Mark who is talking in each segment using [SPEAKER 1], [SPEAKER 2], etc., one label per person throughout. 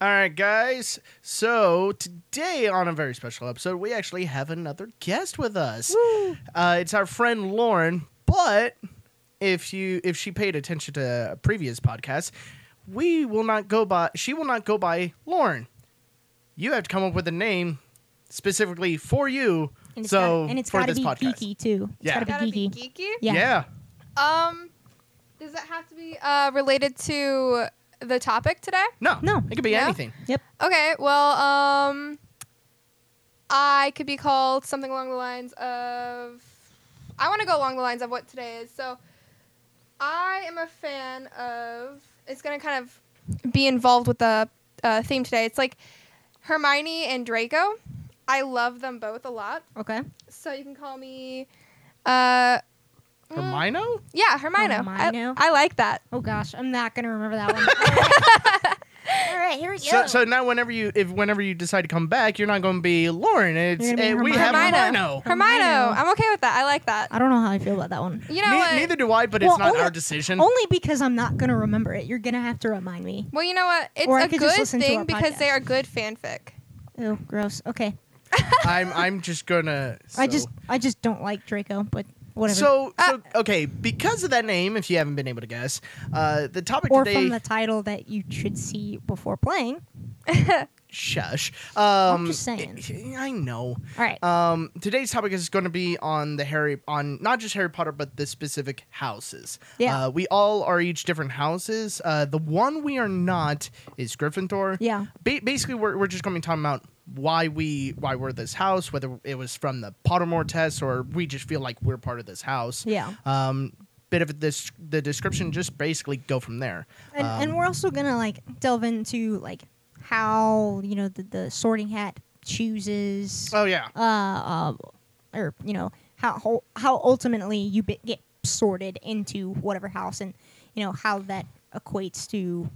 [SPEAKER 1] All right, guys. So today on a very special episode, we actually have another guest with us. Uh, it's our friend Lauren. But if you if she paid attention to previous podcasts, we will not go by. She will not go by Lauren. You have to come up with a name specifically for you.
[SPEAKER 2] And it's
[SPEAKER 1] so
[SPEAKER 2] gotta, and it's
[SPEAKER 1] for
[SPEAKER 2] gotta
[SPEAKER 1] this
[SPEAKER 2] be E
[SPEAKER 1] podcast,
[SPEAKER 2] geeky too. It's
[SPEAKER 1] Yeah.
[SPEAKER 2] gotta,
[SPEAKER 3] Gotta
[SPEAKER 2] be
[SPEAKER 3] be
[SPEAKER 2] geeky.
[SPEAKER 3] geeky.
[SPEAKER 2] yeah.
[SPEAKER 1] yeah,
[SPEAKER 3] Um, does that have to be uh, related to the topic today?
[SPEAKER 1] no,
[SPEAKER 2] No.
[SPEAKER 1] it could be
[SPEAKER 3] No?
[SPEAKER 1] anything.
[SPEAKER 2] Yep.
[SPEAKER 3] Okay. Well, um, I could be called something along the lines of. I want to go along the lines of what today is. So, I am a fan of. It's gonna kind of be involved with the uh, theme today. It's like Hermione and Draco. I love them both a lot.
[SPEAKER 2] Okay.
[SPEAKER 3] So you can call me. Uh, mm,
[SPEAKER 1] Hermione.
[SPEAKER 3] Yeah, Hermione.
[SPEAKER 2] Hermione.
[SPEAKER 3] I, I like that.
[SPEAKER 2] Oh gosh, I'm not gonna remember that one. All right, here we go.
[SPEAKER 1] So, so now whenever you if whenever you decide to come back, you're not going to be Lauren. It's
[SPEAKER 2] You're gonna be
[SPEAKER 1] uh, we have
[SPEAKER 3] Hermione.
[SPEAKER 1] Hermione.
[SPEAKER 3] Hermione.
[SPEAKER 2] Hermione.
[SPEAKER 3] I'm okay with that. I like that.
[SPEAKER 2] I don't know how I feel about that one.
[SPEAKER 3] You know
[SPEAKER 1] Ne-
[SPEAKER 3] what?
[SPEAKER 1] Neither do I, but
[SPEAKER 2] Well,
[SPEAKER 1] it's not
[SPEAKER 2] only-
[SPEAKER 1] our decision.
[SPEAKER 2] Only because I'm not gonna remember it. You're gonna have to remind me.
[SPEAKER 3] Well, you know what? It's
[SPEAKER 2] Or I
[SPEAKER 3] a
[SPEAKER 2] could just
[SPEAKER 3] good
[SPEAKER 2] listen to our
[SPEAKER 3] thing because they
[SPEAKER 2] podcast.
[SPEAKER 3] are good fanfic.
[SPEAKER 2] Oh, gross. Okay.
[SPEAKER 1] I'm I'm just gonna. so-
[SPEAKER 2] I just I just don't like Draco, but whatever. Uh,
[SPEAKER 1] So, so okay, because of that name, if you haven't been able to guess, uh, the topic
[SPEAKER 2] or
[SPEAKER 1] today.
[SPEAKER 2] from the title that you should see before playing.
[SPEAKER 1] shush. Um,
[SPEAKER 2] just saying.
[SPEAKER 1] I know.
[SPEAKER 2] All right.
[SPEAKER 1] Um, today's topic is going to be on the Harry, on not just Harry Potter, but the specific houses.
[SPEAKER 2] Yeah.
[SPEAKER 1] Uh, we all are each different houses. Uh, the one we are not is Gryffindor.
[SPEAKER 2] Yeah.
[SPEAKER 1] Ba- basically, we're, we're just going to be talking about why we why we're this house, whether it was from the Pottermore test or we just feel like we're part of this house.
[SPEAKER 2] Yeah.
[SPEAKER 1] Um, bit of this the description just basically go from there.
[SPEAKER 2] And,
[SPEAKER 1] Um,
[SPEAKER 2] and we're also gonna like delve into like how you know the, the Sorting Hat chooses,
[SPEAKER 1] oh yeah.
[SPEAKER 2] uh, uh, or you know how ho- how ultimately you be- get sorted into whatever house, and you know how that equates to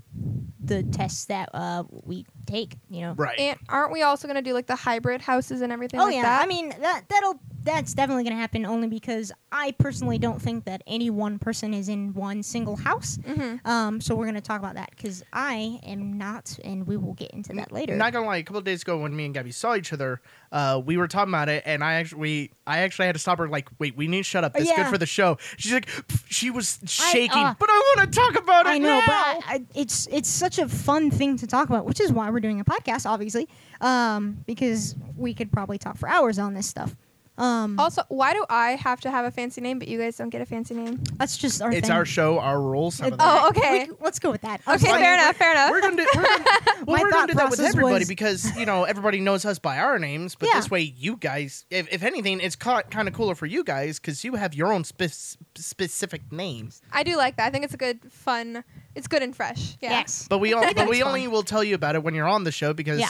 [SPEAKER 2] the tests that uh, we take. You know,
[SPEAKER 1] right.
[SPEAKER 3] And aren't we also gonna do like the hybrid houses and everything?
[SPEAKER 2] Oh
[SPEAKER 3] like
[SPEAKER 2] yeah,
[SPEAKER 3] that?
[SPEAKER 2] I mean that that'll that's definitely gonna happen only because I personally don't think that any one person is in one single house.
[SPEAKER 3] Mhm.
[SPEAKER 2] Um, so we're gonna talk about that because I am not, and we will get into that later.
[SPEAKER 1] Not gonna lie, a couple of days ago when me and Gabby saw each other, uh, we were talking about it, and I actually, we, I actually had to stop her. Like, wait, we need to shut up. It's good
[SPEAKER 2] Yeah.
[SPEAKER 1] for the show. She's like, "Pff," she was shaking,
[SPEAKER 2] uh,
[SPEAKER 1] but I want to talk about it.
[SPEAKER 2] I know, but
[SPEAKER 1] now."
[SPEAKER 2] I, I, it's it's such a fun thing to talk about, which is why we're doing a podcast, obviously, um, because we could probably talk for hours on this stuff. Um,
[SPEAKER 3] Also, why do I have to have a fancy name, but you guys don't get a fancy name?
[SPEAKER 2] that's just our.
[SPEAKER 1] it's
[SPEAKER 2] thing.
[SPEAKER 1] our show, our rules. some of
[SPEAKER 2] It-
[SPEAKER 1] that.
[SPEAKER 3] Oh, okay.
[SPEAKER 2] We- let's go with that. I'm
[SPEAKER 3] Okay,
[SPEAKER 2] Oh, sorry.
[SPEAKER 3] fair enough. Fair enough.
[SPEAKER 1] We're gonna do, we're gonna, well,
[SPEAKER 2] My
[SPEAKER 1] we're
[SPEAKER 2] thought
[SPEAKER 1] gonna do that with
[SPEAKER 2] process
[SPEAKER 1] everybody
[SPEAKER 2] was-
[SPEAKER 1] because you know everybody knows us by our names. But
[SPEAKER 2] Yeah.
[SPEAKER 1] this way, you guys, if, if anything, it's ca- kind of cooler for you guys because you have your own spec- specific names.
[SPEAKER 3] I do like that. I think it's a good, fun. It's good and fresh. Yeah.
[SPEAKER 2] Yes.
[SPEAKER 1] But we all, but we
[SPEAKER 2] That's
[SPEAKER 1] only
[SPEAKER 2] fun.
[SPEAKER 1] will tell you about it when you're on the show because
[SPEAKER 2] Yeah.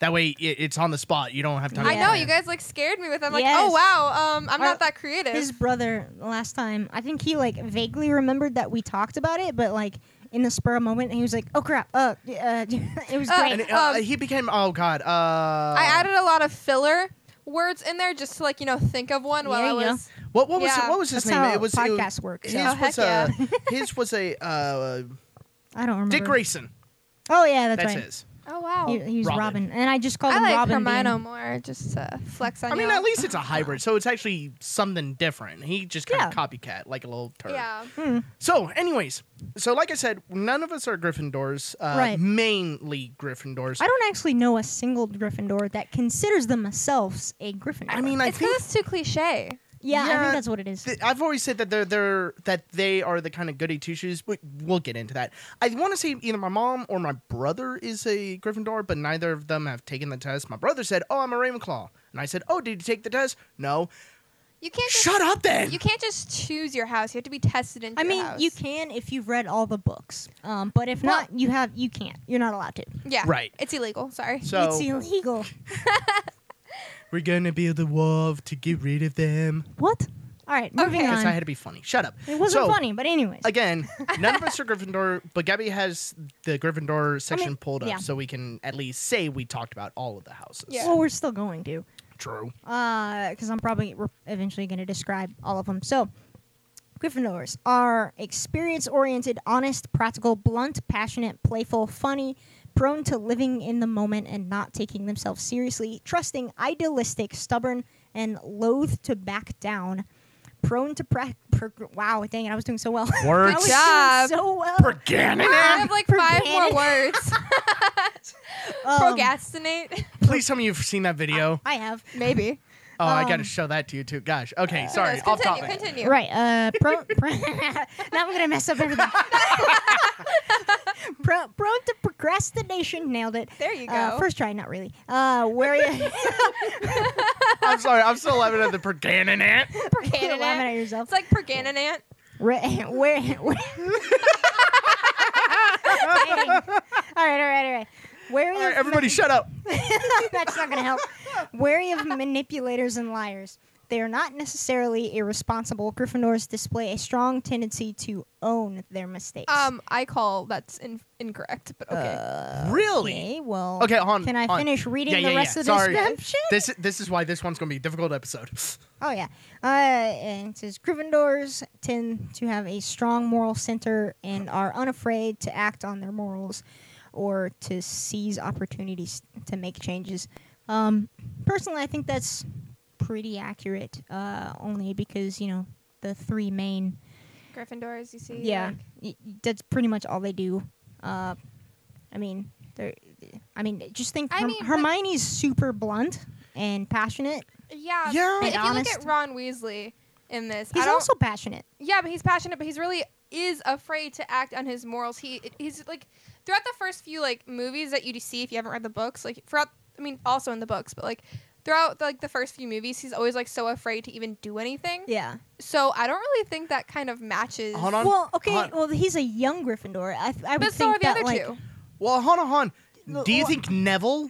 [SPEAKER 1] that way it, it's on the spot. You don't have time.
[SPEAKER 3] I
[SPEAKER 1] to
[SPEAKER 3] know
[SPEAKER 1] plan.
[SPEAKER 3] you guys like scared me with. I'm like,
[SPEAKER 2] Yes.
[SPEAKER 3] oh wow, um, I'm
[SPEAKER 2] Our-
[SPEAKER 3] not that creative.
[SPEAKER 2] his brother last time i think he like vaguely remembered that we talked about it but like in the spur of the moment he was like oh crap uh, uh it was
[SPEAKER 3] Uh,
[SPEAKER 2] great
[SPEAKER 1] And it- uh,
[SPEAKER 3] Um,
[SPEAKER 1] he became oh god. Uh, I
[SPEAKER 3] I added a lot of filler words in there just to like you know think of one while
[SPEAKER 2] There
[SPEAKER 3] I
[SPEAKER 2] you go.
[SPEAKER 3] was.
[SPEAKER 1] what what was
[SPEAKER 3] yeah,
[SPEAKER 1] what was his
[SPEAKER 2] that's
[SPEAKER 1] name?
[SPEAKER 2] how
[SPEAKER 1] It was it was-
[SPEAKER 2] podcast works
[SPEAKER 1] His
[SPEAKER 2] so
[SPEAKER 3] Oh,
[SPEAKER 1] was
[SPEAKER 3] heck
[SPEAKER 1] a his was a uh,
[SPEAKER 2] i don't remember
[SPEAKER 1] Dick Grayson.
[SPEAKER 2] oh yeah that's,
[SPEAKER 1] That's
[SPEAKER 2] right
[SPEAKER 1] his.
[SPEAKER 3] Oh wow.
[SPEAKER 2] he, he was
[SPEAKER 1] Robin.
[SPEAKER 2] robin. and i just called
[SPEAKER 3] I
[SPEAKER 2] him
[SPEAKER 3] like
[SPEAKER 2] robin
[SPEAKER 3] Hermione
[SPEAKER 2] being-
[SPEAKER 3] more, just to flex on
[SPEAKER 1] I mean,
[SPEAKER 3] y'all.
[SPEAKER 1] at least it's a hybrid, so it's actually something different. He just kind
[SPEAKER 2] Yeah.
[SPEAKER 1] of copycat, like a little turd.
[SPEAKER 3] Yeah.
[SPEAKER 2] Hmm.
[SPEAKER 1] So, anyways, so like I said, none of us are Gryffindors. Uh,
[SPEAKER 2] Right.
[SPEAKER 1] Mainly Gryffindors.
[SPEAKER 2] i don't actually know a single gryffindor that considers themselves a gryffindor
[SPEAKER 1] I mean, I
[SPEAKER 3] It's because
[SPEAKER 1] think
[SPEAKER 3] it's too cliche.
[SPEAKER 2] yeah, i
[SPEAKER 1] yeah,
[SPEAKER 2] think that's what it is
[SPEAKER 1] th- I've always said that they're they're that they are the kind of goody two shoes. But we'll get into that. I want to say either my mom or my brother is a Gryffindor, but neither of them have taken the test. My brother said, "Oh, I'm a Ravenclaw," and I said, "Oh, did you take the test?" No.
[SPEAKER 3] You can't just,
[SPEAKER 1] Shut up then.
[SPEAKER 3] You can't just choose your house. You have to be tested into
[SPEAKER 2] I
[SPEAKER 3] your
[SPEAKER 2] mean,
[SPEAKER 3] house.
[SPEAKER 2] you can if you've read all the books. Um, but if
[SPEAKER 3] Well-
[SPEAKER 2] not, you have you can't. You're not allowed to.
[SPEAKER 3] Yeah.
[SPEAKER 1] Right.
[SPEAKER 3] It's illegal. Sorry.
[SPEAKER 2] it's
[SPEAKER 1] so
[SPEAKER 2] illegal.
[SPEAKER 1] we're gonna build a wall to get rid of them.
[SPEAKER 2] What? All right, moving
[SPEAKER 3] Okay.
[SPEAKER 2] on.
[SPEAKER 1] Because I had to be funny. Shut up.
[SPEAKER 2] Oh, it wasn't
[SPEAKER 1] So,
[SPEAKER 2] funny, but anyways.
[SPEAKER 1] Again, none of us are Gryffindor, but Gabby has the Gryffindor section pulled up
[SPEAKER 2] yeah.
[SPEAKER 1] so we can at least say we talked about all of the houses.
[SPEAKER 3] Yeah.
[SPEAKER 2] Well, we're still going to,
[SPEAKER 1] True.
[SPEAKER 2] because Uh, I'm probably re- eventually going to describe all of them. So, Gryffindors are experience-oriented, honest, practical, blunt, passionate, playful, funny, prone to living in the moment and not taking themselves seriously, trusting, idealistic, stubborn, and loath to back down. Prone to pra- pro- wow, dang it! I was doing so well.
[SPEAKER 1] Words.
[SPEAKER 2] I was
[SPEAKER 3] Good job.
[SPEAKER 2] doing so well.
[SPEAKER 1] Perganon.
[SPEAKER 3] I have like five more
[SPEAKER 2] Propagated.
[SPEAKER 3] words.
[SPEAKER 2] Um,
[SPEAKER 3] Procrastinate.
[SPEAKER 1] Please tell me you've seen that video.
[SPEAKER 2] I have.
[SPEAKER 3] Maybe.
[SPEAKER 1] Oh, I got
[SPEAKER 2] Um,
[SPEAKER 1] to show that to you too. Gosh. Okay, sorry.
[SPEAKER 3] Uh, Continue.
[SPEAKER 1] Off topic.
[SPEAKER 3] Continue.
[SPEAKER 2] Right. Uh, pro, pro, now I'm gonna mess up everything. pro, prone to procrastination. Nailed it.
[SPEAKER 3] There you go.
[SPEAKER 2] Uh, first try, not really. Uh, where you
[SPEAKER 1] I'm sorry. I'm still laughing at the Perganon ant.
[SPEAKER 2] You're laughing at
[SPEAKER 3] Perganinant.
[SPEAKER 2] yourself.
[SPEAKER 3] It's like perganinant.
[SPEAKER 2] Re- where, where- Dang. All right, all right, all right. Where
[SPEAKER 1] All right, everybody, shut up.
[SPEAKER 2] That's not going to help. Wary of manipulators and liars. They are not necessarily irresponsible. Gryffindors display a strong tendency to own their mistakes.
[SPEAKER 3] Um, I call that's in- incorrect, but okay.
[SPEAKER 2] Uh,
[SPEAKER 1] Really?
[SPEAKER 2] okay, well.
[SPEAKER 1] Okay, hold on.
[SPEAKER 2] Can I
[SPEAKER 1] hold on.
[SPEAKER 2] finish reading
[SPEAKER 1] Yeah, yeah,
[SPEAKER 2] the rest
[SPEAKER 1] yeah.
[SPEAKER 2] of
[SPEAKER 1] Sorry.
[SPEAKER 2] the description?
[SPEAKER 1] This this is why this one's gonna be a difficult episode.
[SPEAKER 2] Oh yeah. Uh, and it says Gryffindors tend to have a strong moral center and are unafraid to act on their morals or to seize opportunities to make changes. Um, personally, I think that's pretty accurate. Uh, only because you know the three main.
[SPEAKER 3] Gryffindors, you see.
[SPEAKER 2] Yeah,
[SPEAKER 3] like-
[SPEAKER 2] y- y- that's pretty much all they do. Uh, I mean, they're. I mean, just think.
[SPEAKER 3] I
[SPEAKER 2] Her-
[SPEAKER 3] mean, but-
[SPEAKER 2] Hermione's super blunt and passionate.
[SPEAKER 3] yeah.
[SPEAKER 1] Yeah.
[SPEAKER 3] But if you look
[SPEAKER 2] Honest.
[SPEAKER 3] at Ron Weasley in this, I
[SPEAKER 2] He's
[SPEAKER 3] don't,
[SPEAKER 2] also passionate.
[SPEAKER 3] yeah, but he's passionate, but he's really is afraid to act on his morals. He he's like throughout the first few like movies that you see if you haven't read the books, like throughout I mean also in the books, but like throughout like the first few movies, he's always like so afraid to even do anything.
[SPEAKER 2] Yeah.
[SPEAKER 3] So I don't really think that kind of matches.
[SPEAKER 1] Hold on.
[SPEAKER 2] Well, okay.
[SPEAKER 1] hon-
[SPEAKER 2] Well, he's a young Gryffindor. I, th- I would
[SPEAKER 3] But so
[SPEAKER 2] think
[SPEAKER 3] are the
[SPEAKER 2] that
[SPEAKER 3] other
[SPEAKER 2] like
[SPEAKER 3] two.
[SPEAKER 1] well, hold on, hold on.
[SPEAKER 2] Well,
[SPEAKER 1] Do you
[SPEAKER 2] well-
[SPEAKER 1] think Neville?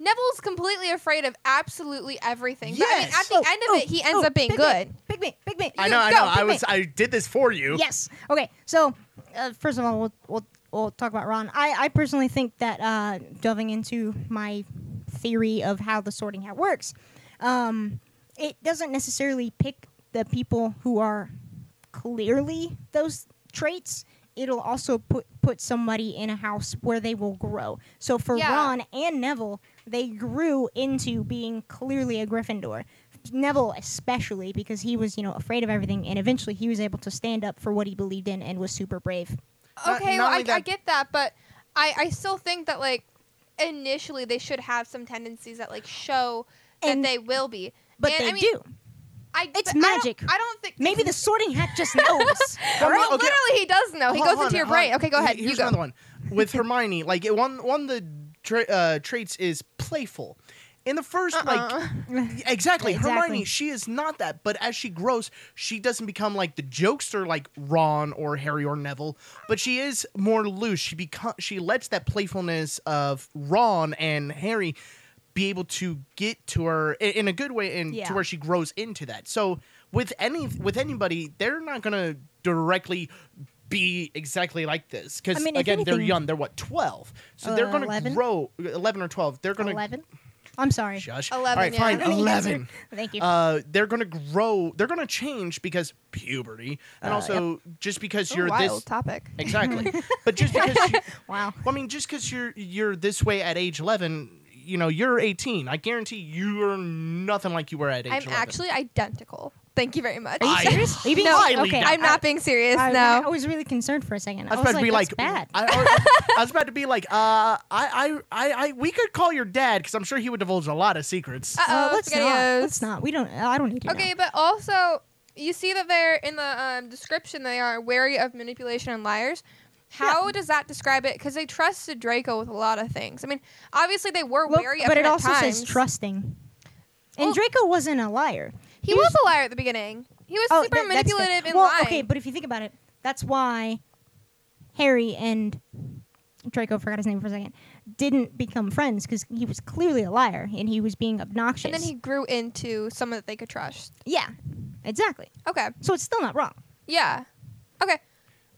[SPEAKER 3] Neville's completely afraid of absolutely everything.
[SPEAKER 1] Yes.
[SPEAKER 3] But I mean, at the end of
[SPEAKER 2] Oh,
[SPEAKER 3] it, he ends up being
[SPEAKER 2] big
[SPEAKER 3] good.
[SPEAKER 2] Me, big me, big me.
[SPEAKER 1] I
[SPEAKER 3] You
[SPEAKER 1] know, I
[SPEAKER 3] go,
[SPEAKER 1] know. I
[SPEAKER 3] pick me.
[SPEAKER 1] was I did this for you.
[SPEAKER 2] Yes. Okay. So, uh, first of all, we'll, we'll we'll talk about Ron. I I personally think that uh, delving into my theory of how the Sorting Hat works, um, it doesn't necessarily pick the people who are clearly those traits. It'll also put put somebody in a house where they will grow. So for
[SPEAKER 3] Yeah.
[SPEAKER 2] Ron and Neville, they grew into being clearly a Gryffindor. Neville especially because he was, you know, afraid of everything and eventually he was able to stand up for what he believed in and was super brave.
[SPEAKER 1] Not-
[SPEAKER 3] okay,
[SPEAKER 1] not
[SPEAKER 3] well, I,
[SPEAKER 1] only that-
[SPEAKER 3] I get that, but I, I still think that like initially they should have some tendencies that like show
[SPEAKER 2] And-
[SPEAKER 3] that they will be.
[SPEAKER 2] But
[SPEAKER 3] And,
[SPEAKER 2] they
[SPEAKER 3] I mean,
[SPEAKER 2] do.
[SPEAKER 3] I,
[SPEAKER 2] It's
[SPEAKER 3] but I don't-
[SPEAKER 2] magic.
[SPEAKER 3] I don't, think
[SPEAKER 2] Maybe the sorting hat just knows.
[SPEAKER 1] I mean, okay,
[SPEAKER 3] Well,
[SPEAKER 1] Uh,
[SPEAKER 3] literally, he does know. He
[SPEAKER 1] Hold
[SPEAKER 3] goes
[SPEAKER 1] on,
[SPEAKER 3] into your
[SPEAKER 1] hold on.
[SPEAKER 3] brain. Okay, go ahead.
[SPEAKER 1] Here's
[SPEAKER 3] you go.
[SPEAKER 1] another one with Hermione. Like it- one one of the tra- uh, traits is playful. In the 1st
[SPEAKER 3] Uh-uh.
[SPEAKER 1] like exactly,
[SPEAKER 2] Exactly.
[SPEAKER 1] Hermione, she is not that. But as she grows, she doesn't become like the jokester like Ron or Harry or Neville. But she is more loose. She become she lets that playfulness of Ron and Harry be able to get to her i- in a good way and
[SPEAKER 2] Yeah.
[SPEAKER 1] to where she grows into that. So with any with anybody, they're not gonna directly be exactly like this because
[SPEAKER 2] I mean, if
[SPEAKER 1] again they're
[SPEAKER 2] anything-
[SPEAKER 1] young they're what 12 so they're
[SPEAKER 2] Uh,
[SPEAKER 1] gonna
[SPEAKER 2] 11?
[SPEAKER 1] grow 11 or 12 they're gonna
[SPEAKER 2] 11? I'm sorry.
[SPEAKER 1] Shush.
[SPEAKER 3] 11,
[SPEAKER 1] All right,
[SPEAKER 3] yeah.
[SPEAKER 1] fine.
[SPEAKER 3] I
[SPEAKER 2] think that's
[SPEAKER 1] Eleven.
[SPEAKER 2] Thank you.
[SPEAKER 1] Uh, they're gonna grow. They're gonna change because puberty, and
[SPEAKER 2] Uh,
[SPEAKER 1] also just because
[SPEAKER 3] Oh,
[SPEAKER 1] you're
[SPEAKER 3] wild
[SPEAKER 1] this
[SPEAKER 3] topic.
[SPEAKER 1] exactly. but just because, you,
[SPEAKER 2] wow.
[SPEAKER 1] well, I mean, just because you're you're this way at age eleven, you know, you're eighteen. I guarantee you're nothing like you were at age
[SPEAKER 3] I'm
[SPEAKER 1] 11.
[SPEAKER 3] actually identical. Thank you very much.
[SPEAKER 1] Are you I- serious? Are you being
[SPEAKER 3] no,
[SPEAKER 1] highly
[SPEAKER 2] okay.
[SPEAKER 3] I'm not being serious.
[SPEAKER 2] I,
[SPEAKER 3] no.
[SPEAKER 2] I was really concerned for a second.
[SPEAKER 1] I
[SPEAKER 2] I
[SPEAKER 1] was
[SPEAKER 2] was
[SPEAKER 1] about
[SPEAKER 2] like,
[SPEAKER 1] to be
[SPEAKER 2] that's
[SPEAKER 1] like,
[SPEAKER 2] bad.
[SPEAKER 1] I, I- I was about to be like, uh, I, I, I, I we could call your dad because I'm sure he would divulge a lot of secrets.
[SPEAKER 3] Uh,
[SPEAKER 2] Uh,
[SPEAKER 3] Oh,
[SPEAKER 2] let's not.
[SPEAKER 3] SpaghettiOs.
[SPEAKER 2] Let's not. We don't. I don't need to. know.
[SPEAKER 3] Okay, but also you see that they're in the um, description they are wary of manipulation and liars. How does that describe it? Because they trusted Draco with a lot of things. I mean, obviously they were
[SPEAKER 2] Well,
[SPEAKER 3] wary, of
[SPEAKER 2] but
[SPEAKER 3] him
[SPEAKER 2] it
[SPEAKER 3] at
[SPEAKER 2] also says
[SPEAKER 3] times.
[SPEAKER 2] trusting. And
[SPEAKER 3] Well-
[SPEAKER 2] Draco wasn't a liar. Oh,
[SPEAKER 3] He was a liar at the beginning. He was super
[SPEAKER 2] that- that's the-
[SPEAKER 3] manipulative and
[SPEAKER 2] well,
[SPEAKER 3] lying.
[SPEAKER 2] Okay, but if you think about it, that's why Harry and Draco forgot his name for a second didn't become friends because he was clearly a liar and he was being obnoxious.
[SPEAKER 3] and then he grew into someone that they could trust.
[SPEAKER 2] yeah, exactly.
[SPEAKER 3] Okay.
[SPEAKER 2] So it's still not wrong.
[SPEAKER 3] Yeah. Okay.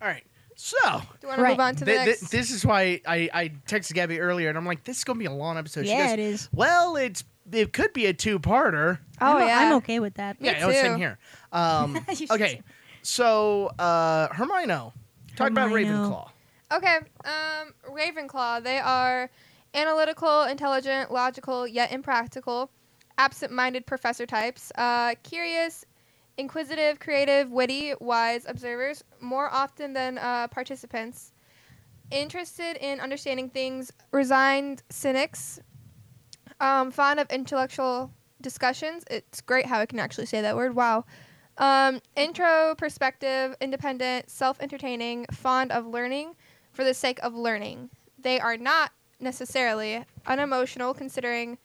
[SPEAKER 1] All right. So
[SPEAKER 3] Do you want to
[SPEAKER 2] Right.
[SPEAKER 3] move on to the
[SPEAKER 1] Th- th-
[SPEAKER 3] next?
[SPEAKER 1] this is why I, I texted Gabby earlier, and I'm like, this is gonna be a long episode. She
[SPEAKER 2] yeah,
[SPEAKER 1] goes,
[SPEAKER 2] it is.
[SPEAKER 1] Well, it's it could be a two-parter.
[SPEAKER 2] I'm,
[SPEAKER 3] Oh,
[SPEAKER 2] o-
[SPEAKER 3] yeah.
[SPEAKER 2] I'm okay with that.
[SPEAKER 3] Me
[SPEAKER 1] yeah, I was
[SPEAKER 3] too.
[SPEAKER 1] sitting here. Um,
[SPEAKER 2] You should
[SPEAKER 1] okay,
[SPEAKER 2] say.
[SPEAKER 1] so uh, Hermione, talk about
[SPEAKER 2] Hermione.
[SPEAKER 1] Ravenclaw.
[SPEAKER 3] Okay. Um, Ravenclaw. They are analytical, intelligent, logical, yet impractical, absent-minded professor types. Uh, curious, inquisitive, creative, witty, wise observers more often than uh, participants. Interested in understanding things, resigned cynics. Um, fond of intellectual discussions. It's great how I can actually say that word. Wow. Um, intro, perspective, independent, self entertaining, fond of learning for the sake of learning. They are not necessarily unemotional, considering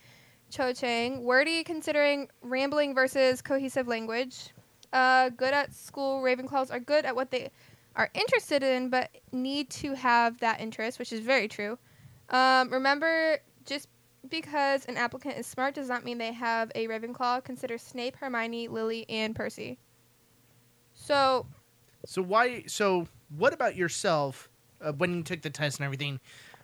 [SPEAKER 3] Cho Chang, wordy, considering rambling versus cohesive language. Uh, good at school, Ravenclaws are good at what they are interested in, but need to have that interest, which is very true. Um, remember, just because an applicant is smart does not mean they have a Ravenclaw. Consider Snape, Hermione, Lily, and Percy. So,
[SPEAKER 1] So why? So what about yourself uh, when you took the test and everything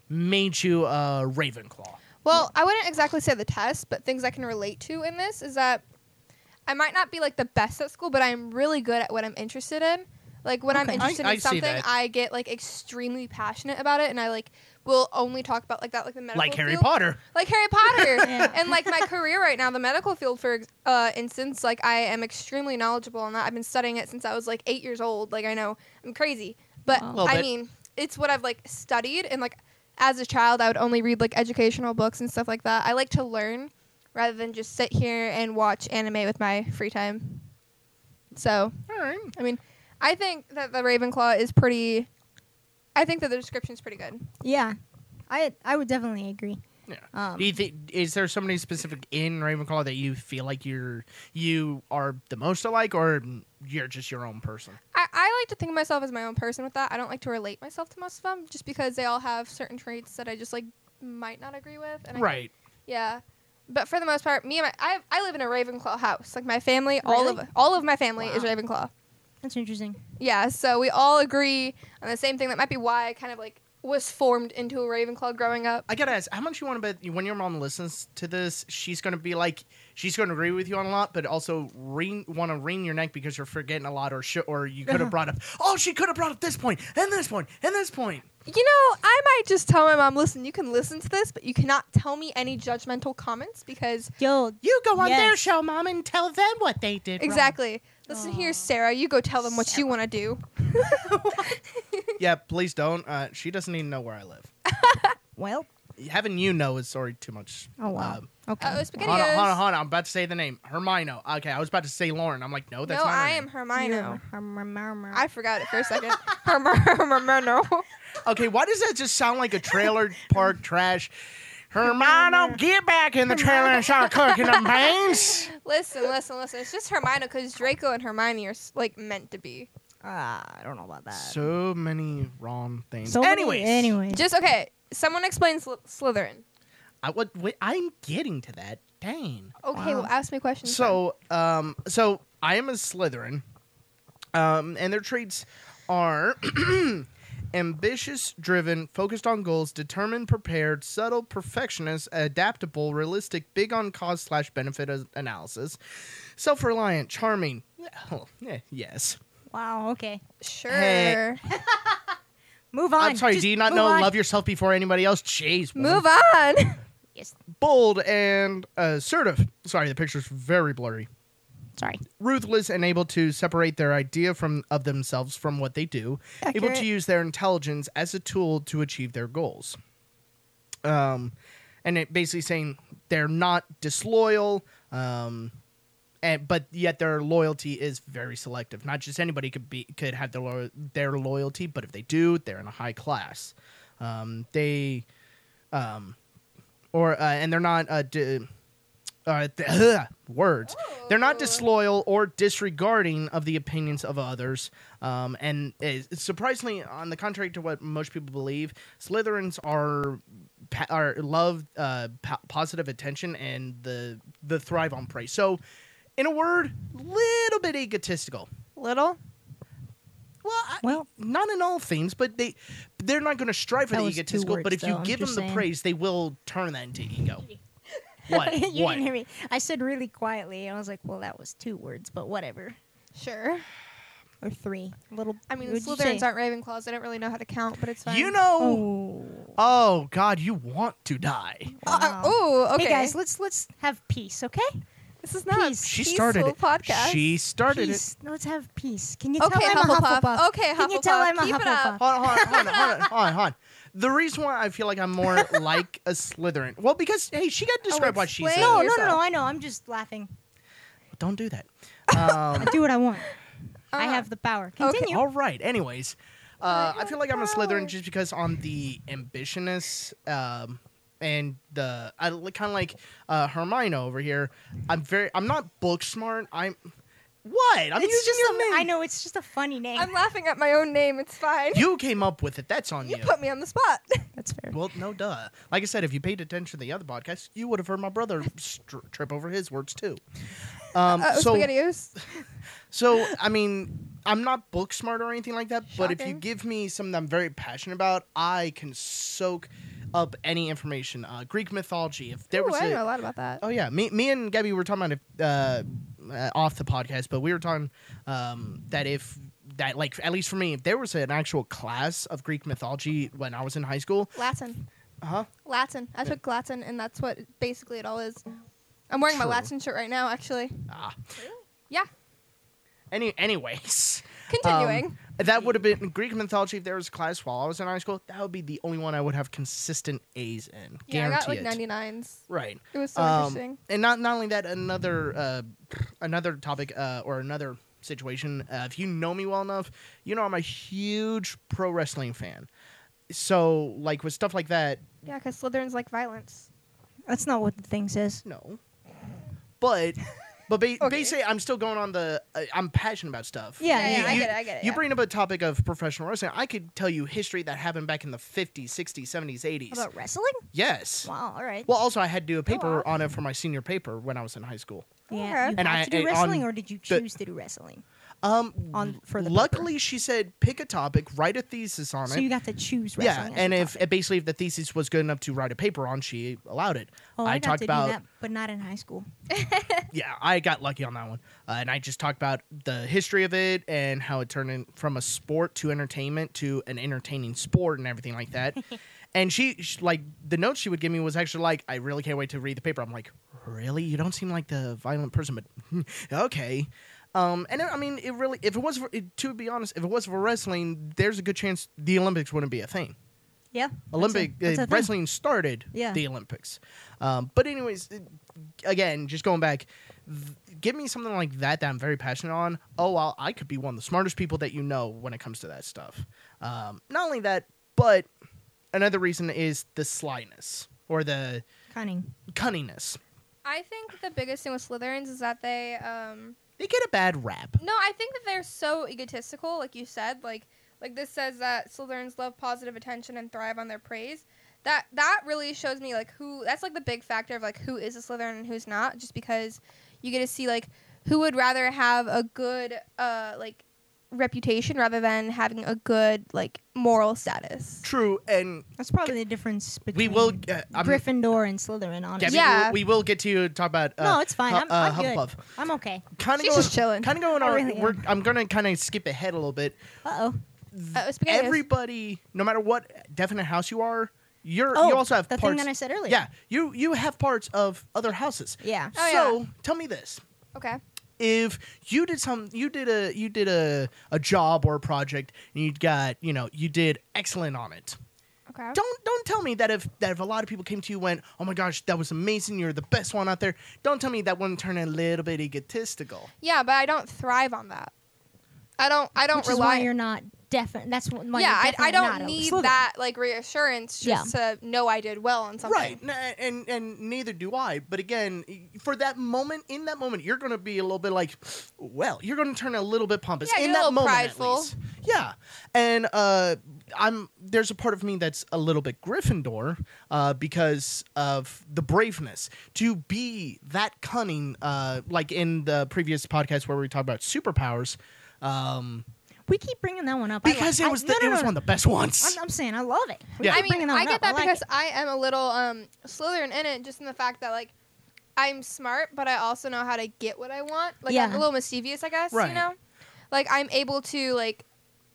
[SPEAKER 1] made you uh, Ravenclaw?
[SPEAKER 3] well, I wouldn't exactly say the test, but things I can relate to in this is that I might not be like the best at school, but I'm really good at what I'm interested in. Like when I'm
[SPEAKER 1] Okay. I-
[SPEAKER 3] interested
[SPEAKER 1] I
[SPEAKER 3] in
[SPEAKER 1] see
[SPEAKER 3] something,
[SPEAKER 1] that.
[SPEAKER 3] I get like extremely passionate about it, and I like will only talk about like that, like the medical
[SPEAKER 1] Like Harry
[SPEAKER 3] field.
[SPEAKER 1] Potter.
[SPEAKER 3] like Harry Potter,
[SPEAKER 2] Yeah.
[SPEAKER 3] and like my career right now, the medical field, for ex- uh, instance, like I am extremely knowledgeable on that. I've been studying it since I was like eight years old. Like I know I'm crazy, but
[SPEAKER 2] Wow.
[SPEAKER 1] Little
[SPEAKER 3] I
[SPEAKER 1] bit.
[SPEAKER 3] mean, it's what I've like studied, and like as a child, I would only read like educational books and stuff like that. I like to learn rather than just sit here and watch anime with my free time. So
[SPEAKER 1] All right.
[SPEAKER 3] I mean, I think that the Ravenclaw is pretty. I think that the description's pretty good.
[SPEAKER 2] Yeah, I I would definitely agree.
[SPEAKER 1] Yeah.
[SPEAKER 2] Um,
[SPEAKER 1] Do you think is there somebody specific in Ravenclaw that you feel like you're you are the most alike, or you're just your own person?
[SPEAKER 3] I, I like to think of myself as my own person with that. I don't like to relate myself to most of them just because they all have certain traits that I just like might not agree with. And I-
[SPEAKER 1] Right.
[SPEAKER 3] yeah. But for the most part, me and my I, I live in a Ravenclaw house. Like my family, all of
[SPEAKER 2] Really?
[SPEAKER 3] all of my family is
[SPEAKER 2] Wow.
[SPEAKER 3] Ravenclaw.
[SPEAKER 2] That's interesting.
[SPEAKER 3] Yeah, so we all agree on the same thing. That might be why I kind of like was formed into a Ravenclaw growing up.
[SPEAKER 1] I gotta ask, how much you want to bet when your mom listens to this, she's gonna be like, she's gonna agree with you on a lot, but also wring, want to wring your neck because you're forgetting a lot, or sh- or you could have brought up, oh, she could have brought up this point and this point and this point.
[SPEAKER 3] You know, I might just tell my mom, listen, you can listen to this, but you cannot tell me any judgmental comments because
[SPEAKER 2] Yo,
[SPEAKER 1] You go on their
[SPEAKER 2] Yes.
[SPEAKER 1] show, mom, and tell them what they did. wrong."
[SPEAKER 3] exactly. Listen here, Sarah, you go tell them what you want to do.
[SPEAKER 1] Yeah, please don't. Uh, she doesn't even know where I live.
[SPEAKER 2] well,
[SPEAKER 1] Having you know is sorry too much.
[SPEAKER 2] oh wow,
[SPEAKER 1] Um,
[SPEAKER 2] okay.
[SPEAKER 3] Uh, spaghetti
[SPEAKER 1] Hana, Hana, Hana, I'm about to say the name Hermione. Okay, I was about to say Lauren. I'm like, no, that's
[SPEAKER 3] no,
[SPEAKER 1] not. her
[SPEAKER 3] I
[SPEAKER 1] name.
[SPEAKER 3] am Hermione. I
[SPEAKER 2] I
[SPEAKER 3] forgot it for a second. Hermione.
[SPEAKER 1] Okay, why does that just sound like a trailer park trash? Hermano, get back in the trailer and start cooking them beans.
[SPEAKER 3] listen, listen, listen. It's just Hermione because Draco and Hermione are s- like meant to be.
[SPEAKER 2] Ah, I don't know about that.
[SPEAKER 1] So many wrong things.
[SPEAKER 2] So many-
[SPEAKER 1] anyways,
[SPEAKER 2] anyways.
[SPEAKER 3] Just okay. Someone explain Sly- Slytherin.
[SPEAKER 1] I, what, what, I'm getting to that. Dang.
[SPEAKER 3] Okay,
[SPEAKER 2] Wow.
[SPEAKER 3] well, ask me questions.
[SPEAKER 1] So, um, so I am a Slytherin, um, and their traits are ambitious, driven, focused on goals, determined, prepared, subtle, perfectionist, adaptable, realistic, big on cause slash benefit as- analysis, self reliant, charming. Well, eh, yes.
[SPEAKER 2] wow, okay.
[SPEAKER 3] then. sure.
[SPEAKER 1] Hey.
[SPEAKER 2] Move on.
[SPEAKER 1] I'm sorry.
[SPEAKER 2] Just
[SPEAKER 1] do you not
[SPEAKER 2] move
[SPEAKER 1] know
[SPEAKER 2] on.
[SPEAKER 1] love yourself before anybody else? Jeez. woman.
[SPEAKER 3] Move on.
[SPEAKER 2] Yes.
[SPEAKER 1] Bold and assertive. Sorry, the picture's very blurry.
[SPEAKER 2] Sorry.
[SPEAKER 1] ruthless and able to separate their idea from of themselves from what they do, able
[SPEAKER 2] Accurate.
[SPEAKER 1] to use their intelligence as a tool to achieve their goals. Um, and it basically saying they're not disloyal, um, and but yet their loyalty is very selective. Not just anybody could be could have their lo- their loyalty, but if they do, they're in a high class. Um, they, um, or uh, and they're not uh, d- uh, th- words. They're not disloyal or disregarding of the opinions of others. Um, and is, surprisingly, on the contrary to what most people believe, Slytherins are pa- are love uh, po- positive attention and the the thrive on praise. So, in a word, little bit egotistical.
[SPEAKER 3] Little.
[SPEAKER 1] Well, I,
[SPEAKER 2] Well-
[SPEAKER 1] not in all things, but they they're not going to strive for
[SPEAKER 2] That
[SPEAKER 1] the
[SPEAKER 2] was two
[SPEAKER 1] egotistical. but
[SPEAKER 2] words,
[SPEAKER 1] if you
[SPEAKER 2] though, I'm
[SPEAKER 1] give them
[SPEAKER 2] just
[SPEAKER 1] the
[SPEAKER 2] saying.
[SPEAKER 1] praise, they will turn that into ego. What?
[SPEAKER 2] you
[SPEAKER 1] what?
[SPEAKER 2] didn't hear me. I said really quietly. I was like, well, that was two words, but whatever.
[SPEAKER 3] Sure.
[SPEAKER 2] Or three. A little.
[SPEAKER 3] I mean,
[SPEAKER 2] what'd you
[SPEAKER 3] Slytherins
[SPEAKER 2] say?
[SPEAKER 3] aren't Ravenclaws. I don't really know how to count, but it's fine.
[SPEAKER 1] You know.
[SPEAKER 2] Oh.
[SPEAKER 1] Oh God, you want to die?
[SPEAKER 3] Uh,
[SPEAKER 2] wow.
[SPEAKER 3] oh, okay.
[SPEAKER 2] Hey guys, let's let's have peace, okay?
[SPEAKER 3] this is not
[SPEAKER 2] peace.
[SPEAKER 3] a
[SPEAKER 1] She
[SPEAKER 3] peaceful
[SPEAKER 1] started it.
[SPEAKER 3] podcast.
[SPEAKER 1] She started
[SPEAKER 2] peace. Let's have peace. Can you
[SPEAKER 3] Okay,
[SPEAKER 2] tell I'm
[SPEAKER 3] Hufflepuff.
[SPEAKER 2] a Hufflepuff?
[SPEAKER 3] Okay,
[SPEAKER 2] Can you tell
[SPEAKER 3] Hufflepuff.
[SPEAKER 2] I'm a
[SPEAKER 3] Keep it up.
[SPEAKER 2] Hufflepuff?
[SPEAKER 1] it. Hold on, hold on, hold on, hold on, hold on, hold on. The reason why I feel like I'm more like a Slytherin, well, because hey, she got to describe what she said.
[SPEAKER 3] explain
[SPEAKER 2] No, no, no,
[SPEAKER 3] yourself.
[SPEAKER 2] no. I know. I'm just laughing.
[SPEAKER 1] Don't do that. Um,
[SPEAKER 2] I do what I want. I
[SPEAKER 3] Uh-huh.
[SPEAKER 2] have the power.
[SPEAKER 3] Okay.
[SPEAKER 2] Continue.
[SPEAKER 1] all right. Anyways, uh,
[SPEAKER 3] I
[SPEAKER 1] I feel like I'm a
[SPEAKER 3] have
[SPEAKER 1] Slytherin
[SPEAKER 3] powers.
[SPEAKER 1] just because on the ambitionist um, and the I kind of like uh, Hermione over here. I'm very. I'm not book smart. I'm what? I'm
[SPEAKER 2] it's
[SPEAKER 1] using
[SPEAKER 2] just
[SPEAKER 1] your
[SPEAKER 2] a,
[SPEAKER 1] name.
[SPEAKER 2] I know it's just a funny name.
[SPEAKER 3] I'm laughing at my own name. It's fine.
[SPEAKER 1] You came up with it. That's on you.
[SPEAKER 3] You put me on the spot.
[SPEAKER 2] That's fair.
[SPEAKER 1] Well, no, duh. Like I said, if you paid attention to the other podcast, you would have heard my brother str- trip over his words too. Um,
[SPEAKER 3] Uh,
[SPEAKER 1] so,
[SPEAKER 3] SpaghettiOs.
[SPEAKER 1] so I mean, I'm not book smart or anything like that. But if you
[SPEAKER 3] Shocking.
[SPEAKER 1] give me something I'm very passionate about, I can soak up any information. Uh, Greek mythology. If there
[SPEAKER 3] Ooh,
[SPEAKER 1] was
[SPEAKER 3] I
[SPEAKER 1] a-
[SPEAKER 3] know a lot about that.
[SPEAKER 1] Oh yeah, me, me and Gabby were talking about it uh, uh, off the podcast, but we were talking um, that if that like at least for me, if there was an actual class of Greek mythology when I was in high school,
[SPEAKER 3] Latin.
[SPEAKER 1] huh?
[SPEAKER 3] Latin. I took Latin, and that's what basically it all is. I'm wearing
[SPEAKER 1] True.
[SPEAKER 3] my Latin shirt right now, actually.
[SPEAKER 1] Ah.
[SPEAKER 3] Yeah.
[SPEAKER 1] Any, anyways,
[SPEAKER 3] Continuing.
[SPEAKER 1] Um, that would have been Greek mythology if there was a class while I was in high school. That would be the only one I would have consistent A's in.
[SPEAKER 3] yeah, I got
[SPEAKER 1] Guarantee
[SPEAKER 3] like
[SPEAKER 1] it.
[SPEAKER 3] 99s.
[SPEAKER 1] Right.
[SPEAKER 3] It was so
[SPEAKER 1] Um,
[SPEAKER 3] interesting.
[SPEAKER 1] And not not only that, another uh, another topic uh, or another situation. Uh, if you know me well enough, you know I'm a huge pro wrestling fan. So like with stuff like that,
[SPEAKER 3] Yeah, because Slytherins like violence.
[SPEAKER 2] That's not what the thing says.
[SPEAKER 1] no. But but ba-
[SPEAKER 3] Okay.
[SPEAKER 1] basically, I'm still going on the. Uh, I'm passionate about stuff.
[SPEAKER 2] Yeah,
[SPEAKER 3] yeah,
[SPEAKER 2] you-
[SPEAKER 3] yeah, I
[SPEAKER 2] you-
[SPEAKER 3] get it. I get it.
[SPEAKER 1] You
[SPEAKER 3] yeah.
[SPEAKER 1] bring up a topic of professional wrestling. I could tell you history that happened back in the 50s, 60s, 70s, 80s.
[SPEAKER 2] About wrestling?
[SPEAKER 1] yes.
[SPEAKER 2] Wow. All right.
[SPEAKER 1] Well, also I had to do a paper
[SPEAKER 3] wow.
[SPEAKER 1] on it for my senior paper when I was in high school.
[SPEAKER 2] yeah. You
[SPEAKER 3] And
[SPEAKER 2] had
[SPEAKER 1] I-
[SPEAKER 2] to do
[SPEAKER 1] and
[SPEAKER 2] wrestling,
[SPEAKER 1] on
[SPEAKER 2] or did you
[SPEAKER 1] the-
[SPEAKER 2] choose to do wrestling?
[SPEAKER 1] Um,
[SPEAKER 2] On for the
[SPEAKER 1] luckily she said pick a topic, write a thesis on
[SPEAKER 2] paper? so
[SPEAKER 1] it.
[SPEAKER 2] you got to choose
[SPEAKER 1] yeah,
[SPEAKER 2] wrestling. as
[SPEAKER 1] and
[SPEAKER 2] your
[SPEAKER 1] if
[SPEAKER 2] topic.
[SPEAKER 1] basically if the thesis was good enough to write a paper on, she allowed it.
[SPEAKER 2] oh,
[SPEAKER 1] I
[SPEAKER 2] I, got
[SPEAKER 1] talked
[SPEAKER 2] to
[SPEAKER 1] about
[SPEAKER 2] do that, but not in high school.
[SPEAKER 1] yeah, I got lucky on that one, uh, and I just talked about the history of it and how it turned in from a sport to entertainment to an entertaining sport and everything like that. and she, sh like the notes she would give me was actually like, I really can't wait to read the paper. I'm like, really? You don't seem like the violent person, but hmm, okay. Um, and I I mean, it really, if it was for, it, to be honest, if it was for wrestling, there's a good chance the Olympics wouldn't be a thing.
[SPEAKER 2] Yeah.
[SPEAKER 1] Olympic
[SPEAKER 2] that's a
[SPEAKER 1] uh,
[SPEAKER 2] thing.
[SPEAKER 1] wrestling started
[SPEAKER 2] Yeah.
[SPEAKER 1] the Olympics. Um, but anyways, it- again, just going back, th- give me something like that that I'm very passionate on. Oh, well, I could be one of the smartest people that you know when it comes to that stuff. Um, not only that, but another reason is the slyness or the
[SPEAKER 2] Cunning.
[SPEAKER 1] cunningness.
[SPEAKER 3] I think the biggest thing with Slytherins is that they um
[SPEAKER 1] They get a bad rap.
[SPEAKER 3] no, I think that they're so egotistical, like you said, like like this says that Slytherins love positive attention and thrive on their praise. That that really shows me like who that's like the big factor of like who is a Slytherin and who's not, just because you get to see like who would rather have a good uh like reputation rather than having a good like moral status.
[SPEAKER 1] True, and
[SPEAKER 2] That's probably the difference
[SPEAKER 1] we
[SPEAKER 2] between
[SPEAKER 1] will. Uh, I'm,
[SPEAKER 2] Gryffindor and Slytherin.
[SPEAKER 1] Gabby,
[SPEAKER 2] Honestly.
[SPEAKER 3] Yeah.
[SPEAKER 1] we, will, we will get to you talk about. Uh,
[SPEAKER 2] No, it's fine.
[SPEAKER 1] Hu-
[SPEAKER 2] I'm,
[SPEAKER 1] uh,
[SPEAKER 2] I'm good.
[SPEAKER 1] Hufflepuff.
[SPEAKER 2] I'm okay.
[SPEAKER 1] Kind of
[SPEAKER 3] She's
[SPEAKER 1] going,
[SPEAKER 3] just chilling.
[SPEAKER 1] Kind of going
[SPEAKER 2] I
[SPEAKER 1] on.
[SPEAKER 2] really am.
[SPEAKER 1] we're, I'm going to kind of skip ahead a little bit.
[SPEAKER 2] Uh oh.
[SPEAKER 3] Uh, spaghetti is-
[SPEAKER 1] Everybody, no matter what definite house you are, you're
[SPEAKER 2] Oh,
[SPEAKER 1] you also have
[SPEAKER 2] the
[SPEAKER 1] parts.
[SPEAKER 2] thing that I said earlier.
[SPEAKER 1] Yeah, you you have parts of other houses.
[SPEAKER 2] Yeah.
[SPEAKER 3] Oh,
[SPEAKER 1] so tell me this:
[SPEAKER 3] okay.
[SPEAKER 1] if you did some, you did a you did a a job or a project, and you got you know you did excellent on it.
[SPEAKER 3] Okay.
[SPEAKER 1] Don't don't tell me that if that if a lot of people came to you and went, oh my gosh, that was amazing, you're the best one out there. Don't tell me that wouldn't turn a little bit egotistical.
[SPEAKER 3] Yeah, but I don't thrive on that. I don't. I don't
[SPEAKER 2] Which is
[SPEAKER 3] rely.
[SPEAKER 2] why you're not definite. That's what my
[SPEAKER 3] yeah, I, I don't need
[SPEAKER 2] Slytherin.
[SPEAKER 3] that like reassurance just to know I did well on something.
[SPEAKER 1] Right, N- and and neither do I. But again, for that moment, in that moment, you're going to be a little bit like, well, you're going to turn a little bit pompous
[SPEAKER 3] Yeah,
[SPEAKER 1] in
[SPEAKER 3] you're a
[SPEAKER 1] that
[SPEAKER 3] little
[SPEAKER 1] moment, at
[SPEAKER 3] prideful.
[SPEAKER 1] least. Yeah, and uh, I'm there's a part of me that's a little bit Gryffindor uh, because of the braveness to be that cunning. Uh, like in the previous podcast where we talked about superpowers, um,
[SPEAKER 2] We keep bringing that one up I
[SPEAKER 1] because
[SPEAKER 2] like-
[SPEAKER 1] it was
[SPEAKER 2] Oh, I,
[SPEAKER 1] the,
[SPEAKER 2] no, no,
[SPEAKER 1] it was
[SPEAKER 2] no,
[SPEAKER 1] one of the best ones.
[SPEAKER 2] I'm, I'm saying I love it. We
[SPEAKER 1] Yeah.
[SPEAKER 2] keep
[SPEAKER 3] I mean,
[SPEAKER 2] bringing that
[SPEAKER 3] I
[SPEAKER 2] one
[SPEAKER 3] get
[SPEAKER 2] up.
[SPEAKER 3] that
[SPEAKER 2] like
[SPEAKER 3] because
[SPEAKER 2] it.
[SPEAKER 3] I am a little um Slytherin in it, just in the fact that like I'm smart, but I also know how to get what I want. Like
[SPEAKER 2] Yeah.
[SPEAKER 3] I'm a little mischievous, I guess.
[SPEAKER 1] Right.
[SPEAKER 3] You know, like I'm able to like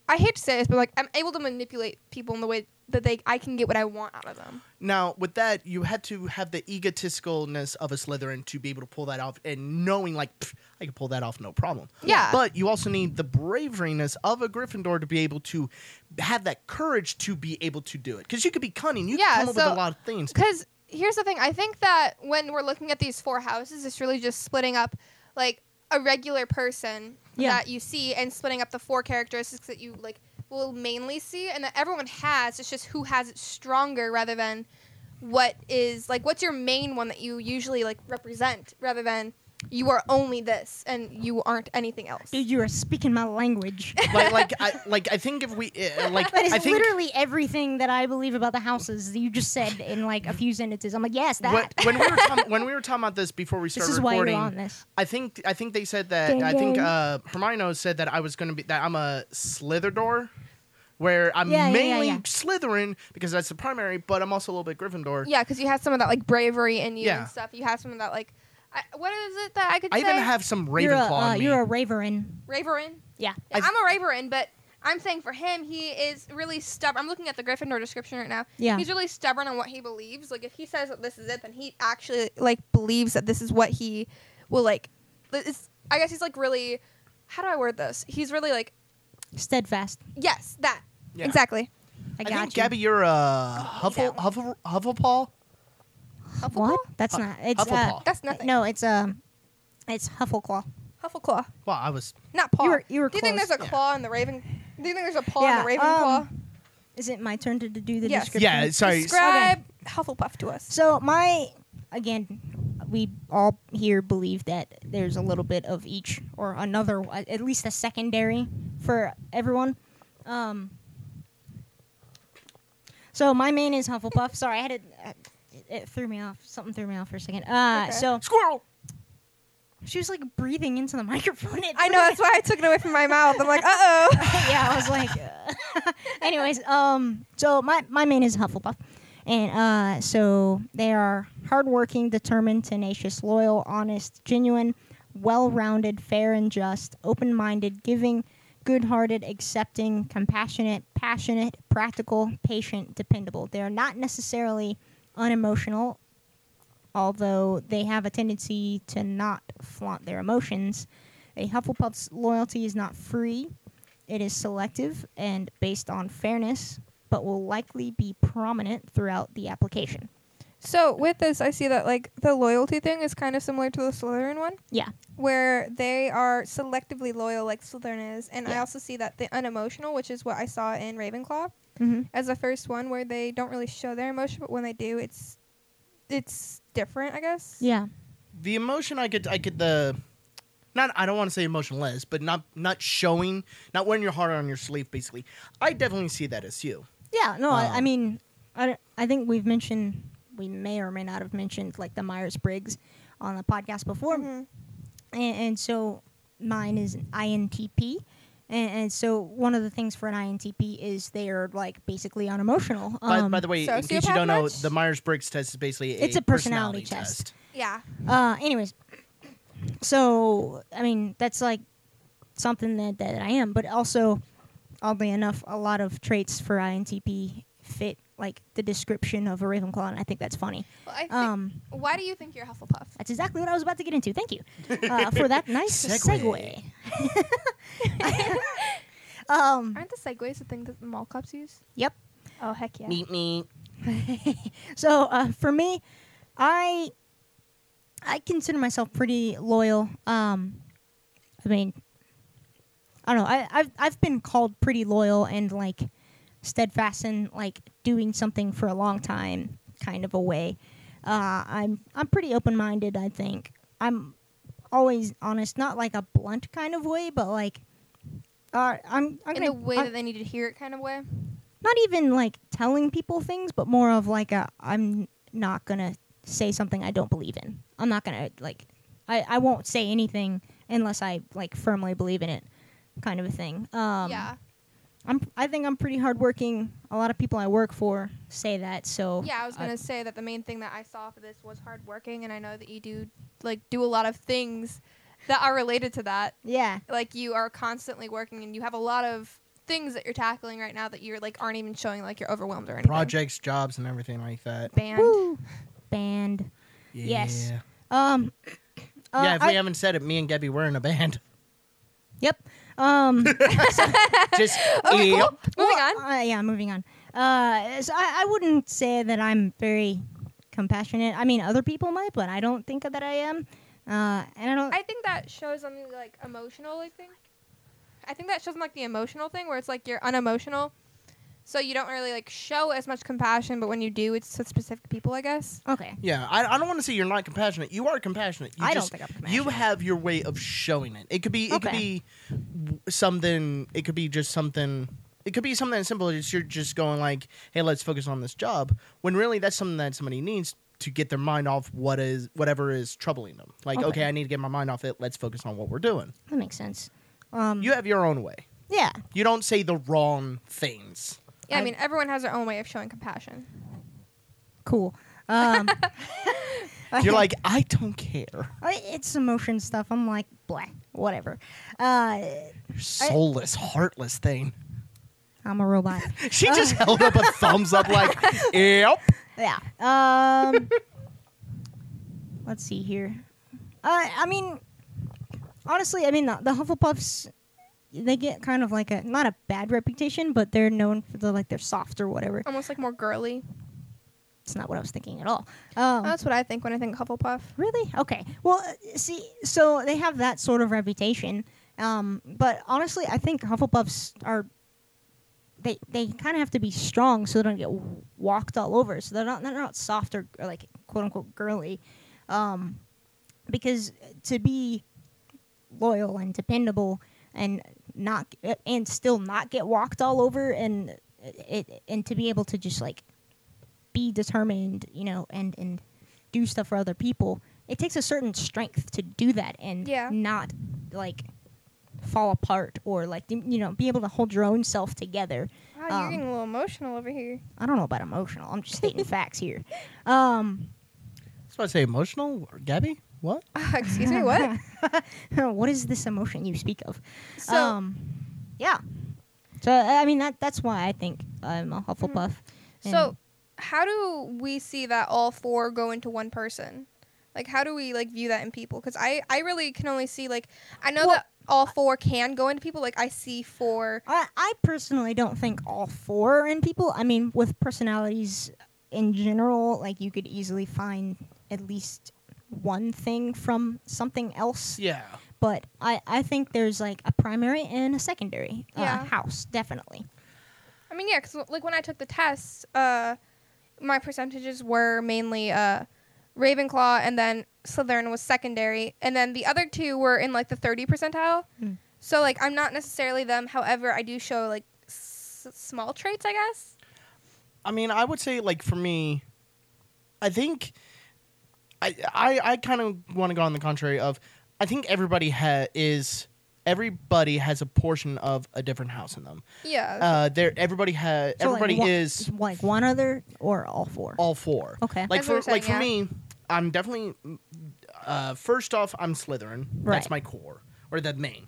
[SPEAKER 3] I hate to say this, but like I'm able to manipulate people in the way that they I can get what I want out of them.
[SPEAKER 1] Now, with that, you had to have the egotisticalness of a Slytherin to be able to pull that off, and knowing like "Pff, I can pull that off, no problem.
[SPEAKER 3] Yeah.
[SPEAKER 1] But you also need the braveriness of a Gryffindor to be able to have that courage to be able to do it, because you could be cunning, you
[SPEAKER 3] Yeah,
[SPEAKER 1] can come up with
[SPEAKER 3] so-
[SPEAKER 1] a lot of things.
[SPEAKER 3] Because here's the thing: I think that when we're looking at these four houses, it's really just splitting up like a regular person
[SPEAKER 2] Yeah.
[SPEAKER 3] that you see and splitting up the four characteristics that you like will mainly see and that everyone has. It's just who has it stronger rather than what is like what's your main one that you usually like represent rather than you are only this and you aren't anything else.
[SPEAKER 2] dude, you are speaking my language.
[SPEAKER 1] like, like, I, like I think if we, uh, like,
[SPEAKER 2] That is
[SPEAKER 1] I think
[SPEAKER 2] literally everything that I believe about the houses that you just said in like a few sentences. I'm like, yes, that.
[SPEAKER 1] what, when we were talking, when we were talking about this before we
[SPEAKER 2] this
[SPEAKER 1] started
[SPEAKER 2] is why you're
[SPEAKER 1] recording,
[SPEAKER 2] on this.
[SPEAKER 1] I think I think they said that
[SPEAKER 2] Ding,
[SPEAKER 1] I think
[SPEAKER 2] ding.
[SPEAKER 1] uh Hermione said that I was gonna be that I'm a Slytherin, where I'm
[SPEAKER 2] Yeah, yeah, yeah,
[SPEAKER 1] mainly
[SPEAKER 2] yeah.
[SPEAKER 1] Slytherin because that's the primary, but I'm also a little bit Gryffindor.
[SPEAKER 3] Yeah, because you have some of that like bravery in you
[SPEAKER 1] Yeah.
[SPEAKER 3] and stuff. You have some of that like, I, what is it that I could
[SPEAKER 1] I
[SPEAKER 3] say?
[SPEAKER 1] even have some Ravenclaw
[SPEAKER 2] You're a uh,
[SPEAKER 1] in me.
[SPEAKER 2] you're a Raverin.
[SPEAKER 3] Raverin.
[SPEAKER 2] Yeah.
[SPEAKER 1] I-
[SPEAKER 3] I'm a Raverin, but I'm saying for him, he is really stubborn. I'm looking at the Gryffindor description right now.
[SPEAKER 2] Yeah.
[SPEAKER 3] He's really stubborn on what he believes. Like if he says that this is it, then he actually like believes that this is what he will like. It's, I guess he's like really. How do I word this? He's really like
[SPEAKER 2] Steadfast.
[SPEAKER 3] yes, that
[SPEAKER 1] Yeah.
[SPEAKER 3] exactly.
[SPEAKER 2] I
[SPEAKER 1] I
[SPEAKER 2] got
[SPEAKER 1] think
[SPEAKER 2] you.
[SPEAKER 1] Gabby, you're a Huffle,
[SPEAKER 3] that
[SPEAKER 1] Huffle, Hufflepuff.
[SPEAKER 2] what?
[SPEAKER 3] Hufflepuff?
[SPEAKER 2] That's
[SPEAKER 1] Hu-
[SPEAKER 2] not. It's uh,
[SPEAKER 1] Hufflepuff.
[SPEAKER 3] That's nothing.
[SPEAKER 2] no. It's um, it's Huffleclaw.
[SPEAKER 3] Huffleclaw,
[SPEAKER 1] Well, I was.
[SPEAKER 3] not paw.
[SPEAKER 2] You were- you were
[SPEAKER 3] do you think
[SPEAKER 2] close.
[SPEAKER 3] there's a
[SPEAKER 1] Yeah.
[SPEAKER 3] claw in the Raven? Do you think there's a paw in the
[SPEAKER 2] Yeah, um,
[SPEAKER 3] Ravenclaw?
[SPEAKER 2] Is it my turn to, to do the
[SPEAKER 3] Yes.
[SPEAKER 2] description?
[SPEAKER 1] Yeah, sorry.
[SPEAKER 3] Describe Hufflepuff to us.
[SPEAKER 2] So my again, we all here believe that there's a little bit of each or another, at least a secondary for everyone. Um, so my main is Hufflepuff. Sorry, I had it. uh, It threw me off. Something threw me off for a second. Uh,
[SPEAKER 3] Okay.
[SPEAKER 2] so
[SPEAKER 1] Squirrel.
[SPEAKER 2] she was like breathing into the microphone. It
[SPEAKER 3] I know that's why I took it away from my mouth. I'm like, uh oh.
[SPEAKER 2] yeah, I was like. uh, anyways, um, so my my main is Hufflepuff, and uh, so they are hardworking, determined, tenacious, loyal, honest, genuine, well-rounded, fair and just, open-minded, giving, good-hearted, accepting, compassionate, passionate, practical, patient, dependable. They are not necessarily unemotional. Although they have a tendency to not flaunt their emotions, a Hufflepuff's loyalty is not free, it is selective and based on fairness, but will likely be prominent throughout the application.
[SPEAKER 3] So with this, I see that like the loyalty thing is kind of similar to the Slytherin one,
[SPEAKER 2] Yeah.
[SPEAKER 3] where they are selectively loyal, like Slytherin is, and I
[SPEAKER 2] Yeah.
[SPEAKER 3] also see that the unemotional, which is what I saw in Ravenclaw,
[SPEAKER 2] Mm-hmm.
[SPEAKER 3] as the first one where they don't really show their emotion, but when they do, it's it's different, I guess.
[SPEAKER 2] Yeah.
[SPEAKER 1] The emotion I could, I could the. Not, I don't want to say emotionless, but not not showing, not wearing your heart on your sleeve. Basically, I definitely see that as you.
[SPEAKER 2] Yeah. No, I, I
[SPEAKER 1] Um,
[SPEAKER 2] mean, I, don't- I think we've mentioned, we may or may not have mentioned like the Myers Briggs on the podcast before.
[SPEAKER 3] Mhm.
[SPEAKER 2] And, and so mine is an INTP. And, and so one of the things for an INTP is they are like basically unemotional. Um,
[SPEAKER 1] by, by the way, in case you
[SPEAKER 3] sociopath
[SPEAKER 1] don't know,
[SPEAKER 3] much?
[SPEAKER 1] the Myers Briggs test is basically a
[SPEAKER 2] It's a personality test.
[SPEAKER 3] Yeah.
[SPEAKER 2] Uh, anyways, so I mean that's like something that, that I am, but also oddly enough, a lot of traits for INTP fit like the description of a Ravenclaw, and I think that's funny.
[SPEAKER 3] Well, I think,
[SPEAKER 2] Um,
[SPEAKER 3] why do you think you're Hufflepuff?
[SPEAKER 2] that's exactly what I was about to get into. Thank you uh, for that nice
[SPEAKER 1] Segue.
[SPEAKER 2] segue. um,
[SPEAKER 3] Aren't the segways the thing that the mall cops use?
[SPEAKER 2] yep.
[SPEAKER 3] Oh heck yeah.
[SPEAKER 1] Meet me.
[SPEAKER 2] So uh, for me, I I consider myself pretty loyal. Um, I mean, I don't know. I, I've I've been called pretty loyal and like steadfast in like doing something for a long time, kind of a way. Uh, I'm I'm pretty open minded. I think I'm always honest, not like a blunt kind of way, but like uh, I'm I'm
[SPEAKER 3] in
[SPEAKER 2] gonna,
[SPEAKER 3] the way
[SPEAKER 2] I'm-
[SPEAKER 3] that they need to hear it, kind of way.
[SPEAKER 2] not even like telling people things, but more of like a I'm not gonna say something I don't believe in. I'm not gonna like I, I won't say anything unless I like firmly believe in it, kind of a thing. Um,
[SPEAKER 3] yeah,
[SPEAKER 2] I'm I think I'm pretty hardworking. A lot of people I work for say that. So uh,
[SPEAKER 3] yeah. Oh, I was gonna say that the main thing that I saw for this was hard working, and I know that you do like do a lot of things that are related to that.
[SPEAKER 2] yeah
[SPEAKER 3] Like you are constantly working, and you have a lot of things that you're tackling right now that you're like aren't even showing like you're overwhelmed or anything.
[SPEAKER 1] projects, jobs, and everything like that.
[SPEAKER 3] band.
[SPEAKER 2] Woo. band. Yes.
[SPEAKER 1] Yeah.
[SPEAKER 2] Um. uh,
[SPEAKER 1] yeah, if
[SPEAKER 2] I-
[SPEAKER 1] we haven't said it, me and Gabby were in a band.
[SPEAKER 2] Yep. Um.
[SPEAKER 1] Just
[SPEAKER 2] Oh,
[SPEAKER 3] Okay,
[SPEAKER 1] yeah.
[SPEAKER 3] cool. Moving
[SPEAKER 2] Well,
[SPEAKER 3] on.
[SPEAKER 2] Uh, yeah, moving on. Uh, so I, I wouldn't say that I'm very compassionate. I mean, other people might, but I don't think that I am. Uh, and I don't.
[SPEAKER 3] I think that shows on the like emotional. I think. I think that shows on like the emotional thing where it's like you're unemotional, so you don't really like show as much compassion. But when you do, it's to specific people, I guess.
[SPEAKER 2] okay.
[SPEAKER 1] Yeah, I, I don't want to say you're not compassionate. You are compassionate. You
[SPEAKER 2] I
[SPEAKER 1] just,
[SPEAKER 2] don't think I'm
[SPEAKER 1] You
[SPEAKER 2] compassionate.
[SPEAKER 1] have your way of showing it. It could be. It could
[SPEAKER 2] Okay.
[SPEAKER 1] be w- something. It could be just something. It could be something as simple as you're just going like, "Hey, let's focus on this job," when really that's something that somebody needs to get their mind off what is whatever is troubling them. Like, okay,
[SPEAKER 2] Okay.
[SPEAKER 1] I need to get my mind off it. Let's focus on what we're doing.
[SPEAKER 2] That makes sense. Um.
[SPEAKER 1] You have your own way.
[SPEAKER 2] yeah.
[SPEAKER 1] You don't say the wrong things.
[SPEAKER 3] Yeah, I,
[SPEAKER 2] I-
[SPEAKER 3] mean, everyone has their own way of showing compassion.
[SPEAKER 2] Cool. Um.
[SPEAKER 1] You're like, I don't care.
[SPEAKER 2] I- it's emotion stuff. I'm like, blah, whatever. Uh,
[SPEAKER 1] You're soulless, heartless thing.
[SPEAKER 2] I'm a robot.
[SPEAKER 1] She just held up a thumbs up, like, yep.
[SPEAKER 2] Yeah. Um. let's see here. Uh, I mean, honestly, I mean the, the Hufflepuffs, they get kind of like a not a bad reputation, but they're known for the like they're soft or whatever.
[SPEAKER 3] Almost like more girly.
[SPEAKER 2] It's not what I was thinking at all. Um,
[SPEAKER 3] That's what I think when I think Hufflepuff.
[SPEAKER 2] Really? Okay. Well, uh, see, so they have that sort of reputation. Um, but honestly, I think Hufflepuffs are they they kind of have to be strong so they don't get w- walked all over. So they're not they're not soft or, or like quote unquote girly, um, because to be loyal and dependable and not and still not get walked all over and it and to be able to just like be determined, you know, and and do stuff for other people. It takes a certain strength to do that and
[SPEAKER 3] Yeah.
[SPEAKER 2] not like fall apart or like you know be able to hold your own self together.
[SPEAKER 3] Wow,
[SPEAKER 2] you're
[SPEAKER 3] you're
[SPEAKER 2] Um,
[SPEAKER 3] getting
[SPEAKER 2] getting
[SPEAKER 3] a little emotional over here.
[SPEAKER 2] I don't know about emotional. I'm just stating facts here. Um,
[SPEAKER 1] That's what I say. Emotional, Gabby. What?
[SPEAKER 3] Ah, Excuse me, what?
[SPEAKER 2] what is this emotion you speak of?
[SPEAKER 3] So,
[SPEAKER 2] um, yeah. So uh, I mean that that's why I think I'm a Hufflepuff.
[SPEAKER 3] Hmm. so
[SPEAKER 2] and-
[SPEAKER 3] how do we see that all four go into one person? Like, how do we like view that in people? Because I, I really can only see like I know
[SPEAKER 2] Well-
[SPEAKER 3] that all four can go into people. Like I see four.
[SPEAKER 2] I, I personally don't think all four are in people. I mean, with personalities in general, like you could easily find at least one thing from something else.
[SPEAKER 1] Yeah.
[SPEAKER 2] But I, I think there's like a primary and a secondary
[SPEAKER 3] Yeah.
[SPEAKER 2] uh, house, definitely.
[SPEAKER 3] I mean, yeah, because like when I took the test, uh, my percentages were mainly uh, Ravenclaw, and then Slytherin was secondary, and then the other two were in like the thirty percentile.
[SPEAKER 2] Hmm.
[SPEAKER 3] So like I'm not necessarily them. However, I do show like s- small traits, I guess.
[SPEAKER 1] I mean, I would say like for me, I think I I, I kind of want to go on the contrary of I think everybody ha- is everybody has a portion of a different house in them.
[SPEAKER 3] Yeah.
[SPEAKER 1] Uh, there everybody has
[SPEAKER 2] So, like,
[SPEAKER 1] everybody
[SPEAKER 2] one-
[SPEAKER 1] is
[SPEAKER 2] like one other or all four.
[SPEAKER 1] all four.
[SPEAKER 2] Okay.
[SPEAKER 1] Like
[SPEAKER 3] That's what
[SPEAKER 1] for
[SPEAKER 3] we're saying,
[SPEAKER 1] like for
[SPEAKER 3] yeah.
[SPEAKER 1] me, I'm definitely uh, first off I'm Slytherin. That's
[SPEAKER 2] Right.
[SPEAKER 1] my core or the main.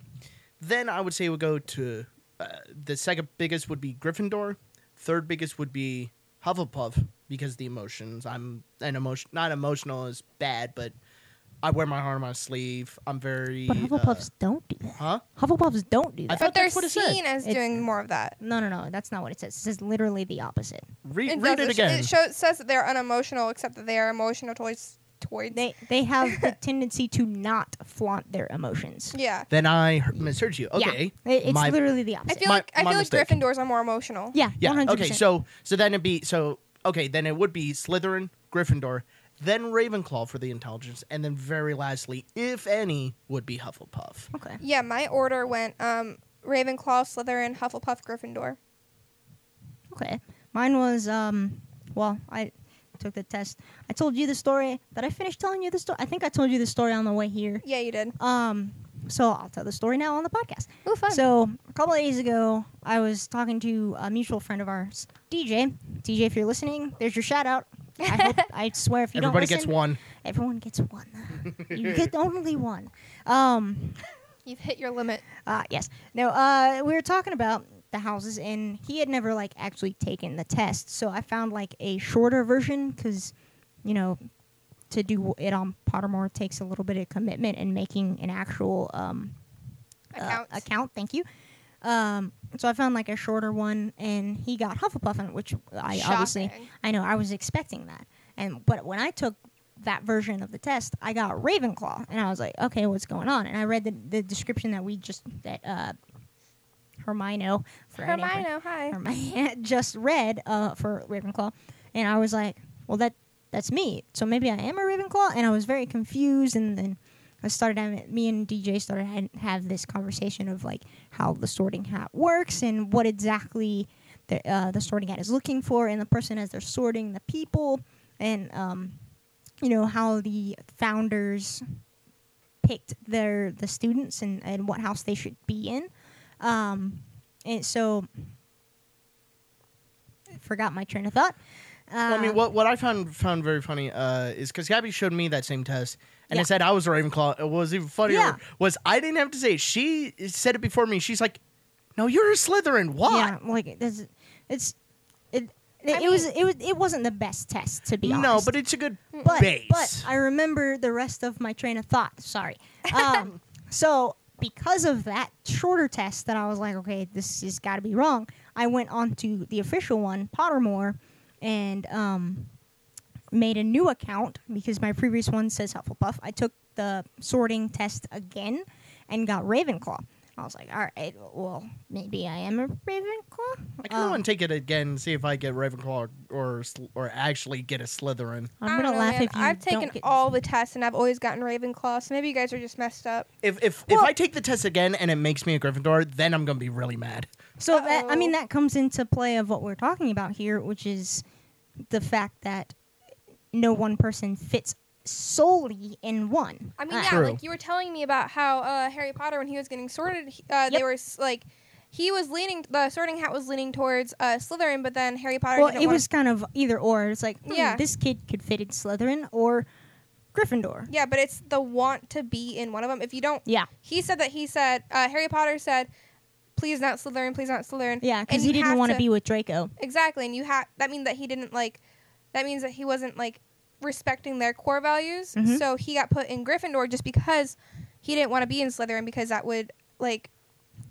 [SPEAKER 1] Then I would say it would go to uh, the second biggest would be Gryffindor. Third biggest would be Hufflepuff because the emotions. I'm an emotion not emotional is bad, but I wear my heart on my sleeve. I'm very
[SPEAKER 2] but
[SPEAKER 1] uh,
[SPEAKER 2] Hufflepuffs don't do that.
[SPEAKER 1] huh?
[SPEAKER 2] Hufflepuffs don't do
[SPEAKER 1] I
[SPEAKER 2] that.
[SPEAKER 1] thought
[SPEAKER 3] but they're
[SPEAKER 1] that's what it said.
[SPEAKER 3] seen as
[SPEAKER 2] It-
[SPEAKER 3] doing more of that.
[SPEAKER 2] no, no, no. That's not what it says. It says literally the opposite.
[SPEAKER 1] Re-
[SPEAKER 3] It
[SPEAKER 1] read
[SPEAKER 3] does.
[SPEAKER 1] it again.
[SPEAKER 3] It, show, it says that they're unemotional, except that they are emotional towards towards.
[SPEAKER 2] They they have the tendency to not flaunt their emotions.
[SPEAKER 3] yeah.
[SPEAKER 1] Then I heard- misheard you.
[SPEAKER 2] Yeah.
[SPEAKER 1] Okay.
[SPEAKER 2] It- it's
[SPEAKER 1] My-
[SPEAKER 2] literally the
[SPEAKER 3] I
[SPEAKER 2] opposite.
[SPEAKER 3] feel
[SPEAKER 1] My-
[SPEAKER 3] like I
[SPEAKER 1] my
[SPEAKER 3] feel
[SPEAKER 1] mistake.
[SPEAKER 3] like Gryffindors are more emotional.
[SPEAKER 2] yeah,
[SPEAKER 1] Yeah.
[SPEAKER 2] 100%.
[SPEAKER 1] Okay. So so then it'd be so okay. Then it would be Slytherin, Gryffindor, then Ravenclaw for the intelligence, and then very lastly, if any, would be Hufflepuff.
[SPEAKER 2] okay.
[SPEAKER 3] Yeah, my order went um Ravenclaw, Slytherin, Hufflepuff, Gryffindor.
[SPEAKER 2] Okay. Mine was um well, I took the test. I told you the story. Did I finish telling you the story? I think I told you the story on the way here.
[SPEAKER 3] Yeah, you did.
[SPEAKER 2] Um so I'll tell the story now on the podcast.
[SPEAKER 3] Ooh, fun.
[SPEAKER 2] So a couple of days ago, I was talking to a mutual friend of ours, DJ. DJ, if you're listening, there's your shout out. I, hope, I swear, if you
[SPEAKER 1] Everybody
[SPEAKER 2] don't listen,
[SPEAKER 1] gets one.
[SPEAKER 2] Everyone gets one. you get only one. Um,
[SPEAKER 3] You've hit your limit.
[SPEAKER 2] uh, yes. No, uh, we were talking about the houses, and he had never like actually taken the test, so I found like a shorter version because, you know, to do it on Pottermore takes a little bit of commitment and making an actual um, uh,
[SPEAKER 3] Accounts.
[SPEAKER 2] account. Thank you. Um, so I found like a shorter one, and he got Hufflepuff, on it, which I obviously
[SPEAKER 3] Shocking.
[SPEAKER 2] I know I was expecting that. And but when I took that version of the test, I got Ravenclaw, and I was like, okay, what's going on? And I read the, the description that we just that uh, Hermione for any-
[SPEAKER 3] Hermione, hi.
[SPEAKER 2] Hermione just read uh, for Ravenclaw, and I was like, well, that that's me. So maybe I am a Ravenclaw, and I was very confused. And then I started having me and DJ started had, have this conversation of like how the Sorting Hat works and what exactly the uh, the Sorting Hat is looking for, and the person as they're sorting the people, and um, you know how the founders picked their the students and, and what house they should be in. Um, and so forgot my train of thought. Uh,
[SPEAKER 1] Well, I mean, what what I found found very funny uh, is because Gabby showed me that same test, and
[SPEAKER 2] Yeah.
[SPEAKER 1] it said I was a Ravenclaw. What was even funnier
[SPEAKER 2] Yeah.
[SPEAKER 1] was I didn't have to say it. She said it before me. She's like, "No, you're a Slytherin. Why?"
[SPEAKER 2] Yeah, like it does- it's it. It,
[SPEAKER 3] I
[SPEAKER 2] it was it was it wasn't the best test to be
[SPEAKER 1] no,
[SPEAKER 2] honest.
[SPEAKER 1] but it's a good
[SPEAKER 2] but,
[SPEAKER 1] base.
[SPEAKER 2] but I remember the rest of my train of thought. Sorry. Um, so because of that shorter test, that I was like, okay, this has got to be wrong. I went on to the official one, Pottermore, and um, made a new account because my previous one says Hufflepuff. I took the sorting test again and got Ravenclaw. I was like, all right, well, maybe I am a Ravenclaw.
[SPEAKER 1] I kind of
[SPEAKER 2] Um,
[SPEAKER 1] want to take it again and see if I get Ravenclaw or sl- or actually get a Slytherin.
[SPEAKER 2] I'm
[SPEAKER 3] I
[SPEAKER 2] gonna
[SPEAKER 3] don't know,
[SPEAKER 2] laugh
[SPEAKER 3] man.
[SPEAKER 2] if you
[SPEAKER 3] I've
[SPEAKER 2] don't
[SPEAKER 3] taken
[SPEAKER 2] get-
[SPEAKER 3] all the tests and I've always gotten Ravenclaw, so maybe you guys are just messed up.
[SPEAKER 1] If if if I take the test again and it makes me a Gryffindor, then I'm gonna be really mad.
[SPEAKER 2] So that I mean
[SPEAKER 3] Uh-oh.
[SPEAKER 2] that comes into play of what we're talking about here, which is the fact that no one person fits solely in one.
[SPEAKER 3] I mean,
[SPEAKER 2] Uh,
[SPEAKER 3] yeah,
[SPEAKER 1] True.
[SPEAKER 3] like you were telling me about how uh, Harry Potter, when he was getting sorted, he- uh, they
[SPEAKER 2] Yep.
[SPEAKER 3] were s- like, he was leaning, the sorting hat was leaning towards uh, Slytherin, but then Harry Potter
[SPEAKER 2] Well,
[SPEAKER 3] didn't
[SPEAKER 2] it
[SPEAKER 3] wanna-
[SPEAKER 2] was kind of either or. It's like, hmm,
[SPEAKER 3] Yeah.
[SPEAKER 2] this kid could fit in Slytherin or Gryffindor.
[SPEAKER 3] Yeah, but it's the want to be in one of them. If you don't,
[SPEAKER 2] Yeah,
[SPEAKER 3] he said that he said, uh, Harry Potter said, please not Slytherin, please not Slytherin.
[SPEAKER 2] yeah, because
[SPEAKER 3] And
[SPEAKER 2] he
[SPEAKER 3] you
[SPEAKER 2] didn't
[SPEAKER 3] have
[SPEAKER 2] want to be with Draco.
[SPEAKER 3] Exactly, and you have that means that he didn't like. That means that he wasn't like respecting their core values.
[SPEAKER 2] Mhm.
[SPEAKER 3] So he got put in Gryffindor just because he didn't want to be in Slytherin because that would like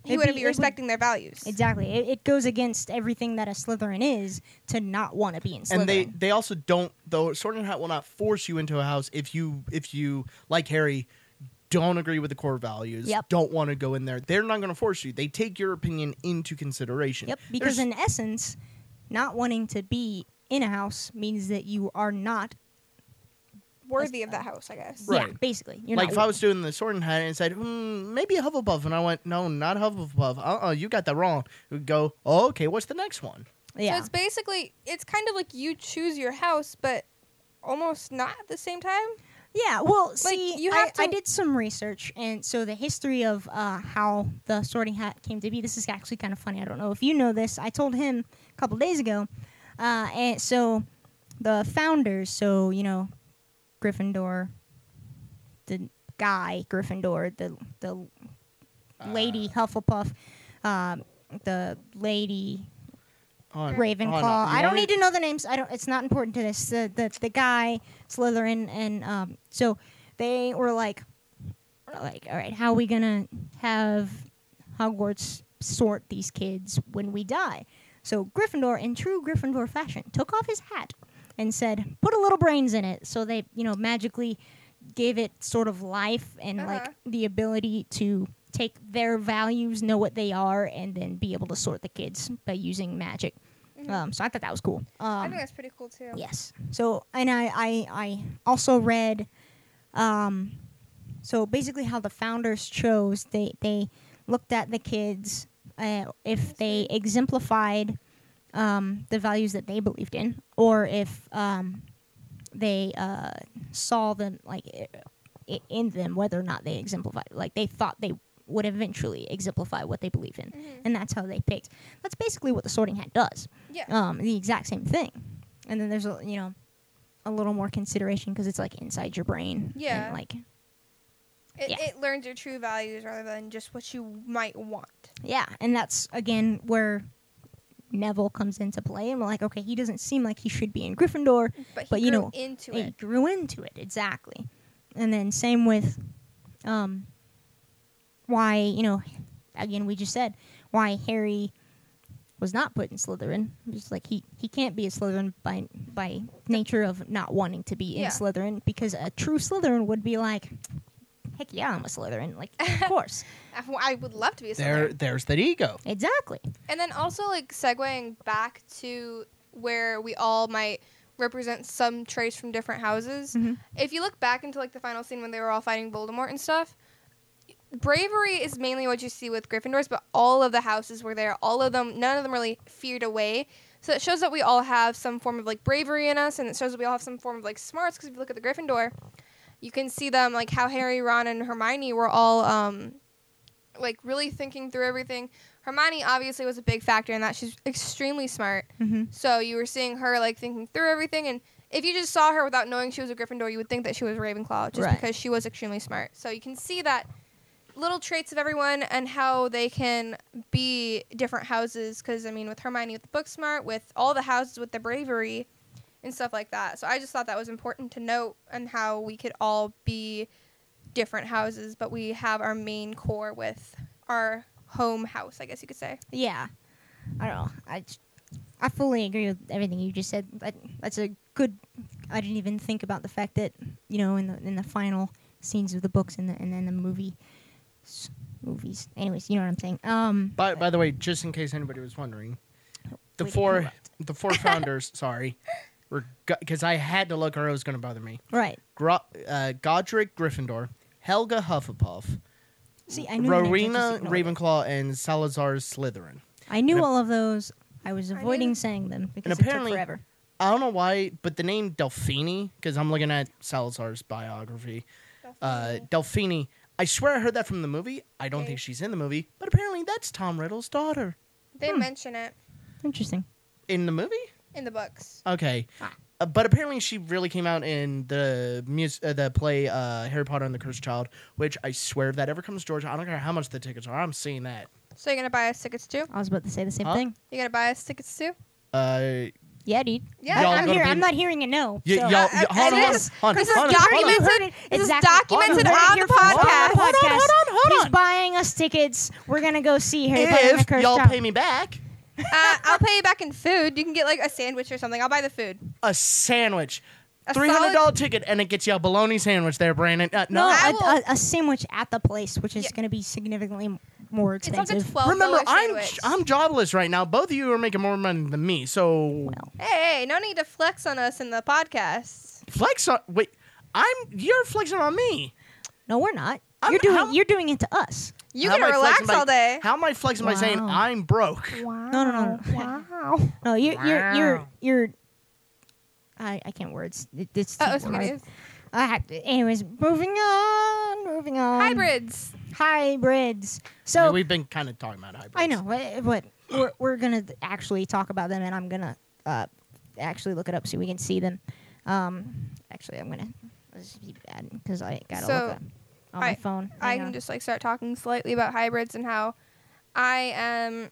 [SPEAKER 3] he
[SPEAKER 2] It'd
[SPEAKER 3] wouldn't
[SPEAKER 2] be-
[SPEAKER 3] be,
[SPEAKER 2] it would-
[SPEAKER 3] respecting their values.
[SPEAKER 2] Exactly, it, it goes against everything that a Slytherin is to not want to be in Slytherin.
[SPEAKER 1] And they they also don't though. Sorting Hat will not force you into a house if you if you like Harry. Don't agree with the core values.
[SPEAKER 2] Yep.
[SPEAKER 1] Don't want to go in there. They're not going to force you. They take your opinion into consideration.
[SPEAKER 2] Yep, because
[SPEAKER 1] There's-
[SPEAKER 2] in essence, not wanting to be in a house means that you are not.
[SPEAKER 3] Worthy of that house, I guess.
[SPEAKER 2] Yeah,
[SPEAKER 1] Right.
[SPEAKER 2] basically, you're
[SPEAKER 1] like
[SPEAKER 2] not
[SPEAKER 1] if I was doing the sorting hat and it said hmm, maybe a Hufflepuff, and I went no, not Hufflepuff. Uh uh you got that wrong. We go oh, okay, what's the next one?
[SPEAKER 2] Yeah.
[SPEAKER 3] So it's basically it's kind of like you choose your house, but almost not at the same time.
[SPEAKER 2] Yeah, well, see,
[SPEAKER 3] you
[SPEAKER 2] I,
[SPEAKER 3] have
[SPEAKER 2] I
[SPEAKER 3] to-
[SPEAKER 2] did some research, and so the history of uh, how the Sorting Hat came to be. This is actually kind of funny. I don't know if you know this. I told him a couple days ago, uh, and so the founders, so you know, Gryffindor, the guy Gryffindor, the the lady Hufflepuff, um, the lady
[SPEAKER 1] On,
[SPEAKER 2] Ravenclaw.
[SPEAKER 1] on-
[SPEAKER 2] I don't
[SPEAKER 1] you
[SPEAKER 2] need to know the names. I don't. It's not important to this. The the, the guy Slytherin and um. So they were like, were like, all right, how are we gonna have Hogwarts sort these kids when we die? So Gryffindor, in true Gryffindor fashion, took off his hat and said, "Put a little brains in it." So they, you know, magically gave it sort of life and like
[SPEAKER 3] Uh-huh.
[SPEAKER 2] the ability to take their values, know what they are, and then be able to sort the kids by using magic. Um, so I thought that was cool.
[SPEAKER 3] I
[SPEAKER 2] Um,
[SPEAKER 3] think that's pretty cool too.
[SPEAKER 2] Yes. So, and I, I, I also read, um, so basically how the founders chose, they, they looked at the kids, uh, if they exemplified, um, the values that they believed in, or if, um, they, uh, saw them like i- in them, whether or not they exemplified, like they thought they would eventually exemplify what they believed in. And that's how they picked. That's basically what the sorting hat does
[SPEAKER 3] Yeah.
[SPEAKER 2] um, the exact same thing. And then there's a you know a little more consideration because it's like inside your brain.
[SPEAKER 3] Yeah.
[SPEAKER 2] And like
[SPEAKER 3] it,
[SPEAKER 2] yeah.
[SPEAKER 3] it learns your true values rather than just what you might want.
[SPEAKER 2] yeah, and that's again where Neville comes into play, and we're like, okay, he doesn't seem like he should be in Gryffindor.
[SPEAKER 3] But he
[SPEAKER 2] But, you
[SPEAKER 3] grew
[SPEAKER 2] know,
[SPEAKER 3] into
[SPEAKER 2] He
[SPEAKER 3] it.
[SPEAKER 2] grew into it exactly. And then same with um, why you know again we just said why Harry was not put in Slytherin. Just like he he can't be a Slytherin by by nature of not wanting to be in
[SPEAKER 3] Yeah.
[SPEAKER 2] Slytherin because a true Slytherin would be like, heck yeah, I'm a Slytherin. Like of course,
[SPEAKER 3] I w- I would love to be a
[SPEAKER 1] There,
[SPEAKER 3] Slytherin.
[SPEAKER 1] there's that ego.
[SPEAKER 2] exactly.
[SPEAKER 3] And then also like segueing back to where we all might represent some traits from different houses.
[SPEAKER 2] Mhm.
[SPEAKER 3] If you look back into like the final scene when they were all fighting Voldemort and stuff, bravery is mainly what you see with Gryffindors, but all of the houses were there. All of them, none of them really feared away. So it shows that we all have some form of like bravery in us, and it shows that we all have some form of like smarts. Because if you look at the Gryffindor, you can see them like how Harry, Ron, and Hermione were all um, like really thinking through everything. Hermione obviously was a big factor in that. She's extremely smart.
[SPEAKER 2] Mm-hmm.
[SPEAKER 3] So you were seeing her like thinking through everything, and if you just saw her without knowing she was a Gryffindor, you would think that she was a Ravenclaw just
[SPEAKER 2] Right.
[SPEAKER 3] because she was extremely smart. So you can see that little traits of everyone and how they can be different houses. Because I mean, with Hermione with the book smart, with all the houses with the bravery and stuff like that. So I just thought that was important to note and how we could all be different houses, but we have our main core with our home house, I guess you could say.
[SPEAKER 2] Yeah, I don't know. I, j- I fully agree with everything you just said. That, that's a good. I didn't even think about the fact that you know in the in the final scenes of the books and the and then the movie s- movies. Anyways, you know what I'm saying. Um,
[SPEAKER 1] By, by the way, just in case anybody was wondering, the
[SPEAKER 2] Wait,
[SPEAKER 1] four
[SPEAKER 2] interrupt.
[SPEAKER 1] the four founders, sorry, were because I had to look or it was going to bother me.
[SPEAKER 2] right.
[SPEAKER 1] Gro- uh, Godric Gryffindor, Helga Hufflepuff,
[SPEAKER 2] See, I knew that, I just
[SPEAKER 1] Rowena
[SPEAKER 2] ignored it.
[SPEAKER 1] Ravenclaw, and Salazar Slytherin.
[SPEAKER 2] I knew
[SPEAKER 1] and a-
[SPEAKER 2] all of those. I was
[SPEAKER 3] knew
[SPEAKER 2] avoiding
[SPEAKER 3] that-
[SPEAKER 2] saying them because
[SPEAKER 1] apparently-
[SPEAKER 2] it took forever.
[SPEAKER 1] I don't know why, but the name Delphine, because I'm looking at Salazar's biography. Uh, Delphine, I swear I heard that from the movie. I don't
[SPEAKER 3] Okay.
[SPEAKER 1] think she's in the movie, but apparently that's Tom Riddle's daughter
[SPEAKER 3] They
[SPEAKER 2] Hmm.
[SPEAKER 3] mention it
[SPEAKER 2] Interesting.
[SPEAKER 1] in the movie.
[SPEAKER 3] in the books.
[SPEAKER 1] Okay,
[SPEAKER 2] Ah.
[SPEAKER 1] uh, but apparently she really came out in the mus- uh, the play uh, Harry Potter and the Cursed Child, which I swear if that ever comes to Georgia, I don't care how much the tickets are, I'm seeing that.
[SPEAKER 3] So you're gonna buy us tickets too?
[SPEAKER 2] I was about to say the same
[SPEAKER 1] Huh?
[SPEAKER 2] thing.
[SPEAKER 3] You gonna buy us tickets too?
[SPEAKER 1] Uh,
[SPEAKER 2] Yeah, dude.
[SPEAKER 3] Yeah.
[SPEAKER 1] Y'all
[SPEAKER 2] I, am
[SPEAKER 1] gonna
[SPEAKER 2] here.
[SPEAKER 1] be-
[SPEAKER 2] I'm not hearing a no.
[SPEAKER 1] y-
[SPEAKER 2] so-
[SPEAKER 1] y'all,
[SPEAKER 3] Uh, uh,
[SPEAKER 1] hold on, hold
[SPEAKER 3] this-
[SPEAKER 1] on,
[SPEAKER 3] this is
[SPEAKER 1] hold on, hold on.
[SPEAKER 3] documented. this is documented
[SPEAKER 2] Hold
[SPEAKER 3] on
[SPEAKER 2] here
[SPEAKER 3] the
[SPEAKER 2] first. Hold
[SPEAKER 3] podcast.
[SPEAKER 2] on, hold on,
[SPEAKER 1] Hold on,
[SPEAKER 2] podcast.
[SPEAKER 1] hold on, hold
[SPEAKER 2] He's
[SPEAKER 1] on.
[SPEAKER 2] buying us tickets. We're gonna go see Harry Potter and the
[SPEAKER 1] If
[SPEAKER 2] Cursed
[SPEAKER 1] y'all
[SPEAKER 2] Child.
[SPEAKER 1] pay me back
[SPEAKER 3] uh, I'll pay you back in food. You can get like a sandwich or something. I'll buy the food.
[SPEAKER 1] a sandwich.
[SPEAKER 3] A
[SPEAKER 1] Three hundred dollar
[SPEAKER 3] solid-
[SPEAKER 1] ticket and it gets you a bologna sandwich there, Brandon. Uh,
[SPEAKER 2] no,
[SPEAKER 1] no,
[SPEAKER 3] I
[SPEAKER 2] a,
[SPEAKER 3] will-
[SPEAKER 2] a, a sandwich at the place, which is
[SPEAKER 3] Yeah.
[SPEAKER 2] gonna be significantly m- more
[SPEAKER 3] It's like
[SPEAKER 2] expensive.
[SPEAKER 3] a twelve
[SPEAKER 1] remember I'm
[SPEAKER 3] sandwich.
[SPEAKER 1] I'm jobless right now. Both of you are making more money than me, so
[SPEAKER 2] well,
[SPEAKER 3] Hey, hey, no need to flex on us in the podcast.
[SPEAKER 1] flex on. Wait, I'm you're flexing on me.
[SPEAKER 2] no, we're not.
[SPEAKER 1] I'm-
[SPEAKER 2] you're doing
[SPEAKER 1] how-
[SPEAKER 2] you're doing it to us.
[SPEAKER 3] You
[SPEAKER 1] How
[SPEAKER 3] can
[SPEAKER 1] am I flexing
[SPEAKER 3] relax
[SPEAKER 1] by-
[SPEAKER 3] all day.
[SPEAKER 1] How am I flexing by saying
[SPEAKER 2] Eh. Wow.
[SPEAKER 1] I'm broke?
[SPEAKER 3] Wow.
[SPEAKER 2] No, no, no,
[SPEAKER 3] Oh, Wow.
[SPEAKER 2] No, you're you're you're
[SPEAKER 1] Wow.
[SPEAKER 2] you're. I, I can't words. It, it's too
[SPEAKER 3] Uh oh, so
[SPEAKER 2] hard. I have to, anyways, moving on, moving on.
[SPEAKER 3] Hybrids.
[SPEAKER 2] hybrids. So
[SPEAKER 1] I mean, we've been kind of talking about hybrids.
[SPEAKER 2] I know, but, eh, but we're, we're gonna actually talk about them, and I'm gonna uh, actually look it up so we can see them. Um, actually, I'm gonna this is bad because I gotta
[SPEAKER 3] So,
[SPEAKER 2] look up on
[SPEAKER 3] I-
[SPEAKER 2] my phone.
[SPEAKER 3] I
[SPEAKER 2] Hang
[SPEAKER 3] can
[SPEAKER 2] on.
[SPEAKER 3] just like start talking slightly about hybrids and how I am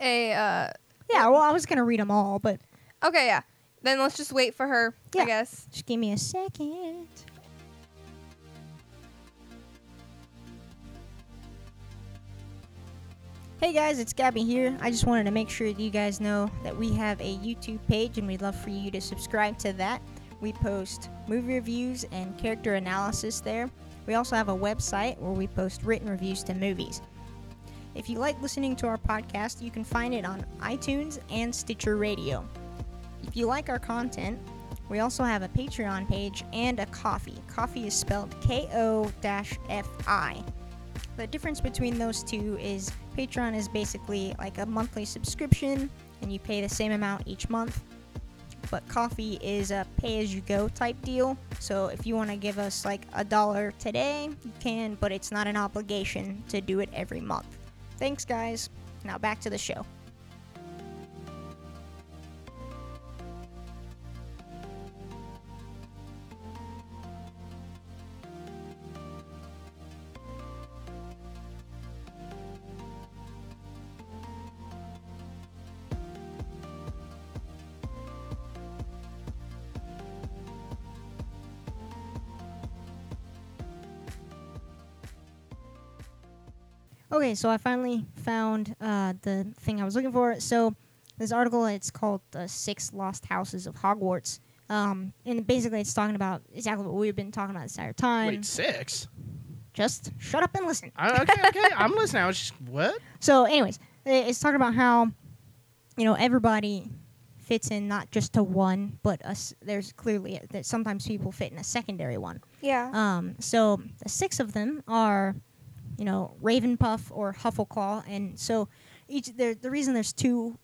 [SPEAKER 3] a uh
[SPEAKER 2] yeah. Well, I was gonna read them all, but
[SPEAKER 3] okay, yeah. Then let's just wait for her,
[SPEAKER 2] Yeah.
[SPEAKER 3] I guess.
[SPEAKER 2] just give me a second. Hey guys, it's Gabby here. I just wanted to make sure that you guys know that we have a YouTube page and we'd love for you to subscribe to that. We post movie reviews and character analysis there. We also have a website where we post written reviews to movies. If you like listening to our podcast, you can find it on iTunes and Stitcher Radio. If you like our content, we also have a Patreon page and a coffee. Coffee is spelled K O F I. The difference between those two is Patreon is basically like a monthly subscription and you pay the same amount each month. But coffee is a pay as you go type deal. So if you want to give us like a dollar today, you can, but it's not an obligation to do it every month. Thanks, guys. Now back to the show. Okay, so I finally found uh, the thing I was looking for. So this article, it's called "The Six Lost Houses of Hogwarts," um, and basically it's talking about exactly what we've been talking about this entire time.
[SPEAKER 1] Wait, six?
[SPEAKER 2] Just shut up and listen.
[SPEAKER 1] I, okay, okay. I'm listening. I was just what?
[SPEAKER 2] So, anyways, i- it's talking about how you know everybody fits in not just to one, but us. There's clearly that sometimes people fit in a secondary one.
[SPEAKER 3] Yeah.
[SPEAKER 2] Um, so the six of them are, you know, Ravenpuff or Huffleclaw, and so each there. The reason there's two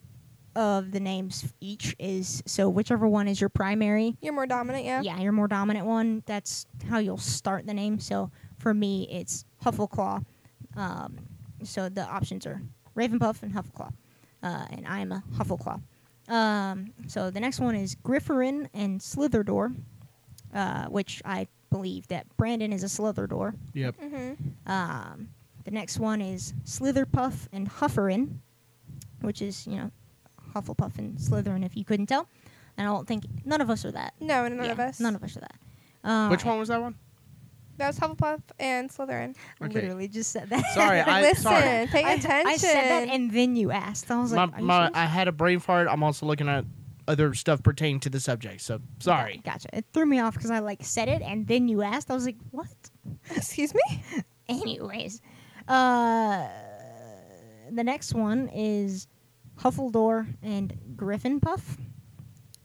[SPEAKER 2] of the names each is so whichever one is your primary.
[SPEAKER 3] You're more dominant, yeah?
[SPEAKER 2] Yeah, your more dominant one. That's how you'll start the name. So for me, it's Huffleclaw. Um, so the options are Ravenpuff and Huffleclaw, uh, and I'm a Huffleclaw. Um, so the next one is Gryfferin and Slitherdor, uh, which I believe that Brandon is a Slitherdor.
[SPEAKER 1] Yep.
[SPEAKER 3] Mm-hmm.
[SPEAKER 2] Um, the next one is Slitherpuff and Hufferin, which is you know Hufflepuff and Slytherin if you couldn't tell. And I don't think none of us are that.
[SPEAKER 3] No, none
[SPEAKER 2] Yeah,
[SPEAKER 3] of us.
[SPEAKER 2] None of us are that. Um,
[SPEAKER 1] Which one was that one?
[SPEAKER 3] That was Hufflepuff and Slytherin.
[SPEAKER 1] Okay.
[SPEAKER 2] Literally just said that.
[SPEAKER 1] Sorry, I
[SPEAKER 3] Listen,
[SPEAKER 1] sorry.
[SPEAKER 3] pay
[SPEAKER 2] I,
[SPEAKER 3] attention.
[SPEAKER 2] I said that and then you asked. I was
[SPEAKER 1] My,
[SPEAKER 2] like, Are you
[SPEAKER 1] my,
[SPEAKER 2] serious?
[SPEAKER 1] I had a brain fart. I'm also looking at other stuff pertaining to the subject. So sorry.
[SPEAKER 2] Gotcha. It threw me off because I like said it and then you asked. I was like, what?
[SPEAKER 3] Excuse me?
[SPEAKER 2] Anyways, uh, the next one is Huffledore and Griffinpuff.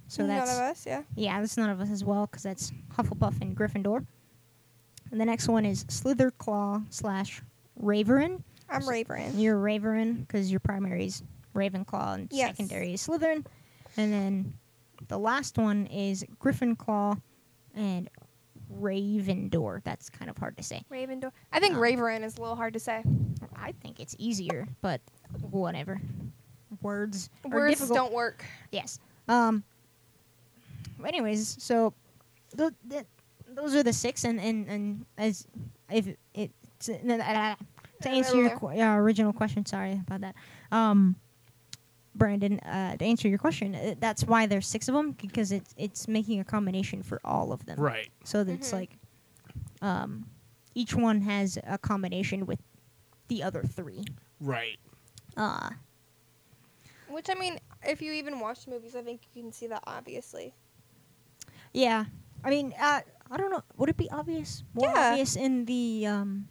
[SPEAKER 2] So
[SPEAKER 3] none
[SPEAKER 2] that's
[SPEAKER 3] of us, yeah.
[SPEAKER 2] Yeah, that's none of us as well, because that's Hufflepuff and Gryffindor. And the next one is Slitherclaw slash Raverin.
[SPEAKER 3] I'm
[SPEAKER 2] So-
[SPEAKER 3] Raverin.
[SPEAKER 2] You're Raverin, because your primary is Ravenclaw and
[SPEAKER 3] Yes.
[SPEAKER 2] secondary is Slytherin. And then the last one is Gryffinclaw and Ravendor. That's kind of hard to say.
[SPEAKER 3] Ravendor. I think
[SPEAKER 2] Um,
[SPEAKER 3] Raverin is a little hard to say.
[SPEAKER 2] I think it's easier, but whatever. Words are
[SPEAKER 3] Words
[SPEAKER 2] difficult.
[SPEAKER 3] don't work.
[SPEAKER 2] Yes. Um. Anyways, so th- th- those are the six, and and and as if it to, uh, to answer your qu- yeah, original question, sorry about that. Um, Brandon, uh, to answer your question, uh, that's why there's six of them because it's it's making a combination for all of them.
[SPEAKER 1] Right.
[SPEAKER 2] So that's
[SPEAKER 3] Mhm.
[SPEAKER 2] like, um, each one has a combination with the other three.
[SPEAKER 1] Right.
[SPEAKER 2] Uh,
[SPEAKER 3] Which, I mean, if you even watch the movies, I think you can see that, obviously.
[SPEAKER 2] Yeah, I mean, uh, I don't know. Would it be obvious? More
[SPEAKER 3] Yeah.
[SPEAKER 2] obvious in the um,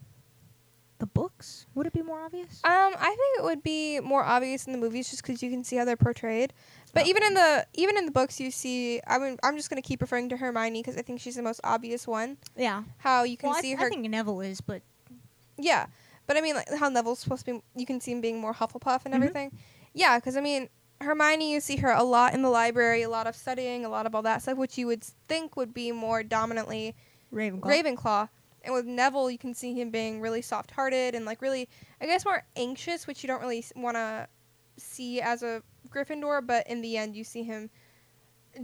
[SPEAKER 2] the books? Would it be more obvious?
[SPEAKER 3] Um, I think it would be more obvious in the movies just because you can see how they're portrayed. But even in the even in the books, you see. I mean, I'm just gonna keep referring to Hermione because I think she's the most obvious one.
[SPEAKER 2] yeah.
[SPEAKER 3] How you can
[SPEAKER 2] Well, I,
[SPEAKER 3] see
[SPEAKER 2] th-
[SPEAKER 3] her.
[SPEAKER 2] I think Neville is, but
[SPEAKER 3] yeah, but I mean, like how Neville's supposed to be. You can see him being more Hufflepuff and
[SPEAKER 2] Mhm.
[SPEAKER 3] everything. Yeah, because I mean, Hermione, you see her a lot in the library, a lot of studying, a lot of all that stuff, which you would think would be more dominantly
[SPEAKER 2] Ravenclaw.
[SPEAKER 3] Ravenclaw. And with Neville, you can see him being really soft hearted and, like, really, I guess, more anxious, which you don't really want to see as a Gryffindor, but in the end, you see him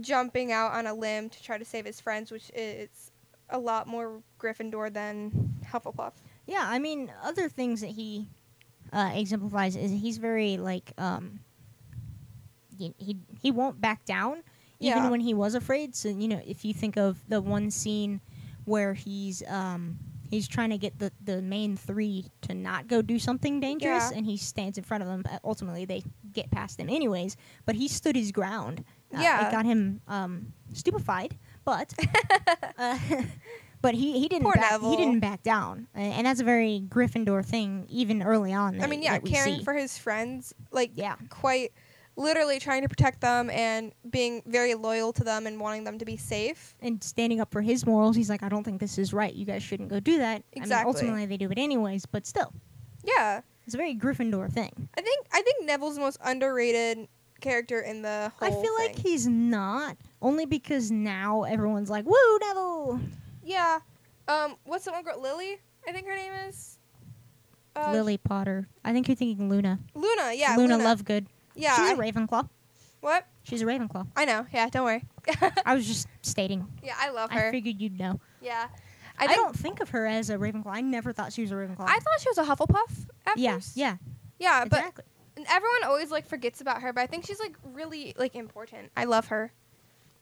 [SPEAKER 3] jumping out on a limb to try to save his friends, which is a lot more Gryffindor than Hufflepuff.
[SPEAKER 2] yeah, I mean, other things that he uh, exemplifies is he's very like um, he he, he won't back down even
[SPEAKER 3] Yeah.
[SPEAKER 2] when he was afraid. So you know, if you think of the one scene where he's um, He's trying to get the, the main three to not go do something dangerous,
[SPEAKER 3] Yeah.
[SPEAKER 2] and he stands in front of them. But ultimately, they get past him anyways. But he stood his ground. Uh,
[SPEAKER 3] Yeah.
[SPEAKER 2] it got him um, stupefied, but uh, but he, he didn't
[SPEAKER 3] Poor
[SPEAKER 2] back,
[SPEAKER 3] Neville.
[SPEAKER 2] he didn't back down, A- and that's a very Gryffindor thing, even early on.
[SPEAKER 3] I
[SPEAKER 2] that-
[SPEAKER 3] mean, yeah,
[SPEAKER 2] that we
[SPEAKER 3] caring
[SPEAKER 2] see.
[SPEAKER 3] for his friends, like
[SPEAKER 2] Yeah.
[SPEAKER 3] quite literally trying to protect them and being very loyal to them and wanting them to be safe.
[SPEAKER 2] and standing up for his morals. He's like, I don't think this is right. You guys shouldn't go do that. I mean,
[SPEAKER 3] Exactly.
[SPEAKER 2] ultimately, they do it anyways, but still,
[SPEAKER 3] Yeah.
[SPEAKER 2] it's a very Gryffindor thing.
[SPEAKER 3] I think I think Neville's the most underrated character in the whole
[SPEAKER 2] I feel like
[SPEAKER 3] thing.
[SPEAKER 2] he's not only because now everyone's like, "Woo, Neville!"
[SPEAKER 3] Yeah. Um what's the one girl Lily? I think her name is uh,
[SPEAKER 2] Lily Potter. I think you're thinking Luna.
[SPEAKER 3] Luna, yeah.
[SPEAKER 2] Luna, Lovegood.
[SPEAKER 3] Yeah.
[SPEAKER 2] she's a
[SPEAKER 3] I-
[SPEAKER 2] Ravenclaw.
[SPEAKER 3] what?
[SPEAKER 2] She's a Ravenclaw.
[SPEAKER 3] I know. Yeah, don't worry.
[SPEAKER 2] I was just stating.
[SPEAKER 3] yeah, I love
[SPEAKER 2] I
[SPEAKER 3] her.
[SPEAKER 2] figured you'd know.
[SPEAKER 3] yeah.
[SPEAKER 2] I,
[SPEAKER 3] I, think,
[SPEAKER 2] don't think of her as a Ravenclaw. I never thought she was a Ravenclaw.
[SPEAKER 3] I thought she was a Hufflepuff at
[SPEAKER 2] yeah,
[SPEAKER 3] first.
[SPEAKER 2] yeah,
[SPEAKER 3] Yeah, Uh, but
[SPEAKER 2] exactly.
[SPEAKER 3] And everyone always like forgets about her, but I think she's like really like important. I love her.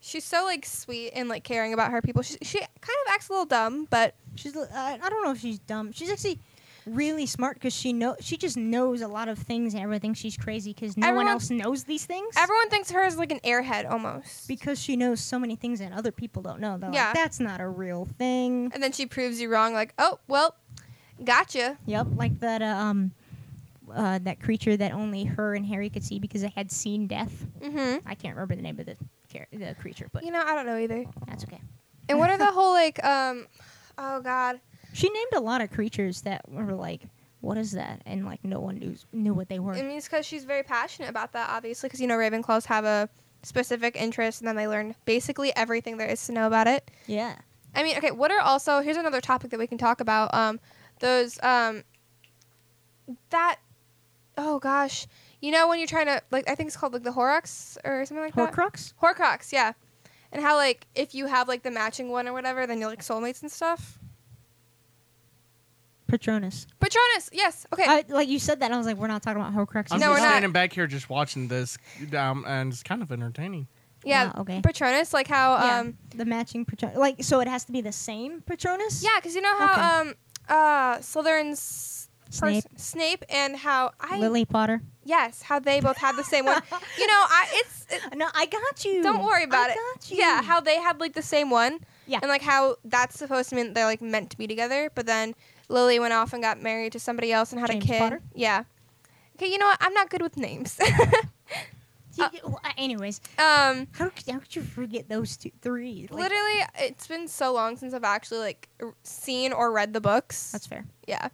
[SPEAKER 3] She's so like sweet and like caring about her people. She, she kind of acts a little dumb, but
[SPEAKER 2] She's uh, I don't know if she's dumb. She's actually really smart because she know she just knows a lot of things and everything. She's crazy because no one
[SPEAKER 3] Everyone-
[SPEAKER 2] else knows these things.
[SPEAKER 3] everyone thinks of her as like an airhead almost.
[SPEAKER 2] because she knows so many things that other people don't know. They're like,
[SPEAKER 3] Yeah. Uh,
[SPEAKER 2] that's not a real thing.
[SPEAKER 3] and then she proves you wrong, like, oh well, gotcha.
[SPEAKER 2] Yep, like that uh, um uh, that creature that only her and Harry could see because they had seen death.
[SPEAKER 3] Mm-hmm.
[SPEAKER 2] I can't remember the name of the char- the creature, but
[SPEAKER 3] You know, I don't know either.
[SPEAKER 2] that's okay.
[SPEAKER 3] And what are the whole like, um, oh god,
[SPEAKER 2] She named a lot of creatures that were like, what is that? And like no one knew knew what they were.
[SPEAKER 3] I mean, it's because she's very passionate about that, obviously, because you know Ravenclaws have a specific interest, and then they learn basically everything there is to know about it.
[SPEAKER 2] yeah.
[SPEAKER 3] I mean, okay, what are also here's another topic that we can talk about. Um, those um, that oh gosh, you know when you're trying to like I think it's called like the Horrocks or something like that.
[SPEAKER 2] Horcrux?
[SPEAKER 3] Horcrux, yeah. And how like if you have like the matching one or whatever, then you're like soulmates and stuff.
[SPEAKER 2] Patronus.
[SPEAKER 3] Patronus, yes, okay.
[SPEAKER 2] I, like you said that, and I was like, we're not talking about Horcrux.
[SPEAKER 1] I'm
[SPEAKER 3] No,
[SPEAKER 1] just
[SPEAKER 3] we're not.
[SPEAKER 1] standing back here just watching this, um, and it's kind of entertaining.
[SPEAKER 3] yeah,
[SPEAKER 2] wow, okay.
[SPEAKER 3] Patronus, like how
[SPEAKER 2] Yeah,
[SPEAKER 3] um,
[SPEAKER 2] the matching Patronus. Like, so it has to be the same Patronus?
[SPEAKER 3] yeah, because you know how um, uh, Slytherin's
[SPEAKER 2] Snape,
[SPEAKER 3] pers- Snape, and how I
[SPEAKER 2] Lily Potter.
[SPEAKER 3] yes, how they both had the same one. You know, I it's it,
[SPEAKER 2] No, I got you.
[SPEAKER 3] Don't worry about
[SPEAKER 2] I
[SPEAKER 3] it.
[SPEAKER 2] got you.
[SPEAKER 3] Yeah, how they had like the same one.
[SPEAKER 2] Hmm. Yeah.
[SPEAKER 3] And like how that's supposed to mean they're like meant to be together, but then Lily went off and got married to somebody else and had
[SPEAKER 2] James
[SPEAKER 3] a kid.
[SPEAKER 2] Potter?
[SPEAKER 3] Yeah. Okay, you know what? I'm not good with names.
[SPEAKER 2] You- you- well, uh, anyways,
[SPEAKER 3] um
[SPEAKER 2] how, c- how could you forget those two, three? Like,
[SPEAKER 3] literally it's been so long since I've actually like r- seen or read the books.
[SPEAKER 2] That's fair.
[SPEAKER 3] yeah.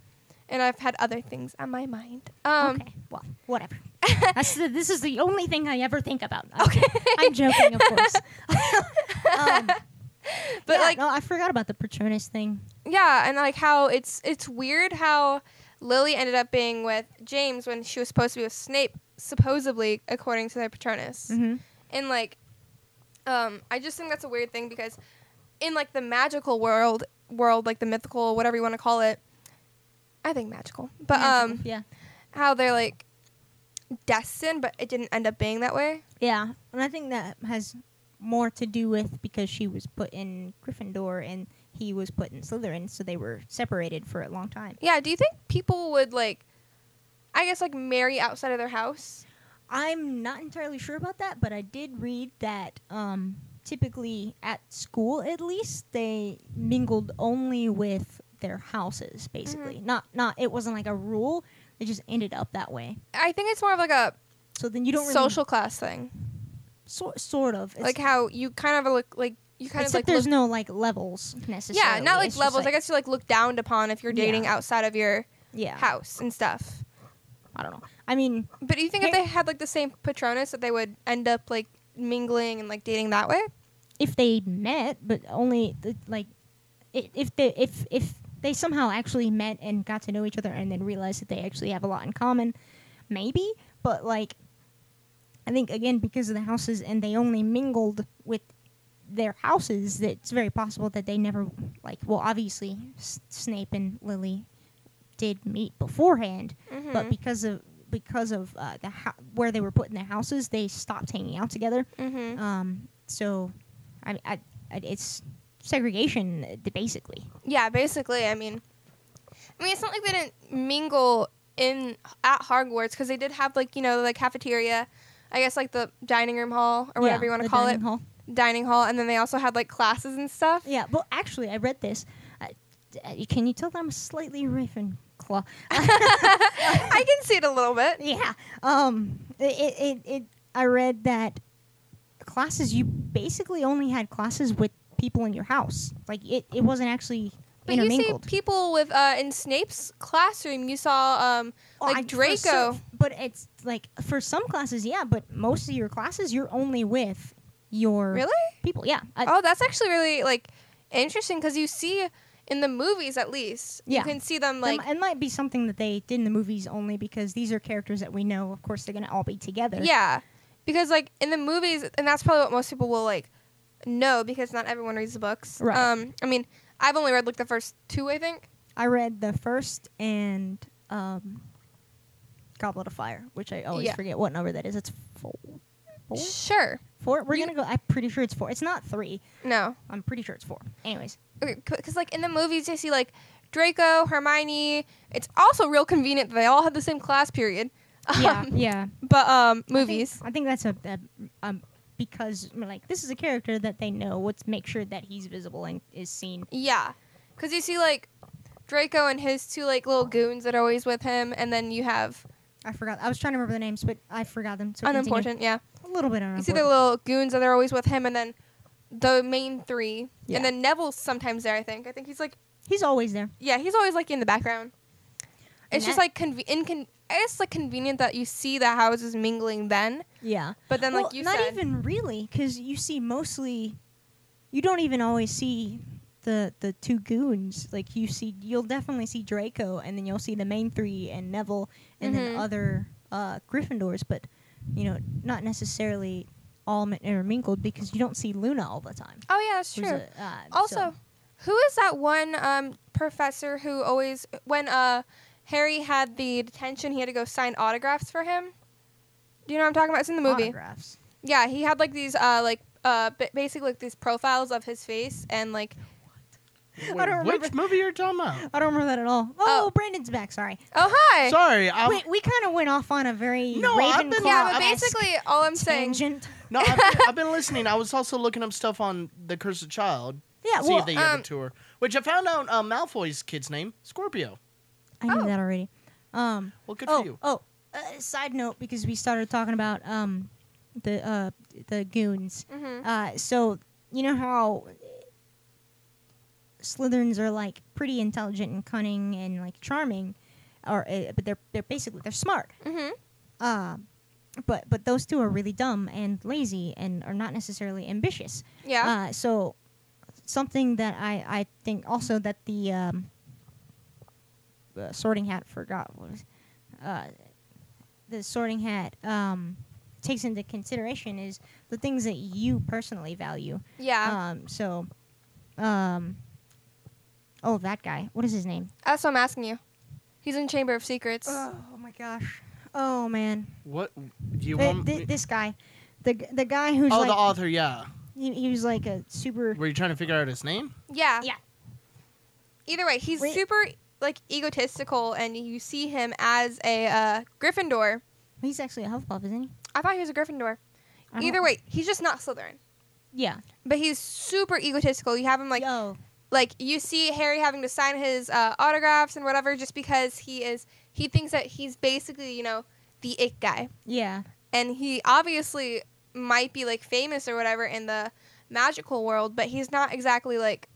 [SPEAKER 3] And I've had other things on my mind. Um
[SPEAKER 2] okay. Well, whatever. That's the, this is the only thing I ever think about. I'm
[SPEAKER 3] Okay.
[SPEAKER 2] joking. I'm joking, of course. um,
[SPEAKER 3] But
[SPEAKER 2] yeah,
[SPEAKER 3] like
[SPEAKER 2] no, I forgot about the Patronus thing.
[SPEAKER 3] yeah and like how it's it's weird how lily ended up being with james when she was supposed to be with snape supposedly according to their patronus
[SPEAKER 2] Mhm.
[SPEAKER 3] and like um i just think that's a weird thing because in like the magical world world like the mythical whatever you want to call it i think magical but um
[SPEAKER 2] yeah,
[SPEAKER 3] how they're like destined but it didn't end up being that way
[SPEAKER 2] yeah, and I think that has more to do with because she was put in Gryffindor and he was put in Slytherin, so they were separated for a long time.
[SPEAKER 3] yeah do you think people would like i guess like marry outside of their house
[SPEAKER 2] I'm not entirely sure about that, but I did read that um, typically at school, at least, they mingled only with their houses. Basically,
[SPEAKER 3] Mm-hmm.
[SPEAKER 2] not not it wasn't like a rule; it just ended up that way.
[SPEAKER 3] i think it's more of like a
[SPEAKER 2] So then you don't really
[SPEAKER 3] social class thing
[SPEAKER 2] so, sort of It's-
[SPEAKER 3] like how you kind of look like you kind
[SPEAKER 2] except
[SPEAKER 3] of like
[SPEAKER 2] there's
[SPEAKER 3] look,
[SPEAKER 2] no like levels necessarily.
[SPEAKER 3] yeah, not like
[SPEAKER 2] It's just,
[SPEAKER 3] levels. I guess you like look down upon if you're
[SPEAKER 2] Yeah.
[SPEAKER 3] dating outside of your
[SPEAKER 2] yeah.
[SPEAKER 3] house and stuff.
[SPEAKER 2] I don't know. I mean,
[SPEAKER 3] But do you think if
[SPEAKER 2] Hey-
[SPEAKER 3] they had like the same patronus that they would end up like mingling and like dating that way?
[SPEAKER 2] if they met, but only the, like i- if they if if they somehow actually met and got to know each other and then realized that they actually have a lot in common, maybe. But like, I think again because of the houses and they only mingled with their houses, that it's very possible that they never like. Well, obviously S- Snape and Lily did meet beforehand, but because of because of uh, the ho- where they were put in the houses, mm-hmm. Um, they stopped hanging out together.
[SPEAKER 3] Mm-hmm.
[SPEAKER 2] Um, so, I, I, I it's segregation, uh, d- basically.
[SPEAKER 3] Yeah, basically, I mean, I mean, it's not like they didn't mingle in at Hogwarts because they did have like you know the cafeteria, I guess like the dining room hall or whatever
[SPEAKER 2] Yeah,
[SPEAKER 3] you want to
[SPEAKER 2] the
[SPEAKER 3] call
[SPEAKER 2] dining
[SPEAKER 3] it,
[SPEAKER 2] hall.
[SPEAKER 3] dining hall, and then they also had like classes and stuff.
[SPEAKER 2] Yeah, well, actually, I read this. Uh, d- uh, can you tell that I'm slightly riffing, Claw?
[SPEAKER 3] I can see it a little bit.
[SPEAKER 2] yeah. Um. It, it it I read that classes you basically only had classes with people in your house. Like it, it wasn't actually
[SPEAKER 3] But you see
[SPEAKER 2] intermingled.
[SPEAKER 3] people with uh, in Snape's classroom. You saw um,
[SPEAKER 2] Oh,
[SPEAKER 3] like
[SPEAKER 2] I- for
[SPEAKER 3] Draco.
[SPEAKER 2] some- but it's like for some classes, yeah. But most of your classes, you're only with your
[SPEAKER 3] Really?
[SPEAKER 2] people. Yeah. I-
[SPEAKER 3] Oh, that's actually really like interesting because you see in the movies at least
[SPEAKER 2] Yeah.
[SPEAKER 3] you can see them
[SPEAKER 2] That
[SPEAKER 3] like
[SPEAKER 2] m- it might be something that they did in the movies only because these are characters that we know. Of course, they're gonna all be together.
[SPEAKER 3] Yeah, because like in the movies, and that's probably what most people will like know because not everyone reads the books.
[SPEAKER 2] Right.
[SPEAKER 3] Um, I mean, I've only read like the first two, I think.
[SPEAKER 2] I read the first and um, Goblet of Fire, which I always
[SPEAKER 3] Yeah.
[SPEAKER 2] forget what number that is. It's four. Four?
[SPEAKER 3] Sure.
[SPEAKER 2] Four? We're
[SPEAKER 3] You-
[SPEAKER 2] gonna go. I'm pretty sure it's four. It's not three.
[SPEAKER 3] No,
[SPEAKER 2] I'm pretty sure it's four. Anyways,
[SPEAKER 3] because like in the movies, you see like Draco, Hermione. It's also real convenient that they all had the same class period. Um,
[SPEAKER 2] yeah.
[SPEAKER 3] But um,
[SPEAKER 2] I think-
[SPEAKER 3] movies.
[SPEAKER 2] I think, that's a, a um because like this is a character that they know. Let's make sure that he's visible and is seen.
[SPEAKER 3] Yeah, because you see like Draco and his two like little goons that are always with him, and then you have
[SPEAKER 2] I forgot. I was trying to remember the names, but I forgot them. So continue.
[SPEAKER 3] unimportant. Yeah.
[SPEAKER 2] A little bit unimportant.
[SPEAKER 3] You see the little goons that are always with him, and then the main three,
[SPEAKER 2] Yeah.
[SPEAKER 3] and then Neville's sometimes there. I think. I think he's like,
[SPEAKER 2] he's always there.
[SPEAKER 3] yeah, he's always like in the background.
[SPEAKER 2] And
[SPEAKER 3] It's just
[SPEAKER 2] that-
[SPEAKER 3] like conve- incon- I guess like convenient that you see the houses mingling then,
[SPEAKER 2] Yeah.
[SPEAKER 3] but then
[SPEAKER 2] well,
[SPEAKER 3] like you
[SPEAKER 2] not
[SPEAKER 3] said,
[SPEAKER 2] even really, because you see mostly, you don't even always see the the two goons. Like you see, you'll definitely see Draco, and then you'll see the main three and Neville, and then
[SPEAKER 3] Mhm.
[SPEAKER 2] other uh, Gryffindors. But you know, not necessarily all mi- intermingled because you don't see Luna all the time.
[SPEAKER 3] oh yeah, that's
[SPEAKER 2] who's
[SPEAKER 3] true.
[SPEAKER 2] a- uh,
[SPEAKER 3] also,
[SPEAKER 2] so-
[SPEAKER 3] who is that one um, professor who always when uh, Harry had the detention, he had to go sign autographs for him. Do you know what I'm talking about? It's in the movie.
[SPEAKER 2] autographs.
[SPEAKER 3] Yeah, he had like these uh like uh ba- basically like these profiles of his face and like
[SPEAKER 2] I don't remember.
[SPEAKER 1] Which movie you're talking about?
[SPEAKER 2] I don't remember that at all. Oh,
[SPEAKER 3] Oh.
[SPEAKER 2] Brandon's back. Sorry.
[SPEAKER 3] oh hi.
[SPEAKER 1] Sorry, I'm,
[SPEAKER 2] Wait, we kind of went off on a very
[SPEAKER 1] No, I've been-
[SPEAKER 2] Ravenclaw-esque
[SPEAKER 3] yeah, but basically all I'm saying
[SPEAKER 2] tangent.
[SPEAKER 1] no, I've been, I've been listening. I was also looking up stuff on the Cursed Child.
[SPEAKER 2] Yeah,
[SPEAKER 1] see
[SPEAKER 2] well,
[SPEAKER 1] if they
[SPEAKER 3] um,
[SPEAKER 1] have a tour. Which I found out uh, Malfoy's kid's name Scorpio.
[SPEAKER 2] I knew
[SPEAKER 3] Oh.
[SPEAKER 2] that already. Um,
[SPEAKER 1] Well, good
[SPEAKER 2] oh,
[SPEAKER 1] for you.
[SPEAKER 2] oh. Uh, side note, because we started talking about um, the uh, the goons.
[SPEAKER 3] Mhm.
[SPEAKER 1] Mm-hmm.
[SPEAKER 2] Uh, so you know how Slytherins are like pretty intelligent and cunning and like charming, or uh, but they're they're basically they're smart.
[SPEAKER 3] Mhm.
[SPEAKER 2] Uh, but but those two are really dumb and lazy and are not necessarily ambitious.
[SPEAKER 3] Yeah.
[SPEAKER 2] Uh, so something that I, I think also that the um, uh, sorting hat forgot what was uh, the sorting hat um, takes into consideration is the things that you personally value.
[SPEAKER 3] yeah.
[SPEAKER 2] Um, so, um, oh that guy, what is his name?
[SPEAKER 3] That's what I'm asking you. He's in Chamber of Secrets.
[SPEAKER 2] Uh, my gosh! Oh man,
[SPEAKER 1] What do you
[SPEAKER 2] Uh,
[SPEAKER 1] want?
[SPEAKER 2] thi-
[SPEAKER 1] me-
[SPEAKER 2] this guy, the g- the guy who's
[SPEAKER 1] oh,
[SPEAKER 2] like
[SPEAKER 1] the author. Yeah.
[SPEAKER 2] he, he was like a super.
[SPEAKER 1] Were you trying to figure out his name?
[SPEAKER 3] yeah.
[SPEAKER 2] Yeah.
[SPEAKER 3] Either way, he's
[SPEAKER 2] Wait.
[SPEAKER 3] super like egotistical, and you see him as a uh, Gryffindor.
[SPEAKER 2] He's actually a Hufflepuff, isn't he?
[SPEAKER 3] I thought he was a Gryffindor.
[SPEAKER 2] I don't-
[SPEAKER 3] Either way, he's just not Slytherin.
[SPEAKER 2] yeah.
[SPEAKER 3] But he's super egotistical. You have him like
[SPEAKER 2] Yo.
[SPEAKER 3] like you see Harry having to sign his uh, autographs and whatever just because he is he thinks that he's basically you know the it guy,
[SPEAKER 2] Yeah.
[SPEAKER 3] and he obviously might be like famous or whatever in the magical world, but he's not exactly like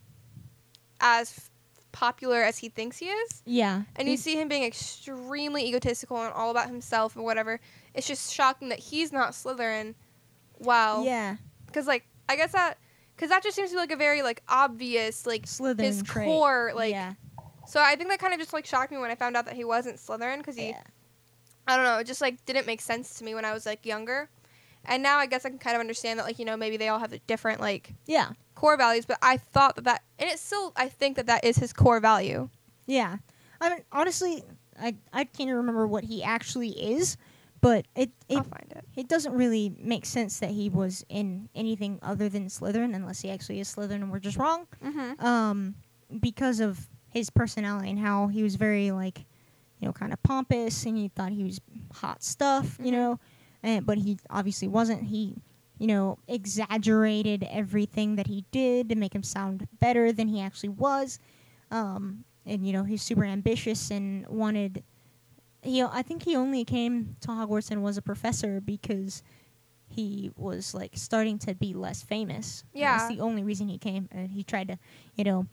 [SPEAKER 3] as f- popular as he thinks he is.
[SPEAKER 2] Yeah.
[SPEAKER 3] And you
[SPEAKER 2] He's-
[SPEAKER 3] see him being extremely egotistical and all about himself and whatever. It's just shocking that he's not Slytherin. Wow.
[SPEAKER 2] Yeah.
[SPEAKER 3] Because like I guess that because that just seems to be like a very like obvious like
[SPEAKER 2] Slytherin
[SPEAKER 3] his
[SPEAKER 2] trait.
[SPEAKER 3] core like.
[SPEAKER 2] yeah.
[SPEAKER 3] So I think that kind of just like shocked me when I found out that he wasn't Slytherin because he
[SPEAKER 2] Yeah.
[SPEAKER 3] I don't know it just like didn't make sense to me when I was like younger, and now I guess I can kind of understand that like you know maybe they all have different like
[SPEAKER 2] Yeah.
[SPEAKER 3] core values, but I thought that that and it's still I think that that is his core value.
[SPEAKER 2] Yeah. I mean honestly I I can't remember what he actually is, but it it,
[SPEAKER 3] I'll find it.
[SPEAKER 2] it doesn't really make sense that he was in anything other than Slytherin unless he actually is Slytherin and we're just wrong.
[SPEAKER 3] Mm-hmm.
[SPEAKER 2] um, because of his personality and how he was very like, you know, kind of pompous and he thought he was hot stuff, you
[SPEAKER 3] Mhm.
[SPEAKER 2] know, and but he obviously wasn't. He, you know, exaggerated everything that he did to make him sound better than he actually was, um, and you know, he's super ambitious and wanted. You know, I think he only came to Hogwarts and was a professor because he was like starting to be less famous. And
[SPEAKER 3] Yeah.
[SPEAKER 2] that's the only reason he came, and he tried to, you know,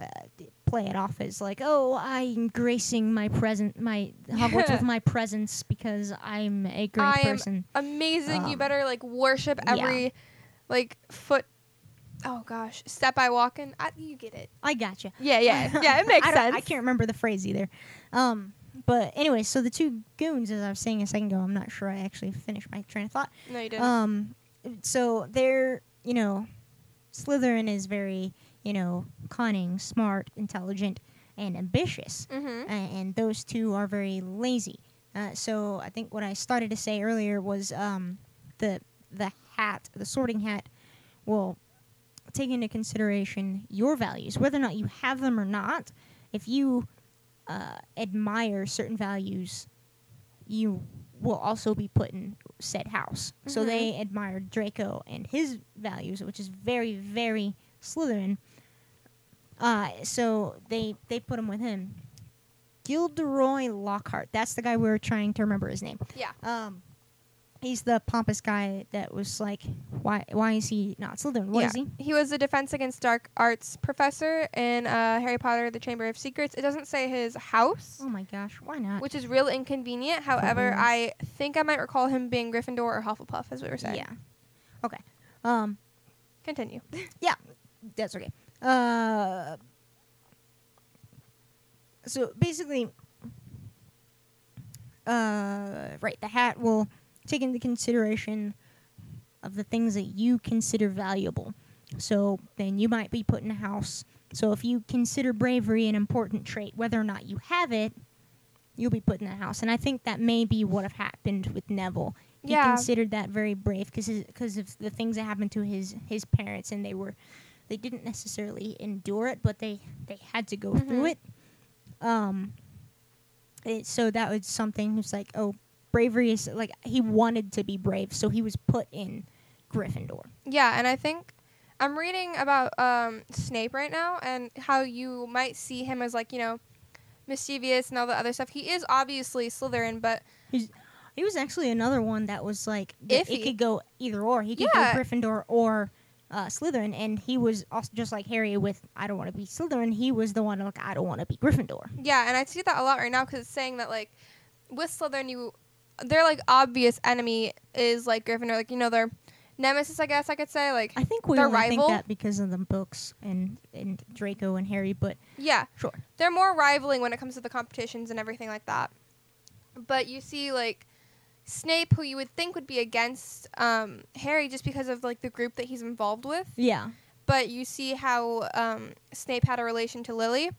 [SPEAKER 2] uh, d- play it off as like, oh, I'm gracing my present, my Hogwarts with my presence because I'm a great
[SPEAKER 3] I am-
[SPEAKER 2] person.
[SPEAKER 3] Amazing. you
[SPEAKER 2] Um,
[SPEAKER 3] better like worship
[SPEAKER 2] yeah.
[SPEAKER 3] every like foot. Oh gosh, step I walk in. I, you get it.
[SPEAKER 2] I gotcha.
[SPEAKER 3] Yeah, yeah, yeah. It makes
[SPEAKER 2] I don't-
[SPEAKER 3] sense.
[SPEAKER 2] I can't remember the phrase either. Um, but anyway, so the two goons, as I was saying a second ago, I'm not sure I actually finished my train of thought.
[SPEAKER 3] No, you didn't.
[SPEAKER 2] Um, so they're you know, Slytherin is very you know cunning, smart, intelligent, and ambitious,
[SPEAKER 3] mm-hmm.
[SPEAKER 2] a- and those two are very lazy. Uh, so I think what I started to say earlier was um, the the hat, the sorting hat, will take into consideration your values, whether or not you have them or not. If you uh, admire certain values, you will also be put in said house. So
[SPEAKER 3] Mhm.
[SPEAKER 2] they admired Draco and his values, which is very, very Slytherin. Uh, so they they put him with him. Gilderoy Lockhart. That's the guy we were trying to remember his name.
[SPEAKER 3] Yeah.
[SPEAKER 2] Um, he's the pompous guy that was like, why why is he not Slytherin? What is he?
[SPEAKER 3] was a defense against dark arts professor in uh, Harry Potter: The Chamber of Secrets. It doesn't say his house,
[SPEAKER 2] Oh my gosh, why not?
[SPEAKER 3] which is real inconvenient. However,
[SPEAKER 2] Mhm.
[SPEAKER 3] I think I might recall him being Gryffindor or Hufflepuff, as we were saying.
[SPEAKER 2] yeah. Okay. Um,
[SPEAKER 3] Continue.
[SPEAKER 2] that's okay. Uh, so basically, uh, right, the hat will take into consideration of the things that you consider valuable. So then you might be put in a house. So if you consider bravery an important trait, whether or not you have it, you'll be put in a house. And I think that may be what have happened with Neville. He
[SPEAKER 3] Yeah.
[SPEAKER 2] considered that very brave because of the things that happened to his, his parents, and they were they didn't necessarily endure it, but they they had to go through
[SPEAKER 3] Mhm.
[SPEAKER 2] it. Um, it, so that was something. It's like, oh, bravery is like he wanted to be brave, so he was put in Gryffindor.
[SPEAKER 3] Yeah, and I think I'm reading about um, Snape right now and how you might see him as like you know mischievous and all the other stuff. He is obviously Slytherin, but
[SPEAKER 2] He was actually another one that was like that it
[SPEAKER 3] Iffy.
[SPEAKER 2] could go either or. He could
[SPEAKER 3] Yeah.
[SPEAKER 2] go Gryffindor or uh, Slytherin, and he was also just like Harry with I don't want to be Slytherin. He was the one like I don't want to be Gryffindor.
[SPEAKER 3] Yeah, and I see that a lot right now because it's saying that like with Slytherin, you their like obvious enemy is like Gryffindor, like you know their nemesis, I guess I could say. Like
[SPEAKER 2] I think we
[SPEAKER 3] Their
[SPEAKER 2] only think
[SPEAKER 3] rival?
[SPEAKER 2] that because of the books and and Draco and Harry, but
[SPEAKER 3] yeah,
[SPEAKER 2] sure.
[SPEAKER 3] they're more rivaling when it comes to the competitions and everything like that. But you see like Snape, who you would think would be against um, Harry just because of like the group that he's involved with,
[SPEAKER 2] Yeah.
[SPEAKER 3] but you see how um, Snape had a relation to Lily,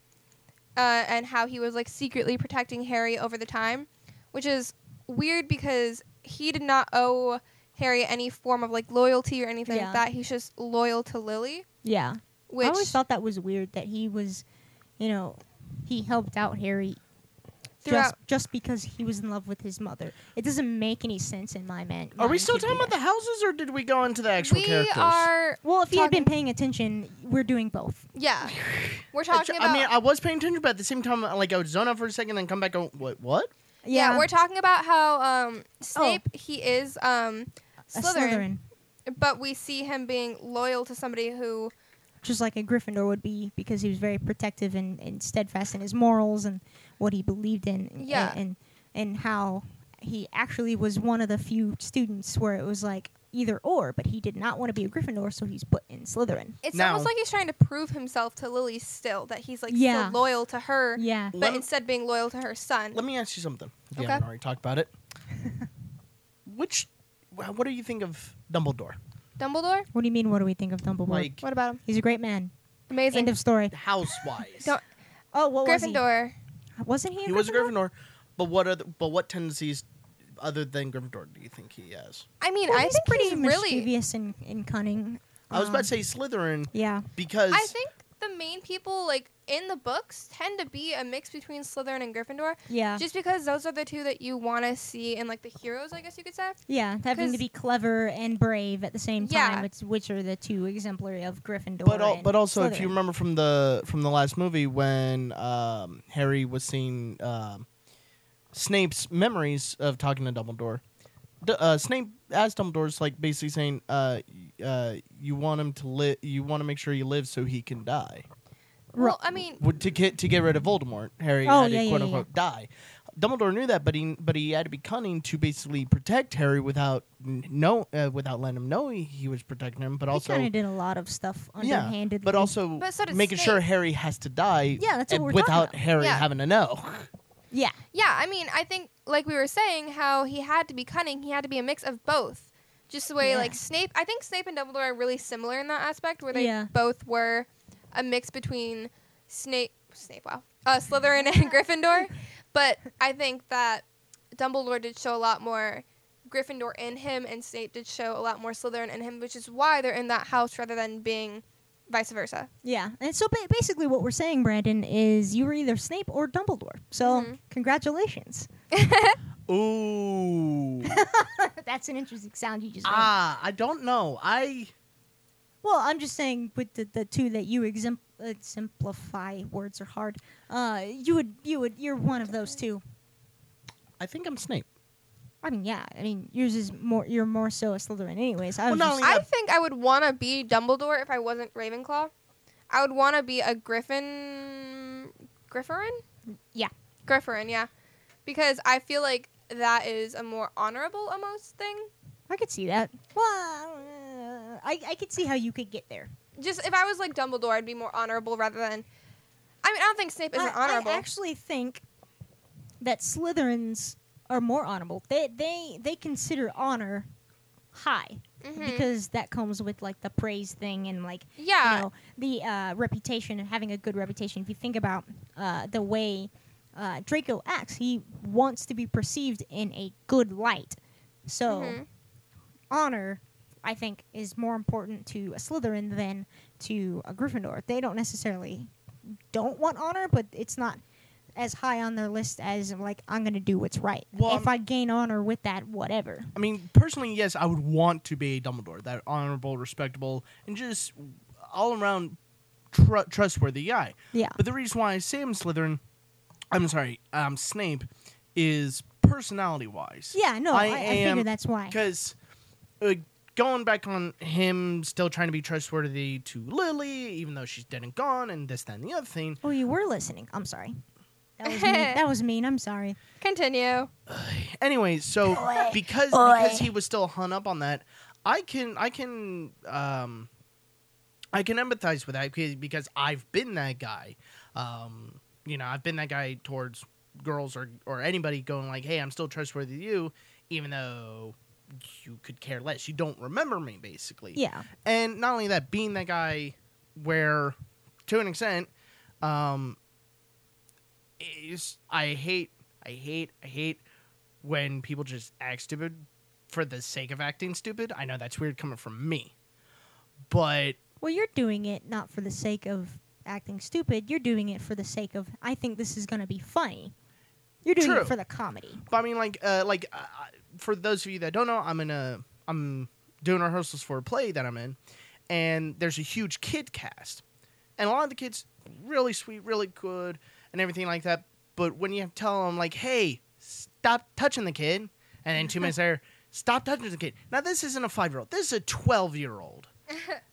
[SPEAKER 3] uh, and how he was like secretly protecting Harry over the time, which is weird because he did not owe Harry any form of like loyalty or anything
[SPEAKER 2] Yeah.
[SPEAKER 3] like that. He's just loyal to Lily,
[SPEAKER 2] Yeah.
[SPEAKER 3] which
[SPEAKER 2] I always thought that was weird that he was, you know, he helped out Harry just
[SPEAKER 3] Throughout-
[SPEAKER 2] just because he was in love with his mother. It doesn't make any sense in my man.
[SPEAKER 1] Are we still talking about the houses, or did we go into the actual
[SPEAKER 3] we
[SPEAKER 1] characters?
[SPEAKER 3] are
[SPEAKER 2] Well, if you had been
[SPEAKER 3] talking-
[SPEAKER 2] paying attention, we're doing both.
[SPEAKER 3] yeah, we're
[SPEAKER 1] I
[SPEAKER 3] talking about
[SPEAKER 1] mean, I was paying attention, but at the same time, uh, like I would zone out for a second, then come back. and Go, what? What?
[SPEAKER 3] yeah. we're talking about how um, Snape he is um,
[SPEAKER 2] a Slytherin,
[SPEAKER 3] Slytherin, but we see him being loyal to somebody who
[SPEAKER 2] just like a Gryffindor would be, because he was very protective and, and steadfast in his morals and what he believed in. and-
[SPEAKER 3] Yeah.
[SPEAKER 2] and and how he actually was one of the few students where it was like either or, but he did not want to be a Gryffindor, so he's put in Slytherin.
[SPEAKER 3] It's
[SPEAKER 1] Now-
[SPEAKER 3] almost like he's trying to prove himself to Lily still that he's like
[SPEAKER 2] Yeah.
[SPEAKER 3] still loyal to her,
[SPEAKER 2] Yeah.
[SPEAKER 3] but
[SPEAKER 1] Lem-
[SPEAKER 3] instead being loyal to her son.
[SPEAKER 1] Let me ask you something. If you
[SPEAKER 3] Okay.
[SPEAKER 1] haven't already talked about it, which, wh- what do you think of Dumbledore?
[SPEAKER 3] Dumbledore,
[SPEAKER 2] What do you mean? What do we think of Dumbledore?
[SPEAKER 1] Like
[SPEAKER 3] what about him?
[SPEAKER 2] He's a great man.
[SPEAKER 3] Amazing.
[SPEAKER 2] End of story.
[SPEAKER 1] house wise,
[SPEAKER 3] Don't-
[SPEAKER 2] Oh, what
[SPEAKER 3] Gryffindor.
[SPEAKER 2] was he? Wasn't he?
[SPEAKER 1] he was a Gryffindor, but what are the, but what tendencies other than Gryffindor do you think he has?
[SPEAKER 3] I mean,
[SPEAKER 2] Well,
[SPEAKER 3] I
[SPEAKER 2] I
[SPEAKER 3] think
[SPEAKER 2] pretty
[SPEAKER 3] he's really.
[SPEAKER 2] mischievous and, and cunning.
[SPEAKER 1] I was about
[SPEAKER 2] Um,
[SPEAKER 1] to say Slytherin
[SPEAKER 2] Yeah.
[SPEAKER 1] because
[SPEAKER 3] I think the main people like in the books tend to be a mix between Slytherin and Gryffindor,
[SPEAKER 2] Yeah.
[SPEAKER 3] just because those are the two that you want to see in like the heroes, I guess you could say.
[SPEAKER 2] yeah. Having to
[SPEAKER 3] 'cause-
[SPEAKER 2] be clever and brave at the same
[SPEAKER 3] Yeah.
[SPEAKER 2] time, which, which are the two exemplary of Gryffindor.
[SPEAKER 1] but al-
[SPEAKER 2] and
[SPEAKER 1] but also if you
[SPEAKER 2] Slytherin.
[SPEAKER 1] remember from the from the last movie when um, Harry was seeing um, Snape's memories of talking to Dumbledore, D- uh, Snape as Dumbledore's like basically saying, uh, y- uh, "You want him to live. You want to make sure he lives so he can die."
[SPEAKER 3] Well, I mean,
[SPEAKER 1] Would- to get to get rid of Voldemort, Harry
[SPEAKER 2] Oh,
[SPEAKER 1] had
[SPEAKER 2] yeah,
[SPEAKER 1] to
[SPEAKER 2] yeah,
[SPEAKER 1] quote
[SPEAKER 2] yeah.
[SPEAKER 1] unquote die. Dumbledore knew that, but he but he had to be cunning to basically protect Harry without n- know uh, without letting him know he, he was protecting him, but
[SPEAKER 2] he
[SPEAKER 1] also
[SPEAKER 2] kind of did a lot of stuff
[SPEAKER 1] yeah,
[SPEAKER 2] underhandedly.
[SPEAKER 1] but also
[SPEAKER 3] But so did
[SPEAKER 1] making sure
[SPEAKER 3] Snape.
[SPEAKER 1] Harry has to die.
[SPEAKER 2] Yeah, that's what
[SPEAKER 1] and
[SPEAKER 2] we're talking
[SPEAKER 1] without
[SPEAKER 2] about.
[SPEAKER 1] Harry
[SPEAKER 3] Yeah.
[SPEAKER 1] having to know.
[SPEAKER 2] yeah,
[SPEAKER 3] yeah, I mean, I think like we were saying, how he had to be cunning, he had to be a mix of both. Just the way
[SPEAKER 2] Yeah.
[SPEAKER 3] like Snape, I think Snape and Dumbledore are really similar in that aspect, where they
[SPEAKER 2] Yeah.
[SPEAKER 3] both were a mix between Snape, Snape, wow, uh, Slytherin and Gryffindor. But I think that Dumbledore did show a lot more Gryffindor in him, and Snape did show a lot more Slytherin in him, which is why they're in that house rather than being vice versa.
[SPEAKER 2] yeah. And so ba- basically, what we're saying, Brandon, is you were either Snape or Dumbledore. So
[SPEAKER 3] Mhm.
[SPEAKER 2] congratulations.
[SPEAKER 1] Ooh,
[SPEAKER 2] That's an interesting sound you just made.
[SPEAKER 1] ah, I don't know. I
[SPEAKER 2] Well, I'm just saying with the, the two that you exempl- exemplify words are hard. Uh, you would you would you're one of those two.
[SPEAKER 1] I think I'm Snape.
[SPEAKER 2] I mean, yeah. I mean, yours is more. You're more so a Slytherin, anyways. I
[SPEAKER 1] Well,
[SPEAKER 2] was
[SPEAKER 1] not
[SPEAKER 2] just-
[SPEAKER 1] only
[SPEAKER 3] I
[SPEAKER 1] Yeah.
[SPEAKER 3] think I would want to be Dumbledore if I wasn't Ravenclaw. I would want to be a Griffin. Grifferin?
[SPEAKER 2] Yeah.
[SPEAKER 3] Grifferin, yeah. Because I feel like that is a more honorable almost thing.
[SPEAKER 2] I could see that. Well, uh, I I could see how you could get there.
[SPEAKER 3] Just if I was like Dumbledore, I'd be more honorable rather than. I mean, I don't think Snape isn't
[SPEAKER 2] I,
[SPEAKER 3] honorable.
[SPEAKER 2] I actually think that Slytherins are more honorable. They they they consider honor high
[SPEAKER 3] Mhm.
[SPEAKER 1] Mm-hmm.
[SPEAKER 2] because that comes with like the praise thing and like
[SPEAKER 3] yeah.
[SPEAKER 2] you know the uh, reputation and having a good reputation. If you think about uh, the way uh, Draco acts, he wants to be perceived in a good light. So
[SPEAKER 1] Mm-hmm.
[SPEAKER 3] Mhm.
[SPEAKER 2] honor, I think, is more important to a Slytherin than to a Gryffindor. They don't necessarily don't want honor, but it's not as high on their list as like I'm going to do what's right.
[SPEAKER 1] Well, um
[SPEAKER 2] if I gain honor with that, whatever.
[SPEAKER 1] I mean, personally, yes, I would want to be a Dumbledore, that honorable, respectable, and just all around tr- trustworthy guy.
[SPEAKER 2] Yeah.
[SPEAKER 1] But the reason why I say I'm Slytherin, I'm sorry, I'm Snape, is personality wise.
[SPEAKER 2] Yeah, no, I,
[SPEAKER 1] I
[SPEAKER 2] I,
[SPEAKER 1] am-
[SPEAKER 2] figure that's why.
[SPEAKER 1] Because uh, going back on him still trying to be trustworthy to Lily, even though she's dead and gone, and this, that, and the other thing.
[SPEAKER 2] Oh, you were listening. I'm sorry. That was mean. That was mean. I'm sorry.
[SPEAKER 3] Continue.
[SPEAKER 1] Anyway, so
[SPEAKER 2] Oi.
[SPEAKER 1] because
[SPEAKER 2] Oi.
[SPEAKER 1] because he was still hung up on that, I can I can um I can empathize with that because- because I've been that guy. Um, you know, I've been that guy towards girls or or anybody going like, "Hey, I'm still trustworthy to you," even though you could care less. You don't remember me, basically.
[SPEAKER 2] Yeah.
[SPEAKER 1] And not only that, being that guy where, to an extent, um, is I hate, I hate, I hate when people just act stupid for the sake of acting stupid. I know that's weird coming from me, but
[SPEAKER 2] Well, you're doing it not for the sake of acting stupid. You're doing it for the sake of I think this is going to be funny. You're doing
[SPEAKER 1] True.
[SPEAKER 2] it for the comedy.
[SPEAKER 1] But I mean, like, uh, like uh, for those of you that don't know, I'm in a, I'm doing rehearsals for a play that I'm in, and there's a huge kid cast, and a lot of the kids really sweet, really good, and everything like that. But when you tell them like, "Hey, stop touching the kid," and then two minutes later, "Stop touching the kid." Now this isn't a five year old. This is a twelve year old.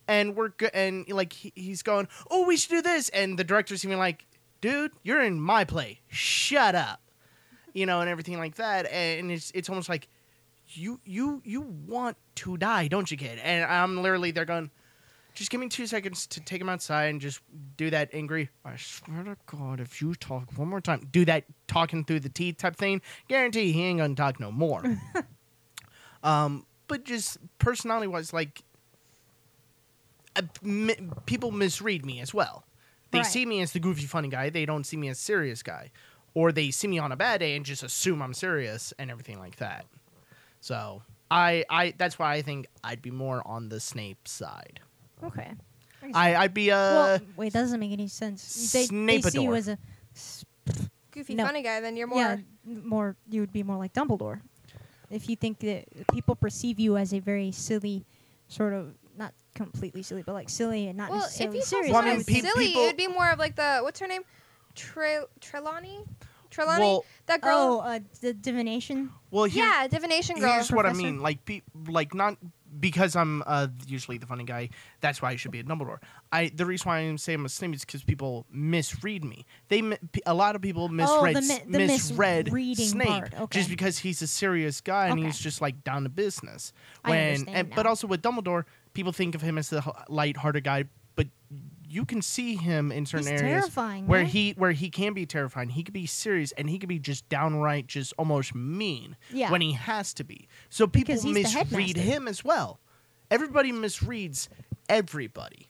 [SPEAKER 1] And we're go- and like he- he's going, oh, we should do this, and the director's even like, dude, you're in my play. Shut up you know, and everything like that. And it's it's almost like you you you want to die, don't you, kid? And I'm literally they're going, just give me two seconds to take him outside and just do that angry. I swear to God, if you talk one more time, do that talking through the teeth type thing. Guarantee he ain't gonna talk no more. um, but just personality wise, like. uh, mi- people misread me as well. They
[SPEAKER 2] Right.
[SPEAKER 1] see me as the goofy, funny guy. They don't see me as serious guy or they see me on a bad day and just assume I'm serious and everything like that. So I, I that's why I think I'd be more on the Snape side.
[SPEAKER 2] Okay.
[SPEAKER 1] I, I'd be uh, a
[SPEAKER 2] well, wait, that doesn't make any sense. They, they see you
[SPEAKER 1] Snapeador.
[SPEAKER 2] as a
[SPEAKER 3] Goofy,
[SPEAKER 2] No.
[SPEAKER 3] funny guy. Then you're more.
[SPEAKER 2] yeah, more you would be more like Dumbledore. If you think that people perceive you as a very silly, sort of not completely silly, but like silly and not
[SPEAKER 3] Well, if
[SPEAKER 2] necessarily
[SPEAKER 3] you saw
[SPEAKER 2] serious.
[SPEAKER 1] Well, I
[SPEAKER 3] someone
[SPEAKER 1] mean,
[SPEAKER 3] as
[SPEAKER 1] pe-
[SPEAKER 3] silly,
[SPEAKER 1] people-
[SPEAKER 3] it would be more of like the what's her name, Tre- Trelawney, Trelawney,
[SPEAKER 1] Well-
[SPEAKER 3] that
[SPEAKER 2] oh,
[SPEAKER 3] girl.
[SPEAKER 2] uh, the divination.
[SPEAKER 1] well here,
[SPEAKER 3] yeah, divination girl.
[SPEAKER 1] here's what I
[SPEAKER 2] professor.
[SPEAKER 1] mean. Like, be, like not because I'm uh, usually the funny guy. That's why I should be a Dumbledore. I the reason why I'm saying I'm a Snape is because people misread me. They mi- pe- a lot of people misread
[SPEAKER 2] Oh, the mi-
[SPEAKER 1] s-
[SPEAKER 2] the
[SPEAKER 1] misread
[SPEAKER 2] misreading
[SPEAKER 1] Snape
[SPEAKER 2] part, okay.
[SPEAKER 1] just because he's a serious guy and
[SPEAKER 2] Okay.
[SPEAKER 1] he's just like down to business.
[SPEAKER 2] I
[SPEAKER 1] When
[SPEAKER 2] understand
[SPEAKER 1] and, but
[SPEAKER 2] now.
[SPEAKER 1] also with Dumbledore, people think of him as the h- light-hearted guy, but you can see him in certain
[SPEAKER 2] He's
[SPEAKER 1] areas
[SPEAKER 2] terrifying,
[SPEAKER 1] where
[SPEAKER 2] right?
[SPEAKER 1] he where he can be terrifying. He could be serious and he could be just downright just almost mean
[SPEAKER 2] Yeah.
[SPEAKER 1] when he has to be. So people
[SPEAKER 2] Because he's the
[SPEAKER 1] misread
[SPEAKER 2] headmaster.
[SPEAKER 1] him as well. Everybody misreads everybody.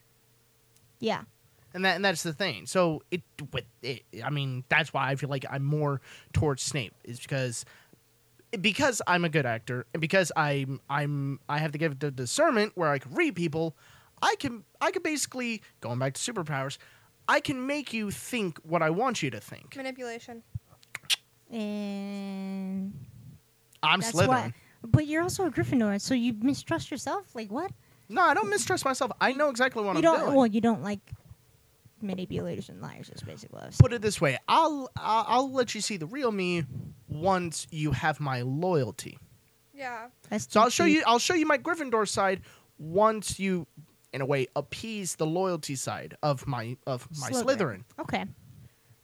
[SPEAKER 2] Yeah.
[SPEAKER 1] And that and that's the thing. So it with it, I mean that's why I feel like I'm more towards Snape is because because I'm a good actor and because I'm I'm I have to give the discernment where I can read people, I can I can basically going back to superpowers, I can make you think what I want you to think.
[SPEAKER 3] Manipulation.
[SPEAKER 2] And
[SPEAKER 1] I'm
[SPEAKER 2] that's
[SPEAKER 1] Slytherin.
[SPEAKER 2] why. But you're also a Gryffindor, so you mistrust yourself. Like what?
[SPEAKER 1] No, I don't mistrust myself. I know exactly what
[SPEAKER 2] you
[SPEAKER 1] I'm
[SPEAKER 2] don't.
[SPEAKER 1] doing.
[SPEAKER 2] Well, you don't like manipulators and liars. Is basically what I was
[SPEAKER 1] Put it this way, I'll I'll I'll let you see the real me once you have my loyalty.
[SPEAKER 3] Yeah.
[SPEAKER 2] That's
[SPEAKER 1] So
[SPEAKER 2] too
[SPEAKER 1] I'll show
[SPEAKER 2] deep.
[SPEAKER 1] you I'll show you my Gryffindor side once you in a way appease the loyalty side of my of my Slytherin.
[SPEAKER 2] Okay.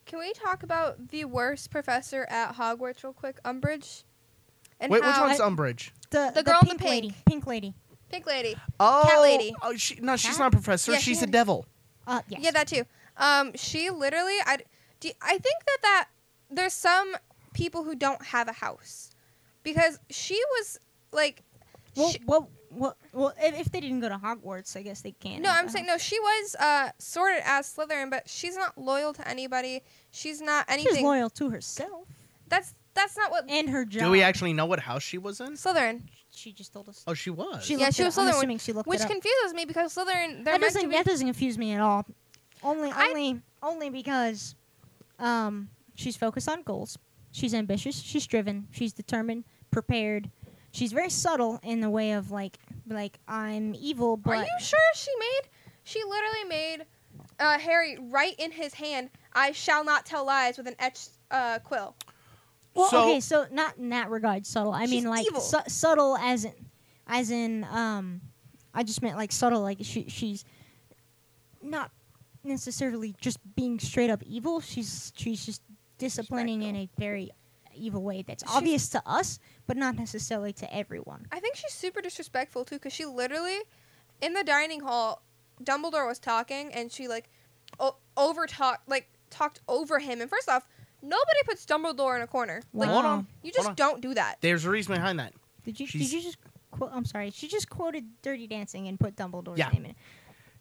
[SPEAKER 3] Can we talk about the worst professor at Hogwarts real quick? Umbridge. And
[SPEAKER 1] Wait, which
[SPEAKER 3] how-
[SPEAKER 1] one's Umbridge?
[SPEAKER 2] The,
[SPEAKER 3] girl in the
[SPEAKER 2] pink
[SPEAKER 3] pink.
[SPEAKER 2] lady. Pink lady.
[SPEAKER 3] Pink lady.
[SPEAKER 1] Oh,
[SPEAKER 3] lady.
[SPEAKER 1] oh she, no, she's
[SPEAKER 2] Cat?
[SPEAKER 1] not a professor.
[SPEAKER 3] Yeah,
[SPEAKER 1] she's
[SPEAKER 3] she-
[SPEAKER 1] a devil.
[SPEAKER 2] Uh, yes.
[SPEAKER 3] Yeah, that too. Um, she literally, I, do, I think that that there's some people who don't have a house because she was like,
[SPEAKER 2] Well,
[SPEAKER 3] she-
[SPEAKER 2] well, well, well, if, if they didn't go to Hogwarts, I guess they can.
[SPEAKER 3] no,
[SPEAKER 2] have
[SPEAKER 3] I'm
[SPEAKER 2] a
[SPEAKER 3] saying
[SPEAKER 2] house.
[SPEAKER 3] no. She was uh sorted as Slytherin, but she's not loyal to anybody. She's not anything.
[SPEAKER 2] She was loyal to herself
[SPEAKER 3] That's that's not what
[SPEAKER 2] and her job.
[SPEAKER 1] Do we actually know what house she was in?
[SPEAKER 3] Slytherin,
[SPEAKER 2] She just told us.
[SPEAKER 1] Oh, she was.
[SPEAKER 2] She
[SPEAKER 3] Yeah,
[SPEAKER 2] looked
[SPEAKER 3] she
[SPEAKER 2] it
[SPEAKER 3] was
[SPEAKER 2] up. I'm
[SPEAKER 3] Slytherin,
[SPEAKER 2] assuming she looked
[SPEAKER 3] which
[SPEAKER 2] it up.
[SPEAKER 3] confuses me because Slytherin they're
[SPEAKER 2] that
[SPEAKER 3] meant to
[SPEAKER 2] doesn't
[SPEAKER 3] be.
[SPEAKER 2] that doesn't confuse me at all. Only
[SPEAKER 3] I-
[SPEAKER 2] only only because um she's focused on goals. She's ambitious, she's driven, she's determined, prepared. She's very subtle in the way of like like I'm evil but
[SPEAKER 3] Are you sure she made? She literally made uh, Harry write in his hand, "I shall not tell lies" with an etched uh, quill.
[SPEAKER 2] Well,
[SPEAKER 1] So-
[SPEAKER 2] okay, so not in that regard subtle. I
[SPEAKER 3] She's
[SPEAKER 2] mean, like
[SPEAKER 3] evil.
[SPEAKER 2] su- subtle as in, as in, um, I just meant like subtle. Like she, she's not necessarily just being straight up evil. She's she's just disciplining in a very evil way that's
[SPEAKER 3] She's-
[SPEAKER 2] obvious to us, but not necessarily to everyone.
[SPEAKER 3] I think she's super disrespectful too, because she literally, in the dining hall, Dumbledore was talking and she like, o- over talked like talked over him. And first off, nobody puts Dumbledore in a corner. Like,
[SPEAKER 2] Hold
[SPEAKER 1] on,
[SPEAKER 3] you
[SPEAKER 1] hold
[SPEAKER 3] just
[SPEAKER 1] on.
[SPEAKER 3] don't do that.
[SPEAKER 1] There's a reason behind that.
[SPEAKER 2] Did you
[SPEAKER 1] She's-
[SPEAKER 2] did you just quote? I'm sorry. She just quoted Dirty Dancing and put Dumbledore's
[SPEAKER 1] Yeah.
[SPEAKER 2] name in it.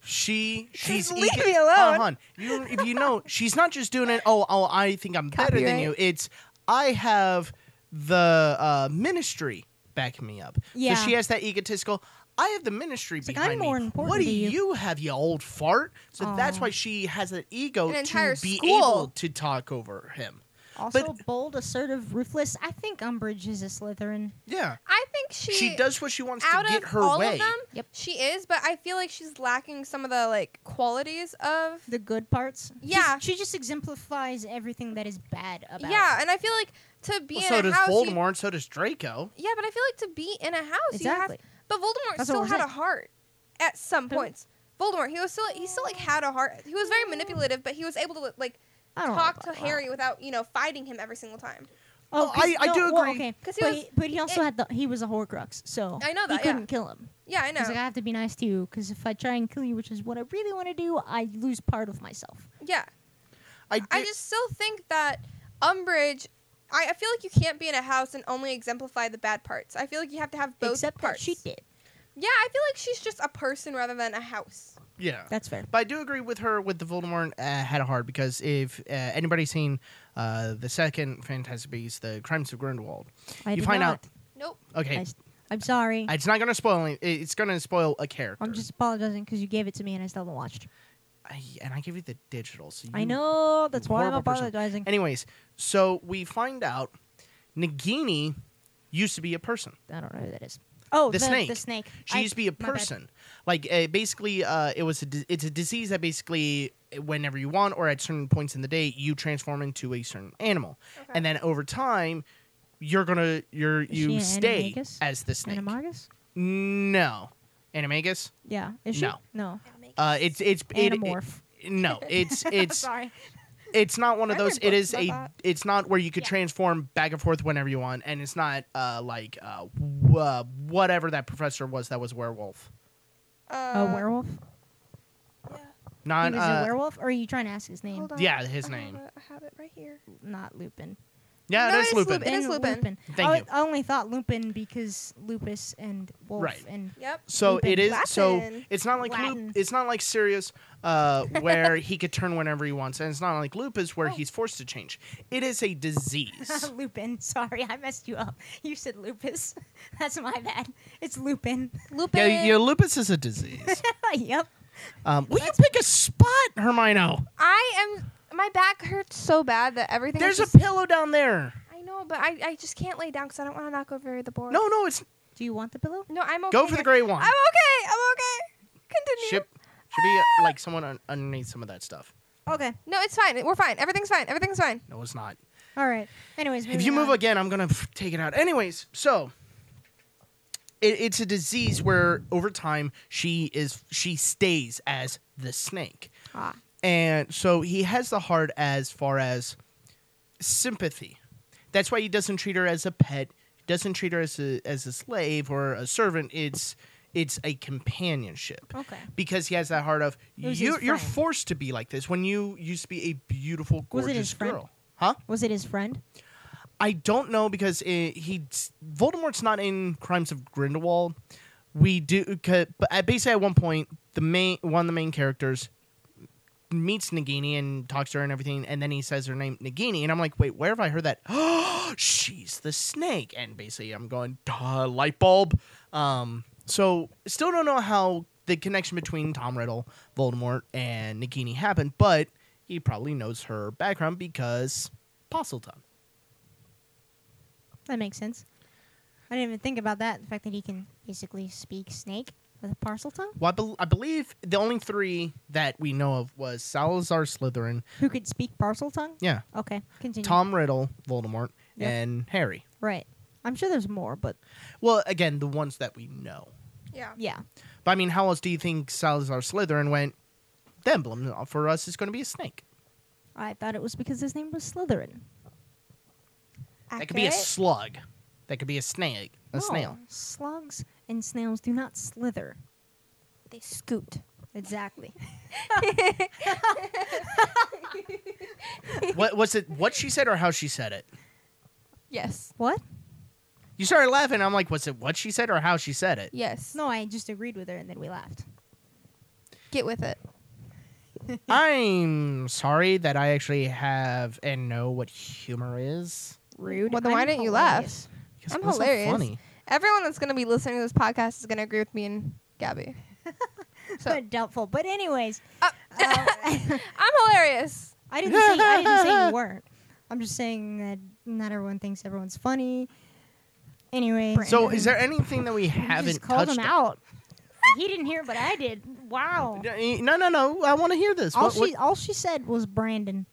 [SPEAKER 1] She she's
[SPEAKER 3] leave
[SPEAKER 1] ego-
[SPEAKER 3] me alone.
[SPEAKER 1] Hold on. You, if you know, she's not just doing it. Oh, oh, I think I'm better than
[SPEAKER 3] Copyright.
[SPEAKER 1] you. It's I have the uh, ministry backing me up.
[SPEAKER 2] Yeah.
[SPEAKER 1] So she has that egotistical. I have the ministry
[SPEAKER 2] It's like,
[SPEAKER 1] behind
[SPEAKER 2] I'm more
[SPEAKER 1] me.
[SPEAKER 2] important
[SPEAKER 1] what do
[SPEAKER 2] to you."
[SPEAKER 1] have, you old fart? So that's
[SPEAKER 2] Aw.
[SPEAKER 1] why she has an ego
[SPEAKER 3] An
[SPEAKER 1] to
[SPEAKER 3] entire
[SPEAKER 1] be
[SPEAKER 3] school.
[SPEAKER 1] able to talk over him.
[SPEAKER 2] Also,
[SPEAKER 1] But-
[SPEAKER 2] bold, assertive, ruthless. I think Umbridge is a Slytherin.
[SPEAKER 1] Yeah.
[SPEAKER 3] I think she
[SPEAKER 1] She does what she wants to
[SPEAKER 3] out
[SPEAKER 1] get
[SPEAKER 3] of
[SPEAKER 1] her
[SPEAKER 3] all
[SPEAKER 1] way.
[SPEAKER 3] of them.
[SPEAKER 2] Yep.
[SPEAKER 3] she is, but I feel like she's lacking some of the like qualities of.
[SPEAKER 2] the good parts. She's-
[SPEAKER 3] Yeah.
[SPEAKER 2] she just exemplifies everything that is bad about.
[SPEAKER 3] Yeah, and I feel like to be
[SPEAKER 1] Well,
[SPEAKER 3] in
[SPEAKER 1] so
[SPEAKER 3] a
[SPEAKER 1] does
[SPEAKER 3] house. you-
[SPEAKER 1] Voldemort. and So does Draco.
[SPEAKER 3] yeah, but I feel like to be in a house,
[SPEAKER 2] exactly.
[SPEAKER 3] Oh, you have. But Voldemort
[SPEAKER 2] That's
[SPEAKER 3] still
[SPEAKER 2] what we're
[SPEAKER 3] had a
[SPEAKER 2] saying.
[SPEAKER 3] heart at some
[SPEAKER 2] Don't-
[SPEAKER 3] points. Voldemort, he was still he still like had a heart. He was very manipulative, but he was able to like
[SPEAKER 2] I don't know
[SPEAKER 3] talk to
[SPEAKER 2] about that.
[SPEAKER 3] Harry without you know fighting him every single time.
[SPEAKER 2] Oh,
[SPEAKER 1] Well,
[SPEAKER 2] 'cause-
[SPEAKER 1] I- I
[SPEAKER 2] no,
[SPEAKER 1] do
[SPEAKER 2] well,
[SPEAKER 1] agree.
[SPEAKER 2] okay,
[SPEAKER 3] 'Cause he
[SPEAKER 2] but
[SPEAKER 3] was-
[SPEAKER 2] he, but he also
[SPEAKER 3] it-
[SPEAKER 2] had the he was a Horcrux, so
[SPEAKER 3] I know
[SPEAKER 2] he
[SPEAKER 3] that, yeah.
[SPEAKER 2] couldn't kill him.
[SPEAKER 3] Yeah, I know.
[SPEAKER 2] He's like, I have to be nice to you because if I try and kill you, which is what I really want to do, I lose part of myself.
[SPEAKER 3] yeah,
[SPEAKER 1] I,
[SPEAKER 3] I
[SPEAKER 1] did-
[SPEAKER 3] just still think that Umbridge. I, I feel like you can't be in a house and only exemplify the bad parts. I feel like you have to have both
[SPEAKER 2] Except that
[SPEAKER 3] parts.
[SPEAKER 2] she did.
[SPEAKER 3] Yeah, I feel like she's just a person rather than a house.
[SPEAKER 1] Yeah.
[SPEAKER 2] That's fair.
[SPEAKER 1] But I do agree with her with the Voldemort uh, had a heart because if uh, anybody's seen uh, the second Fantastic Beasts, the Crimes of Grindelwald,
[SPEAKER 2] I
[SPEAKER 1] you
[SPEAKER 2] did
[SPEAKER 1] find
[SPEAKER 2] not.
[SPEAKER 3] Nope.
[SPEAKER 1] out. Okay,
[SPEAKER 2] I, am sorry. I,
[SPEAKER 1] it's not going to spoil. Any, it's going to spoil a character.
[SPEAKER 2] am just apologizing because you gave it to me and I still haven't watched.
[SPEAKER 1] I, and I give you the digital. So you,
[SPEAKER 2] I know. That's why I'm
[SPEAKER 1] horrible person.
[SPEAKER 2] apologizing.
[SPEAKER 1] Anyways, so we find out Nagini used to be a person.
[SPEAKER 2] I don't know who that is. Oh,
[SPEAKER 1] The
[SPEAKER 2] the,
[SPEAKER 1] snake.
[SPEAKER 2] The snake.
[SPEAKER 1] She
[SPEAKER 2] I-
[SPEAKER 1] used to be a
[SPEAKER 2] my bad.
[SPEAKER 1] person. Like uh, basically, uh, it was a di- it's a disease that basically, whenever you want or at certain points in the day, you transform into a certain animal,
[SPEAKER 3] Okay.
[SPEAKER 1] and then over time, you're gonna you're
[SPEAKER 2] Is she
[SPEAKER 1] you
[SPEAKER 2] an
[SPEAKER 1] stay
[SPEAKER 2] animagus?
[SPEAKER 1] as the snake.
[SPEAKER 2] Animagus?
[SPEAKER 1] no, animagus.
[SPEAKER 2] Yeah. Is she?
[SPEAKER 1] No.
[SPEAKER 2] No.
[SPEAKER 1] Uh, it's it's it- it-
[SPEAKER 2] Animorph.
[SPEAKER 1] no, it's it's
[SPEAKER 3] Sorry.
[SPEAKER 1] it's not one of
[SPEAKER 3] I
[SPEAKER 1] those.
[SPEAKER 3] read
[SPEAKER 1] It
[SPEAKER 3] books
[SPEAKER 1] is
[SPEAKER 3] about
[SPEAKER 1] a.
[SPEAKER 3] that.
[SPEAKER 1] It's not where you could
[SPEAKER 3] Yeah.
[SPEAKER 1] transform back and forth whenever you want, and it's not uh, like uh, w- uh, whatever that professor was that was werewolf.
[SPEAKER 3] Uh,
[SPEAKER 2] a werewolf?
[SPEAKER 3] Yeah.
[SPEAKER 1] Not
[SPEAKER 2] he was
[SPEAKER 1] uh,
[SPEAKER 2] a werewolf? Or are you trying to ask his name?
[SPEAKER 3] Hold on.
[SPEAKER 1] yeah, his
[SPEAKER 3] I
[SPEAKER 1] name.
[SPEAKER 3] Have it, I have it right here.
[SPEAKER 2] Not Lupin.
[SPEAKER 1] yeah,
[SPEAKER 3] No,
[SPEAKER 1] that's
[SPEAKER 3] it's
[SPEAKER 1] Lupin.
[SPEAKER 3] Lupin. It is
[SPEAKER 2] And
[SPEAKER 3] Lupin.
[SPEAKER 1] Thank
[SPEAKER 2] I,
[SPEAKER 1] you.
[SPEAKER 2] I only thought Lupin because lupus and wolf
[SPEAKER 1] Right.
[SPEAKER 2] and
[SPEAKER 3] Yep.
[SPEAKER 1] So
[SPEAKER 2] Lupin.
[SPEAKER 1] it is. So
[SPEAKER 3] Latin.
[SPEAKER 1] it's not like Lup,
[SPEAKER 2] Latin.
[SPEAKER 1] it's not like Sirius, uh, where he could turn whenever he wants, and it's not like Lupus where
[SPEAKER 3] Oh.
[SPEAKER 1] he's forced to change. It is a disease.
[SPEAKER 2] Lupin. Sorry, I messed you up. You said lupus. That's my bad. It's Lupin.
[SPEAKER 3] Lupin.
[SPEAKER 1] yeah, yeah, lupus is a disease.
[SPEAKER 2] yep.
[SPEAKER 1] Um, will you pick a spot, Hermino?
[SPEAKER 3] I am. My back hurts so bad that everything.
[SPEAKER 1] There's
[SPEAKER 3] is
[SPEAKER 1] a
[SPEAKER 3] just-
[SPEAKER 1] pillow down there.
[SPEAKER 3] I know, but I, I just can't lay down because I don't want to knock over the board.
[SPEAKER 1] No, no, it's
[SPEAKER 2] Do you want the pillow?
[SPEAKER 3] No, I'm Oh, okay.
[SPEAKER 1] go for the
[SPEAKER 3] here.
[SPEAKER 1] gray one.
[SPEAKER 3] I'm okay. I'm okay. Continue.
[SPEAKER 1] Ship should be uh, like someone un- underneath some of that stuff.
[SPEAKER 2] Okay.
[SPEAKER 3] No, it's fine. We're fine. Everything's fine. Everything's fine.
[SPEAKER 1] No, it's not.
[SPEAKER 2] All right. Anyways,
[SPEAKER 1] If you
[SPEAKER 2] moving
[SPEAKER 1] move
[SPEAKER 2] on.
[SPEAKER 1] again, I'm gonna pff, take it out. Anyways, so it, it's a disease where over time she is she stays as the snake,
[SPEAKER 3] Ah.
[SPEAKER 1] and so he has the heart as far as sympathy. That's why he doesn't treat her as a pet. Doesn't treat her as a as a slave or a servant. It's it's a companionship.
[SPEAKER 2] Okay.
[SPEAKER 1] because he has that heart of
[SPEAKER 2] It was
[SPEAKER 1] you,
[SPEAKER 2] his
[SPEAKER 1] you're
[SPEAKER 2] friend.
[SPEAKER 1] forced to be like this when you used to be a beautiful gorgeous
[SPEAKER 2] Was it his friend?
[SPEAKER 1] girl huh
[SPEAKER 2] Was it his friend?
[SPEAKER 1] i don't know because it, he voldemort's not in crimes of grindelwald we do 'ca- but at- basically at one point the main one of the main characters meets nagini and talks to her and everything and then he says her name nagini and i'm like wait where have i heard that she's the snake and basically i'm going duh light bulb um so still don't know how the connection between tom riddle voldemort and nagini happened but he probably knows her background because posselton
[SPEAKER 2] That makes sense. I didn't even think about that. The fact that he can basically speak snake with a parcel tongue.
[SPEAKER 1] well, I, bel I believe the only three that we know of was salazar slytherin
[SPEAKER 2] Who could speak parcel tongue?
[SPEAKER 1] yeah
[SPEAKER 2] Okay.
[SPEAKER 3] Mm-hmm.
[SPEAKER 2] Continue.
[SPEAKER 1] tom riddle voldemort
[SPEAKER 2] Yeah.
[SPEAKER 1] and harry
[SPEAKER 2] Right. I'm sure there's more, but
[SPEAKER 1] well again the ones that we know
[SPEAKER 3] Yeah.
[SPEAKER 2] yeah.
[SPEAKER 1] But I mean, how else do you think Salazar Slytherin went? The emblem for us is going to be a snake.
[SPEAKER 2] I thought it was because his name was Slytherin.
[SPEAKER 1] That could be a slug. That could be a snake. A
[SPEAKER 3] Oh.
[SPEAKER 2] No,
[SPEAKER 1] snail.
[SPEAKER 2] Oh, Slugs and snails do not slither.
[SPEAKER 3] They scoot.
[SPEAKER 2] Exactly.
[SPEAKER 1] what was it? What she said or how she said it?
[SPEAKER 3] Yes.
[SPEAKER 2] what?
[SPEAKER 1] You started laughing. I'm like, was it what she said or how she said it?
[SPEAKER 3] Yes.
[SPEAKER 2] No, I just agreed with her and then we laughed.
[SPEAKER 3] Get with it.
[SPEAKER 1] I'm sorry that I actually have and know what humor is.
[SPEAKER 2] Rude.
[SPEAKER 3] Well, then why
[SPEAKER 2] I'm
[SPEAKER 3] didn't you laugh?
[SPEAKER 2] hilarious.
[SPEAKER 1] Because
[SPEAKER 3] I'm
[SPEAKER 1] it was so
[SPEAKER 3] hilarious.
[SPEAKER 1] funny.
[SPEAKER 3] Everyone that's gonna be listening to this podcast is gonna agree with me and Gabby. so
[SPEAKER 2] Doubtful. But anyways,
[SPEAKER 3] Uh,
[SPEAKER 2] uh,
[SPEAKER 3] I'm hilarious.
[SPEAKER 2] I didn't say I didn't say you weren't. I'm just saying that not everyone thinks everyone's funny. Anyway,
[SPEAKER 1] So, is there anything that we
[SPEAKER 2] You
[SPEAKER 1] haven't
[SPEAKER 2] just called
[SPEAKER 1] touched
[SPEAKER 2] him out? he didn't hear, but I did. Wow.
[SPEAKER 1] on? No, no, no. I want to hear this.
[SPEAKER 2] All
[SPEAKER 1] What-
[SPEAKER 2] she
[SPEAKER 1] what-
[SPEAKER 2] all she said was Brandon.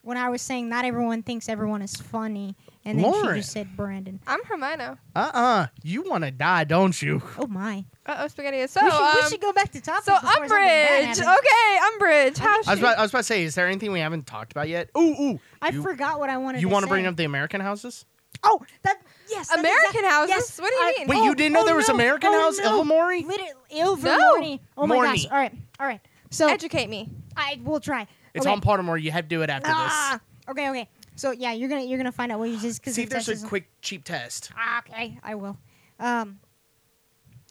[SPEAKER 2] When I was saying not everyone thinks everyone is funny, and then
[SPEAKER 1] Lauren.
[SPEAKER 2] she just said Brandon.
[SPEAKER 3] I'm Hermino.
[SPEAKER 1] uh-uh. You want to die, don't you?
[SPEAKER 2] Oh my!
[SPEAKER 3] Uh oh, spaghetti. So
[SPEAKER 2] we, should, we
[SPEAKER 3] um,
[SPEAKER 2] should go back to topics.
[SPEAKER 3] so
[SPEAKER 2] before something bad
[SPEAKER 3] Umbridge.
[SPEAKER 2] happens.
[SPEAKER 3] Okay, Umbridge. How
[SPEAKER 1] I was,
[SPEAKER 3] she?
[SPEAKER 1] about, I was about to say, is there anything we haven't talked about yet? Ooh, ooh.
[SPEAKER 2] I
[SPEAKER 1] You-
[SPEAKER 2] forgot what I wanted.
[SPEAKER 1] You
[SPEAKER 2] want
[SPEAKER 1] want to bring up the American houses?
[SPEAKER 2] Oh, that yes. that's
[SPEAKER 3] American
[SPEAKER 2] exact-
[SPEAKER 3] houses?
[SPEAKER 2] Yes,
[SPEAKER 3] What do you
[SPEAKER 2] I-
[SPEAKER 3] mean?
[SPEAKER 1] Wait,
[SPEAKER 2] oh,
[SPEAKER 1] you didn't know
[SPEAKER 2] oh,
[SPEAKER 1] there was
[SPEAKER 2] no,
[SPEAKER 1] American
[SPEAKER 2] oh,
[SPEAKER 1] House?
[SPEAKER 2] no.
[SPEAKER 1] Ilvermorny?
[SPEAKER 2] Literally, Ilvermorny.
[SPEAKER 3] No.
[SPEAKER 2] Oh my
[SPEAKER 1] Morny.
[SPEAKER 2] gosh! All right, all right. So
[SPEAKER 3] Educate me.
[SPEAKER 2] I will try.
[SPEAKER 1] It's
[SPEAKER 2] okay.
[SPEAKER 1] on Pottermore. You have to do it after
[SPEAKER 2] Ah, okay, okay. So yeah, you're gonna you're gonna find out what you just
[SPEAKER 1] this.
[SPEAKER 2] because
[SPEAKER 1] See if there's a quick, cheap test.
[SPEAKER 2] Ah, okay, I will. Um,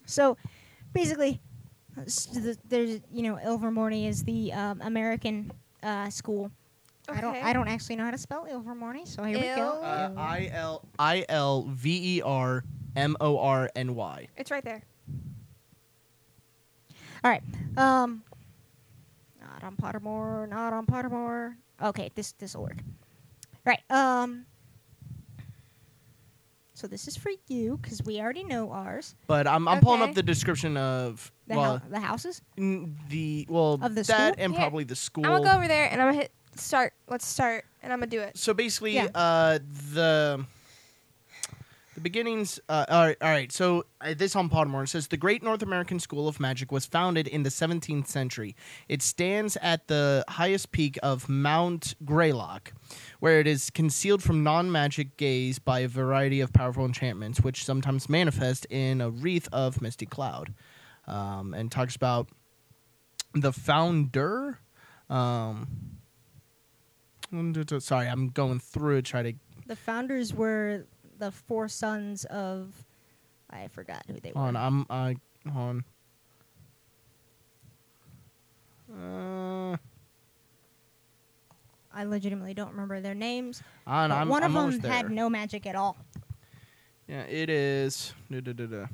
[SPEAKER 2] so basically, s- the- there's you know Ilvermorny is the um, American uh, school. I don't I don't actually know how to spell Ilvermorny, so here we go.
[SPEAKER 3] Il-
[SPEAKER 1] Uh, I L I L V E R M O R N Y.
[SPEAKER 3] It's right there.
[SPEAKER 2] All right. Um, not on Pottermore. Not on Pottermore. Okay, this this will work. Right. Um. So this is for you because we already know ours.
[SPEAKER 1] But I'm, I'm pulling
[SPEAKER 3] Okay.
[SPEAKER 1] up the description of
[SPEAKER 2] The
[SPEAKER 1] well
[SPEAKER 2] hou- the houses.
[SPEAKER 1] n- the well
[SPEAKER 2] Of the
[SPEAKER 1] that
[SPEAKER 2] school?
[SPEAKER 1] and
[SPEAKER 3] Yeah.
[SPEAKER 1] probably the school.
[SPEAKER 3] I'm gonna go over there and I'm gonna hit start. Let's start and I'm gonna do it.
[SPEAKER 1] so basically
[SPEAKER 2] Yeah.
[SPEAKER 1] uh the the beginnings uh, all, right, all right so uh, this on podmore it says the great north american school of magic was founded in the 17th century it stands at the highest peak of mount greylock where it is concealed from non-magic gaze by a variety of powerful enchantments which sometimes manifest in a wreath of misty cloud um, and talks about the founder um, Sorry, I'm going through to try to.
[SPEAKER 2] The founders were the four sons of. I forgot who they were.
[SPEAKER 1] Hold on, I'm I hold on. Uh,
[SPEAKER 2] I legitimately don't remember their names.
[SPEAKER 1] I
[SPEAKER 2] but
[SPEAKER 1] Oh, I'm,
[SPEAKER 2] one
[SPEAKER 1] I'm
[SPEAKER 2] of
[SPEAKER 1] almost
[SPEAKER 2] them had
[SPEAKER 1] there.
[SPEAKER 2] no magic at all.
[SPEAKER 1] Yeah, it is. duh, duh, duh, duh.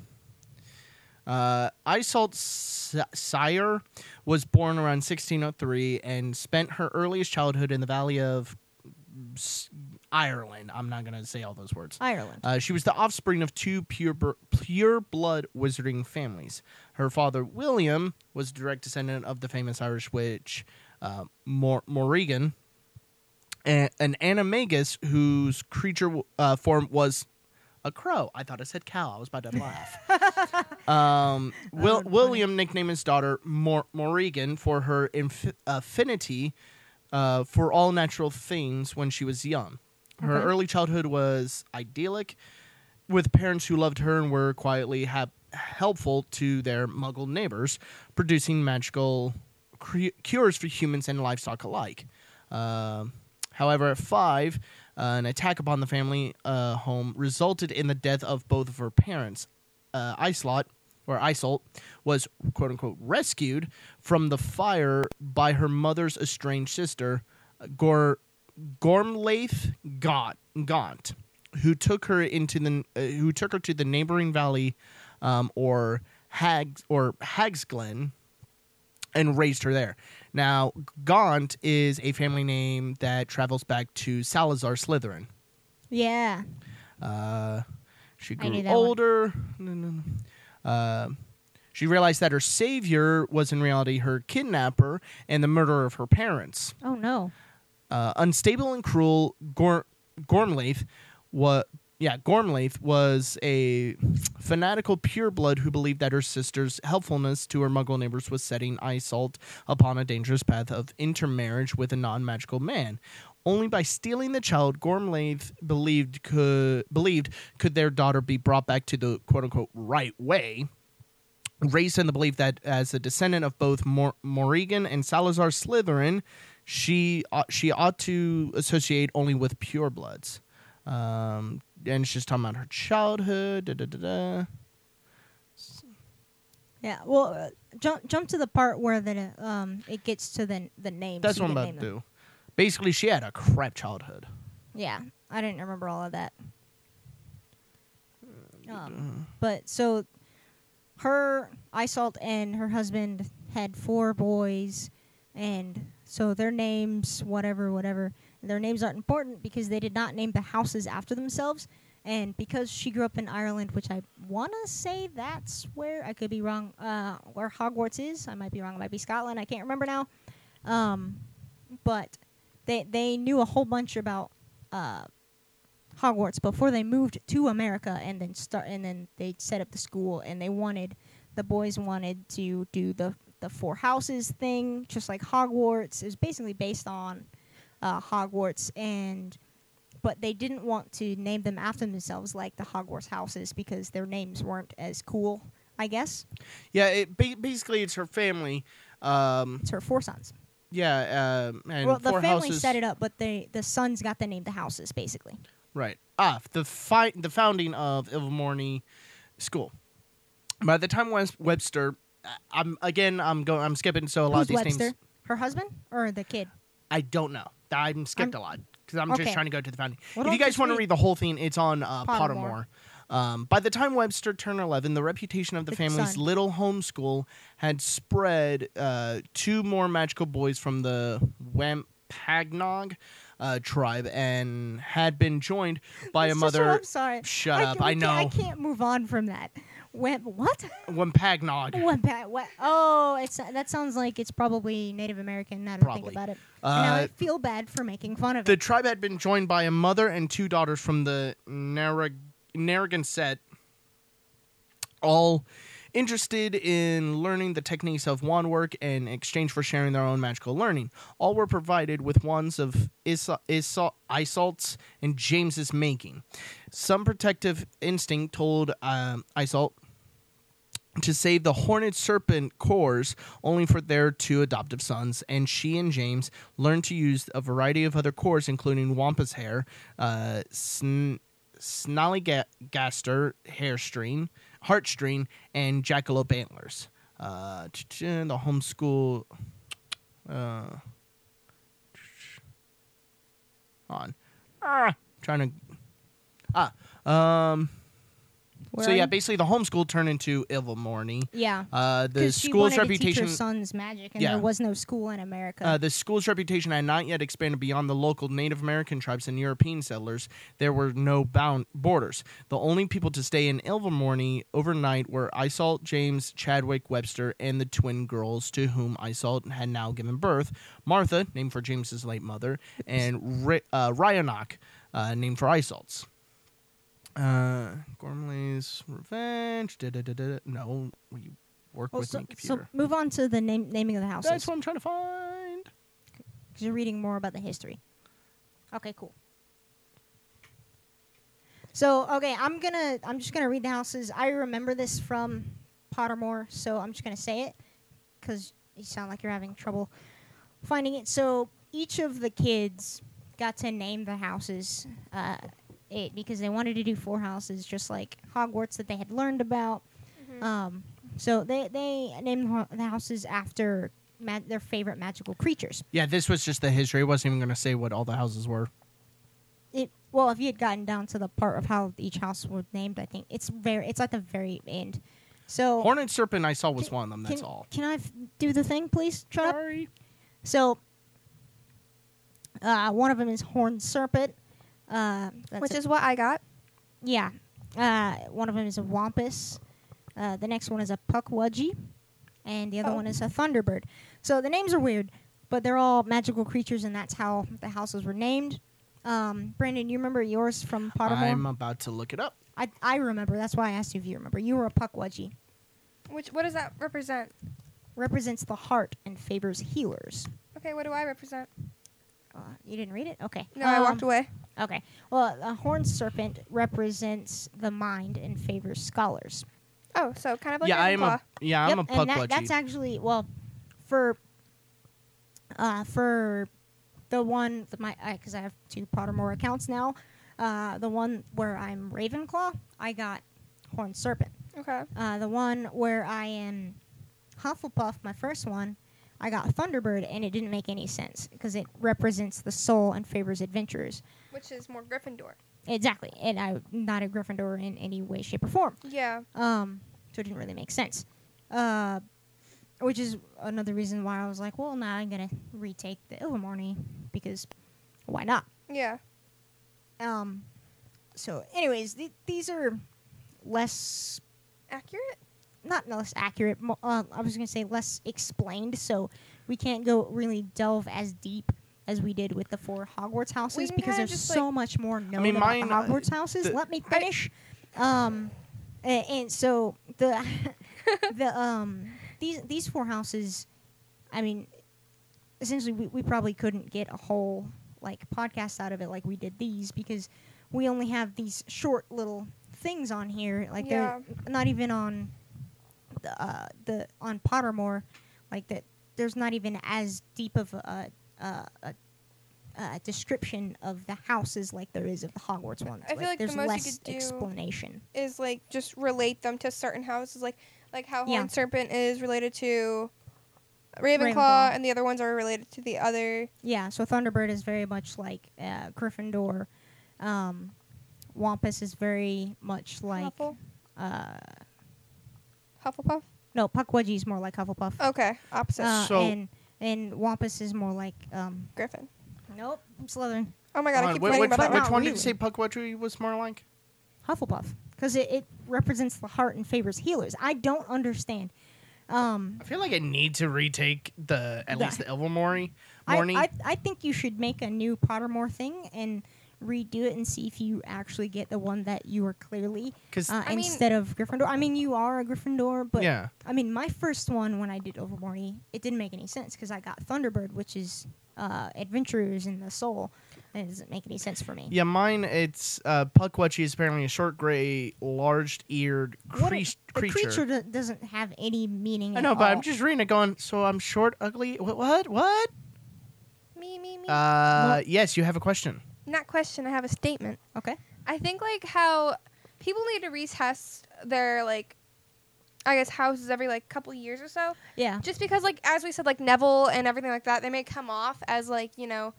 [SPEAKER 1] Uh, Isolde S- Sire was born around 1603 and spent her earliest childhood in the Valley of S- Ireland. I'm not gonna say all those words.
[SPEAKER 2] Ireland.
[SPEAKER 1] Uh, she was the offspring of two pure, br- pure blood wizarding families. Her father, William, was a direct descendant of the famous Irish witch uh, Mor- Morrigan, a- an animagus whose creature w- uh, form was a crow. I thought I said cow. I was about to laugh. um, Will- William nicknamed his daughter Mor- Morrigan for her inf- affinity uh, for all natural things when she was young. Her
[SPEAKER 2] Okay.
[SPEAKER 1] early childhood was idyllic, with parents who loved her and were quietly hap helpful to their muggle neighbors, producing magical cre- cures for humans and livestock alike. Um however, at five, uh, an attack upon the family uh, home resulted in the death of both of her parents. Uh, Islot, or Isolt, was quote unquote rescued from the fire by her mother's estranged sister, Gor- Gormlaith Gaunt, Gaunt, who took her into the uh, who took her to the neighboring valley, um, or Hags or Hags Glen, and raised her there. Now, Gaunt is a family name that travels back to Salazar Slytherin.
[SPEAKER 2] yeah.
[SPEAKER 1] Uh, she
[SPEAKER 2] I knew
[SPEAKER 1] grew
[SPEAKER 2] that one.
[SPEAKER 1] older. No, no, no. Uh, she realized that her savior was in reality her kidnapper and the murderer of her parents.
[SPEAKER 2] Oh no.
[SPEAKER 1] Uh, unstable and cruel, Gor- Gormlaith was. Yeah, Gormlaith was a fanatical pureblood who believed that her sister's helpfulness to her muggle neighbors was setting Isolt upon a dangerous path of intermarriage with a non magical man. Only by stealing the child, Gormlaith believed could, believed could their daughter be brought back to the quote unquote right way raised in the belief that as a descendant of both Mor- Morrigan and Salazar Slytherin, she ought, she ought to associate only with purebloods. Um, and she's talking about her childhood. Da, da, da, da.
[SPEAKER 2] Yeah. Well, uh, jump jump to the part where the um it gets to the the names.
[SPEAKER 1] That's
[SPEAKER 2] You
[SPEAKER 1] what I'm
[SPEAKER 2] didn't
[SPEAKER 1] about
[SPEAKER 2] name
[SPEAKER 1] to
[SPEAKER 2] them.
[SPEAKER 1] do. Basically, she had a crap childhood.
[SPEAKER 2] Yeah, I didn't remember all of that. Um, but so, her Isolt and her husband had four boys, and so their names, whatever, whatever, their names aren't important because they did not name the houses after themselves. And because she grew up in Ireland, which I want to say that's where I could be wrong, uh, where Hogwarts is. I might be wrong. It might be Scotland. I can't remember now. Um, but they they knew a whole bunch about uh, Hogwarts before they moved to America, and then start and then they set up the school, and they wanted the boys wanted to do the the four houses thing, just like Hogwarts. It was basically based on uh, Hogwarts, and but they didn't want to name them after themselves like the Hogwarts houses because their names weren't as cool. I guess
[SPEAKER 1] Yeah, it, ba- basically, it's her family. Um,
[SPEAKER 2] it's her four sons.
[SPEAKER 1] yeah, um and
[SPEAKER 2] well, the
[SPEAKER 1] four
[SPEAKER 2] family
[SPEAKER 1] houses.
[SPEAKER 2] set it up, but they the sons got to name the houses basically.
[SPEAKER 1] Right. Ah, the fi- the founding of Ilvermorny School. By the time Wes- Webster I'm again. I'm going. I'm skipping. So a lot of
[SPEAKER 2] Who's
[SPEAKER 1] these
[SPEAKER 2] Webster?
[SPEAKER 1] names
[SPEAKER 2] Her husband or the kid?
[SPEAKER 1] I don't know. I'm skipped a lot because I'm just
[SPEAKER 2] okay.
[SPEAKER 1] trying to go to the founding.
[SPEAKER 2] Well,
[SPEAKER 1] if
[SPEAKER 2] don't
[SPEAKER 1] you guys
[SPEAKER 2] just
[SPEAKER 1] want to
[SPEAKER 2] read-
[SPEAKER 1] read the whole thing, it's on uh, Pottermore.
[SPEAKER 2] Pottermore.
[SPEAKER 1] Um, by the time Webster turned 11, the reputation of the,
[SPEAKER 2] The
[SPEAKER 1] family's
[SPEAKER 2] son.
[SPEAKER 1] little home school had spread uh, two more magical boys from the Wampagnog uh, tribe and had been joined by a
[SPEAKER 2] It's just-
[SPEAKER 1] mother.
[SPEAKER 2] I'm sorry.
[SPEAKER 1] Shut up,
[SPEAKER 2] can-
[SPEAKER 1] I
[SPEAKER 2] we can't-
[SPEAKER 1] know.
[SPEAKER 2] I can't move on from that. Web what?
[SPEAKER 1] Wampagnog.
[SPEAKER 2] What, ba- what? Oh, it's that sounds like it's probably Native American. Now that I
[SPEAKER 1] Probably.
[SPEAKER 2] think about it, now
[SPEAKER 1] Uh,
[SPEAKER 2] I feel bad for making fun of
[SPEAKER 1] The
[SPEAKER 2] it.
[SPEAKER 1] tribe had been joined by a mother and two daughters from the Narrag- Narragansett, all interested in learning the techniques of wand work in exchange for sharing their own magical learning. All were provided with wands of Isa- Isa- Isalt's and James's making. Some protective instinct told um, Isalt to save the horned serpent cores only for their two adoptive sons and she and james learned to use a variety of other cores including wampus hair uh, sn- snallygaster hairstring heartstring and jackalope antlers uh, t- t- the homeschool uh, on ah, trying to ah um
[SPEAKER 2] Where
[SPEAKER 1] so
[SPEAKER 2] are
[SPEAKER 1] yeah,
[SPEAKER 2] you?
[SPEAKER 1] basically the homeschool turned into Evil Morning.
[SPEAKER 2] yeah.
[SPEAKER 1] Uh, the
[SPEAKER 2] 'Cause she
[SPEAKER 1] school's
[SPEAKER 2] wanted to
[SPEAKER 1] reputation.
[SPEAKER 2] teach her son's magic, and
[SPEAKER 1] Yeah.
[SPEAKER 2] there was no school in America.
[SPEAKER 1] Uh, the school's reputation had not yet expanded beyond the local Native American tribes and European settlers. There were no bound borders. The only people to stay in Ilvermorny overnight were Isolt, James, Chadwick, Webster, and the twin girls to whom Isolt had now given birth: Martha, named for James's late mother, and Ri uh, Ryanok, uh, named for Isolt's. Uh, Gormley's Revenge. Da, da, da, da, da. No, you work
[SPEAKER 2] Oh,
[SPEAKER 1] with
[SPEAKER 2] so,
[SPEAKER 1] me,
[SPEAKER 2] so
[SPEAKER 1] computer.
[SPEAKER 2] move on to the name, naming of the houses.
[SPEAKER 1] That's what I'm trying to find.
[SPEAKER 2] 'cause you're reading more about the history. Okay, cool. So okay, I'm gonna I'm just gonna read the houses. I remember this from Pottermore, so I'm just gonna say it because you sound like you're having trouble finding it. So each of the kids got to name the houses uh, it because they wanted to do four houses, just like Hogwarts that they had learned about. Um, so they they named the ho- the houses after ma- their favorite magical creatures.
[SPEAKER 1] Yeah, this was just the history. It wasn't even going to say what all the houses were.
[SPEAKER 2] it well if you had gotten down to the part of how each house was named i think it's very it's at the very end so
[SPEAKER 1] Horned Serpent I saw was
[SPEAKER 2] Oh. Can-
[SPEAKER 1] one of them. That's
[SPEAKER 2] can,
[SPEAKER 1] all.
[SPEAKER 2] can i f- do the thing please shut up
[SPEAKER 1] Sorry.
[SPEAKER 2] so uh, one of them is horned serpent uh, that's
[SPEAKER 3] which
[SPEAKER 2] is
[SPEAKER 3] is what I got.
[SPEAKER 2] yeah uh, one of them is a wampus uh, the next one is a puckwudgie and the other
[SPEAKER 3] Oh.
[SPEAKER 2] one is a thunderbird so the names are weird but they're all magical creatures and that's how the houses were named um, brandon you remember yours from pottermore
[SPEAKER 1] I'm about to look it up.
[SPEAKER 2] I, I remember. That's why I asked you if you remember. You were a puckwudgie.
[SPEAKER 3] Which what does that represent?
[SPEAKER 2] Represents the heart and favors healers.
[SPEAKER 3] Okay, what do I represent?
[SPEAKER 2] Uh, you didn't read it? Okay.
[SPEAKER 3] No, I walked
[SPEAKER 2] Um,
[SPEAKER 3] away.
[SPEAKER 2] Okay. Well, a horned serpent represents the mind and favors scholars.
[SPEAKER 3] Oh, so kind of like
[SPEAKER 1] yeah,
[SPEAKER 3] Ravenclaw.
[SPEAKER 1] I am a yeah, I'm
[SPEAKER 2] Yep,
[SPEAKER 1] a
[SPEAKER 2] and that,
[SPEAKER 1] puckwudgie.
[SPEAKER 2] that's actually well, for uh, for the one the, my because I have two Pottermore accounts now. Uh, the one where I'm Ravenclaw, I got horned serpent.
[SPEAKER 3] Okay.
[SPEAKER 2] Uh, the one where I am Hufflepuff, my first one, I got Thunderbird, and it didn't make any sense because it represents the soul and favors adventurers.
[SPEAKER 3] Which is more Gryffindor.
[SPEAKER 2] Exactly, and I'm not a Gryffindor in any way, shape, or form.
[SPEAKER 3] Yeah.
[SPEAKER 2] Um, so it didn't really make sense. Uh, which is another reason why I was like, well, now I'm gonna retake the Ilvermorny because why not?
[SPEAKER 3] Yeah.
[SPEAKER 2] Um, so anyways, th- these are less
[SPEAKER 3] Accurate?
[SPEAKER 2] not less accurate. mo- Uh, I was gonna say less explained, so we can't go really delve as deep as we did with the four Hogwarts houses
[SPEAKER 3] can
[SPEAKER 2] because
[SPEAKER 3] kinda
[SPEAKER 2] there's
[SPEAKER 3] just,
[SPEAKER 2] so
[SPEAKER 3] like-
[SPEAKER 2] much more known
[SPEAKER 1] mean,
[SPEAKER 2] about
[SPEAKER 1] mine,
[SPEAKER 2] the
[SPEAKER 1] uh,
[SPEAKER 2] Hogwarts houses.
[SPEAKER 1] the-
[SPEAKER 2] Let me finish. um, a- and, so the the um these these four houses, I mean, essentially we, we probably couldn't get a whole like podcast out of it like we did these because we only have these short little things on here like they're not even on the uh, the on Pottermore like that there's not even as deep of a, a, a, a description of the houses like there is of the Hogwarts ones.
[SPEAKER 3] I feel like the
[SPEAKER 2] there's
[SPEAKER 3] most you
[SPEAKER 2] less
[SPEAKER 3] could do-
[SPEAKER 2] explanation.
[SPEAKER 3] Is like just relate them to certain houses. Like like how
[SPEAKER 2] Yeah.
[SPEAKER 3] Horned Serpent is related to Ravenclaw,
[SPEAKER 2] Ravenclaw.
[SPEAKER 3] and the other ones are related to the other.
[SPEAKER 2] Yeah, so Thunderbird is very much like uh, Gryffindor. Um, Wampus is very much like
[SPEAKER 3] Huffle?
[SPEAKER 2] uh,
[SPEAKER 3] Hufflepuff.
[SPEAKER 2] no Puckwudgie is more like Hufflepuff.
[SPEAKER 3] Okay, opposite.
[SPEAKER 2] Uh,
[SPEAKER 1] So-
[SPEAKER 2] and and Wampus is more like um,
[SPEAKER 3] Griffin.
[SPEAKER 2] nope Slytherin
[SPEAKER 3] Oh my god, I
[SPEAKER 1] Hold
[SPEAKER 3] keep
[SPEAKER 1] on, wh-
[SPEAKER 3] forgetting
[SPEAKER 1] which,
[SPEAKER 3] about that
[SPEAKER 2] But
[SPEAKER 1] which
[SPEAKER 2] not
[SPEAKER 1] one did you
[SPEAKER 2] really.
[SPEAKER 1] say Puckwudgie was more like?
[SPEAKER 2] Hufflepuff because it, it represents the heart and favors healers. I don't understand. Um,
[SPEAKER 1] I feel like I need to retake the at
[SPEAKER 2] Yeah.
[SPEAKER 1] least the Elvermorny
[SPEAKER 2] I,
[SPEAKER 1] morning.
[SPEAKER 2] I I think you should make a new Pottermore thing and redo it and see if you actually get the one that you are clearly
[SPEAKER 1] Because
[SPEAKER 2] uh,
[SPEAKER 3] I mean-
[SPEAKER 2] instead of Gryffindor. I mean, you are a Gryffindor, but
[SPEAKER 1] yeah,
[SPEAKER 2] I mean, my first one when I did Overmorny, it didn't make any sense because I got Thunderbird, which is uh, adventurers in the soul, and it doesn't make any sense for me.
[SPEAKER 1] yeah, mine. It's uh, Puckwudgie is apparently a short, gray, large-eared
[SPEAKER 2] What
[SPEAKER 1] creas-
[SPEAKER 2] a, the creature Oh. do- doesn't have any meaning.
[SPEAKER 1] I
[SPEAKER 2] at
[SPEAKER 1] know, but I'm
[SPEAKER 2] all.
[SPEAKER 1] just reading it, going. So I'm short, ugly. What? What? What?
[SPEAKER 3] Me, me, me.
[SPEAKER 1] Uh, yes, you have a question.
[SPEAKER 3] Not question. I have a statement.
[SPEAKER 2] okay.
[SPEAKER 3] I think like how people need to retest their like, I guess houses every like couple years or so.
[SPEAKER 2] Yeah,
[SPEAKER 3] just because like as we said like neville and everything like that they may come off as like you know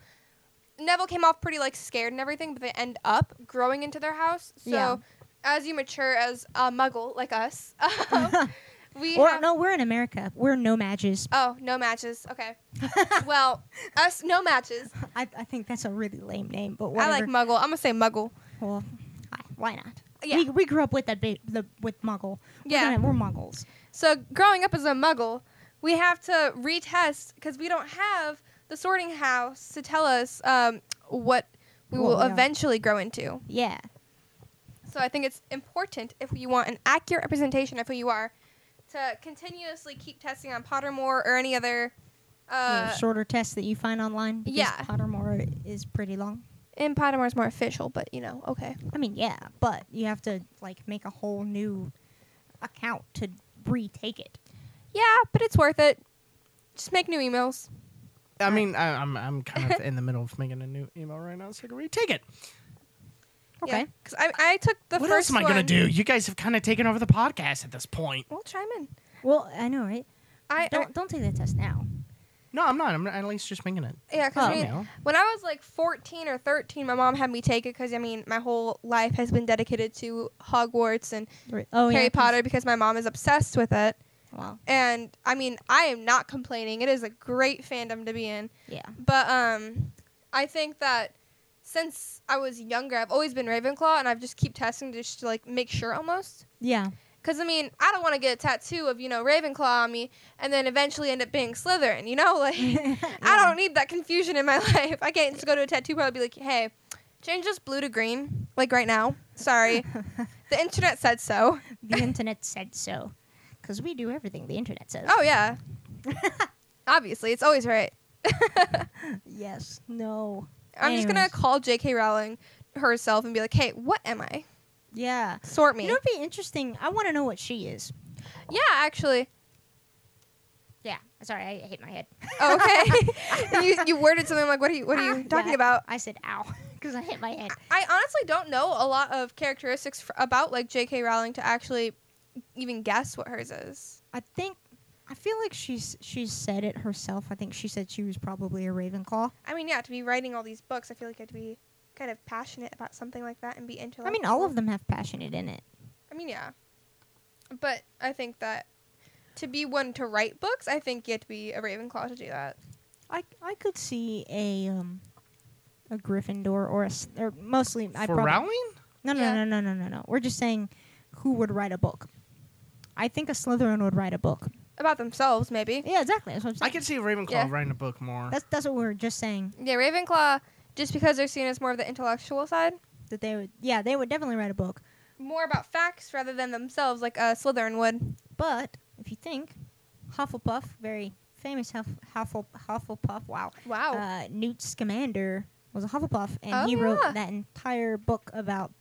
[SPEAKER 3] neville came off pretty like scared and everything but they end up growing into their house so
[SPEAKER 2] Yeah.
[SPEAKER 3] as you mature as a muggle like us we
[SPEAKER 2] or
[SPEAKER 3] have-
[SPEAKER 2] no, we're in America. We're no matches.
[SPEAKER 3] oh no matches okay well us no matches
[SPEAKER 2] I, I think that's a really lame name, but whatever.
[SPEAKER 3] i like muggle i'm gonna say muggle
[SPEAKER 2] well, I- why not?
[SPEAKER 3] yeah
[SPEAKER 2] We, we grew up with that big the with Muggle. We're
[SPEAKER 3] Yeah.
[SPEAKER 2] gonna- we're Muggles.
[SPEAKER 3] So growing up as a muggle, we have to retest because we don't have the sorting house to tell us um, what we will
[SPEAKER 2] Well, yeah.
[SPEAKER 3] eventually grow into.
[SPEAKER 2] Yeah,
[SPEAKER 3] So I think it's important if you want an accurate representation of who you are to continuously keep testing on Pottermore or any other.
[SPEAKER 2] You know,
[SPEAKER 3] Uh,
[SPEAKER 2] shorter tests that you find online. Because
[SPEAKER 3] yeah.
[SPEAKER 2] Pottermore is pretty long.
[SPEAKER 3] and Pottermore is more official, but you know, okay.
[SPEAKER 2] I mean, yeah, but you have to like make a whole new account to retake it.
[SPEAKER 3] Yeah, but it's worth it. Just make new emails.
[SPEAKER 1] I mean, I, I'm I'm kind of in the middle of making a new email right now, so I can retake it.
[SPEAKER 2] Okay.
[SPEAKER 3] Because I, I took the
[SPEAKER 1] what else
[SPEAKER 3] first
[SPEAKER 1] am I gonna
[SPEAKER 3] one-
[SPEAKER 1] do? You guys have kind of taken over the podcast at this point.
[SPEAKER 3] Well, chime in.
[SPEAKER 2] Well, I know, right?
[SPEAKER 3] I I-
[SPEAKER 2] don't don't take that test now.
[SPEAKER 1] No, I'm not. I'm at least just making it.
[SPEAKER 3] Yeah, because
[SPEAKER 2] Oh.
[SPEAKER 1] Yeah.
[SPEAKER 3] when I was like 14 or 13, my mom had me take it because I mean, my whole life has been dedicated to Hogwarts and
[SPEAKER 2] Oh
[SPEAKER 3] Harry
[SPEAKER 2] yeah, 'cause-
[SPEAKER 3] Potter because my mom is obsessed with it.
[SPEAKER 2] Well,
[SPEAKER 3] And I mean, I am not complaining. It is a great fandom to be in.
[SPEAKER 2] yeah,
[SPEAKER 3] But um, I think that since I was younger, I've always been Ravenclaw, and I've just keep testing just to like make sure almost.
[SPEAKER 2] yeah,
[SPEAKER 3] Because I mean, I don't want to get a tattoo of you know Ravenclaw on me, and then eventually end up being Slytherin. You know, like. I
[SPEAKER 2] Yeah.
[SPEAKER 3] don't need that confusion in my life. I can't just go to a tattoo parlor and be like, hey, change this blue to green, like right now. Sorry. the internet said so.
[SPEAKER 2] The internet said so, because we do everything the internet says.
[SPEAKER 3] Oh, yeah. Obviously, it's always right.
[SPEAKER 2] yes, no,
[SPEAKER 3] I'm just going
[SPEAKER 2] Anyways.
[SPEAKER 3] to call JK Rowling herself and be like, hey, what am I?
[SPEAKER 2] yeah.
[SPEAKER 3] Sort
[SPEAKER 2] You
[SPEAKER 3] me.
[SPEAKER 2] know, it'd be interesting. I want to know what she is.
[SPEAKER 3] Yeah, actually.
[SPEAKER 2] Yeah, sorry, I hit my head.
[SPEAKER 3] Oh, okay. you, you worded something like, what are you, what are you talking
[SPEAKER 2] Ah, Yeah,
[SPEAKER 3] about?
[SPEAKER 2] I said ow because I hit my head.
[SPEAKER 3] Ah, I honestly don't know a lot of characteristics fr about like JK Rowling to actually even guess what hers is.
[SPEAKER 2] I think I feel like she's she's said it herself. I think she said she was probably a Ravenclaw.
[SPEAKER 3] I mean, yeah, to be writing all these books, I feel like I had to be kind of passionate about something like that and be into.
[SPEAKER 2] I mean, all of them have passionate in it.
[SPEAKER 3] I mean, yeah, but I think that to be one to write books, I think you have to be a Ravenclaw to do that.
[SPEAKER 2] I I could see a um a Gryffindor or a s- or mostly I
[SPEAKER 1] For
[SPEAKER 2] probab-
[SPEAKER 1] Rowling?
[SPEAKER 2] No, no,
[SPEAKER 3] Yeah.
[SPEAKER 2] no, no, no, no, no. We're just saying who would write a book. I think a Slytherin would write a book.
[SPEAKER 3] About themselves, maybe.
[SPEAKER 2] Yeah, exactly. That's what I'm
[SPEAKER 1] I
[SPEAKER 2] saying.
[SPEAKER 1] can see Ravenclaw
[SPEAKER 3] Yeah.
[SPEAKER 1] writing a book more.
[SPEAKER 2] that's that's what we were just saying
[SPEAKER 3] Yeah, Ravenclaw, just because they're seen as more of the intellectual side,
[SPEAKER 2] that they would. Yeah, they would definitely write a book.
[SPEAKER 3] more about facts rather than themselves, like uh, Slytherin would.
[SPEAKER 2] But if you think, Hufflepuff, very famous Huff, Huffle, Hufflepuff. Wow.
[SPEAKER 3] Wow.
[SPEAKER 2] uh, Newt Scamander was a Hufflepuff, and
[SPEAKER 3] Oh,
[SPEAKER 2] he wrote
[SPEAKER 3] yeah.
[SPEAKER 2] that entire book about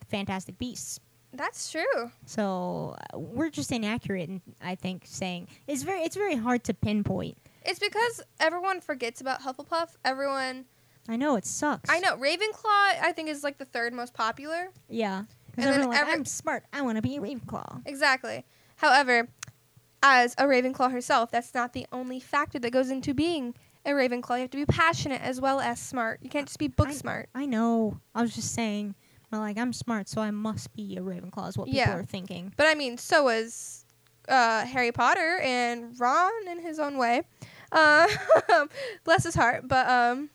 [SPEAKER 2] the Fantastic Beasts.
[SPEAKER 3] That's true.
[SPEAKER 2] So uh, we're just inaccurate, and I think saying it's very it's very hard to pinpoint.
[SPEAKER 3] It's because everyone forgets about Hufflepuff. Everyone,
[SPEAKER 2] I know it sucks.
[SPEAKER 3] I know Ravenclaw. I think is like the third most popular.
[SPEAKER 2] Yeah, Because
[SPEAKER 3] And then
[SPEAKER 2] everyone's like,
[SPEAKER 3] every-
[SPEAKER 2] I'm smart. I want to be a Ravenclaw.
[SPEAKER 3] Exactly. However, as a Ravenclaw herself, that's not the only factor that goes into being a Ravenclaw. You have to be passionate as well as smart. You can't just be book
[SPEAKER 2] I-
[SPEAKER 3] smart.
[SPEAKER 2] I know. I was just saying, I'm like, I'm smart, so I must be a Ravenclaw, is what people
[SPEAKER 3] Yeah.
[SPEAKER 2] are thinking.
[SPEAKER 3] But I mean, so was uh, Harry Potter and Ron in his own way. Uh, bless his heart. But um,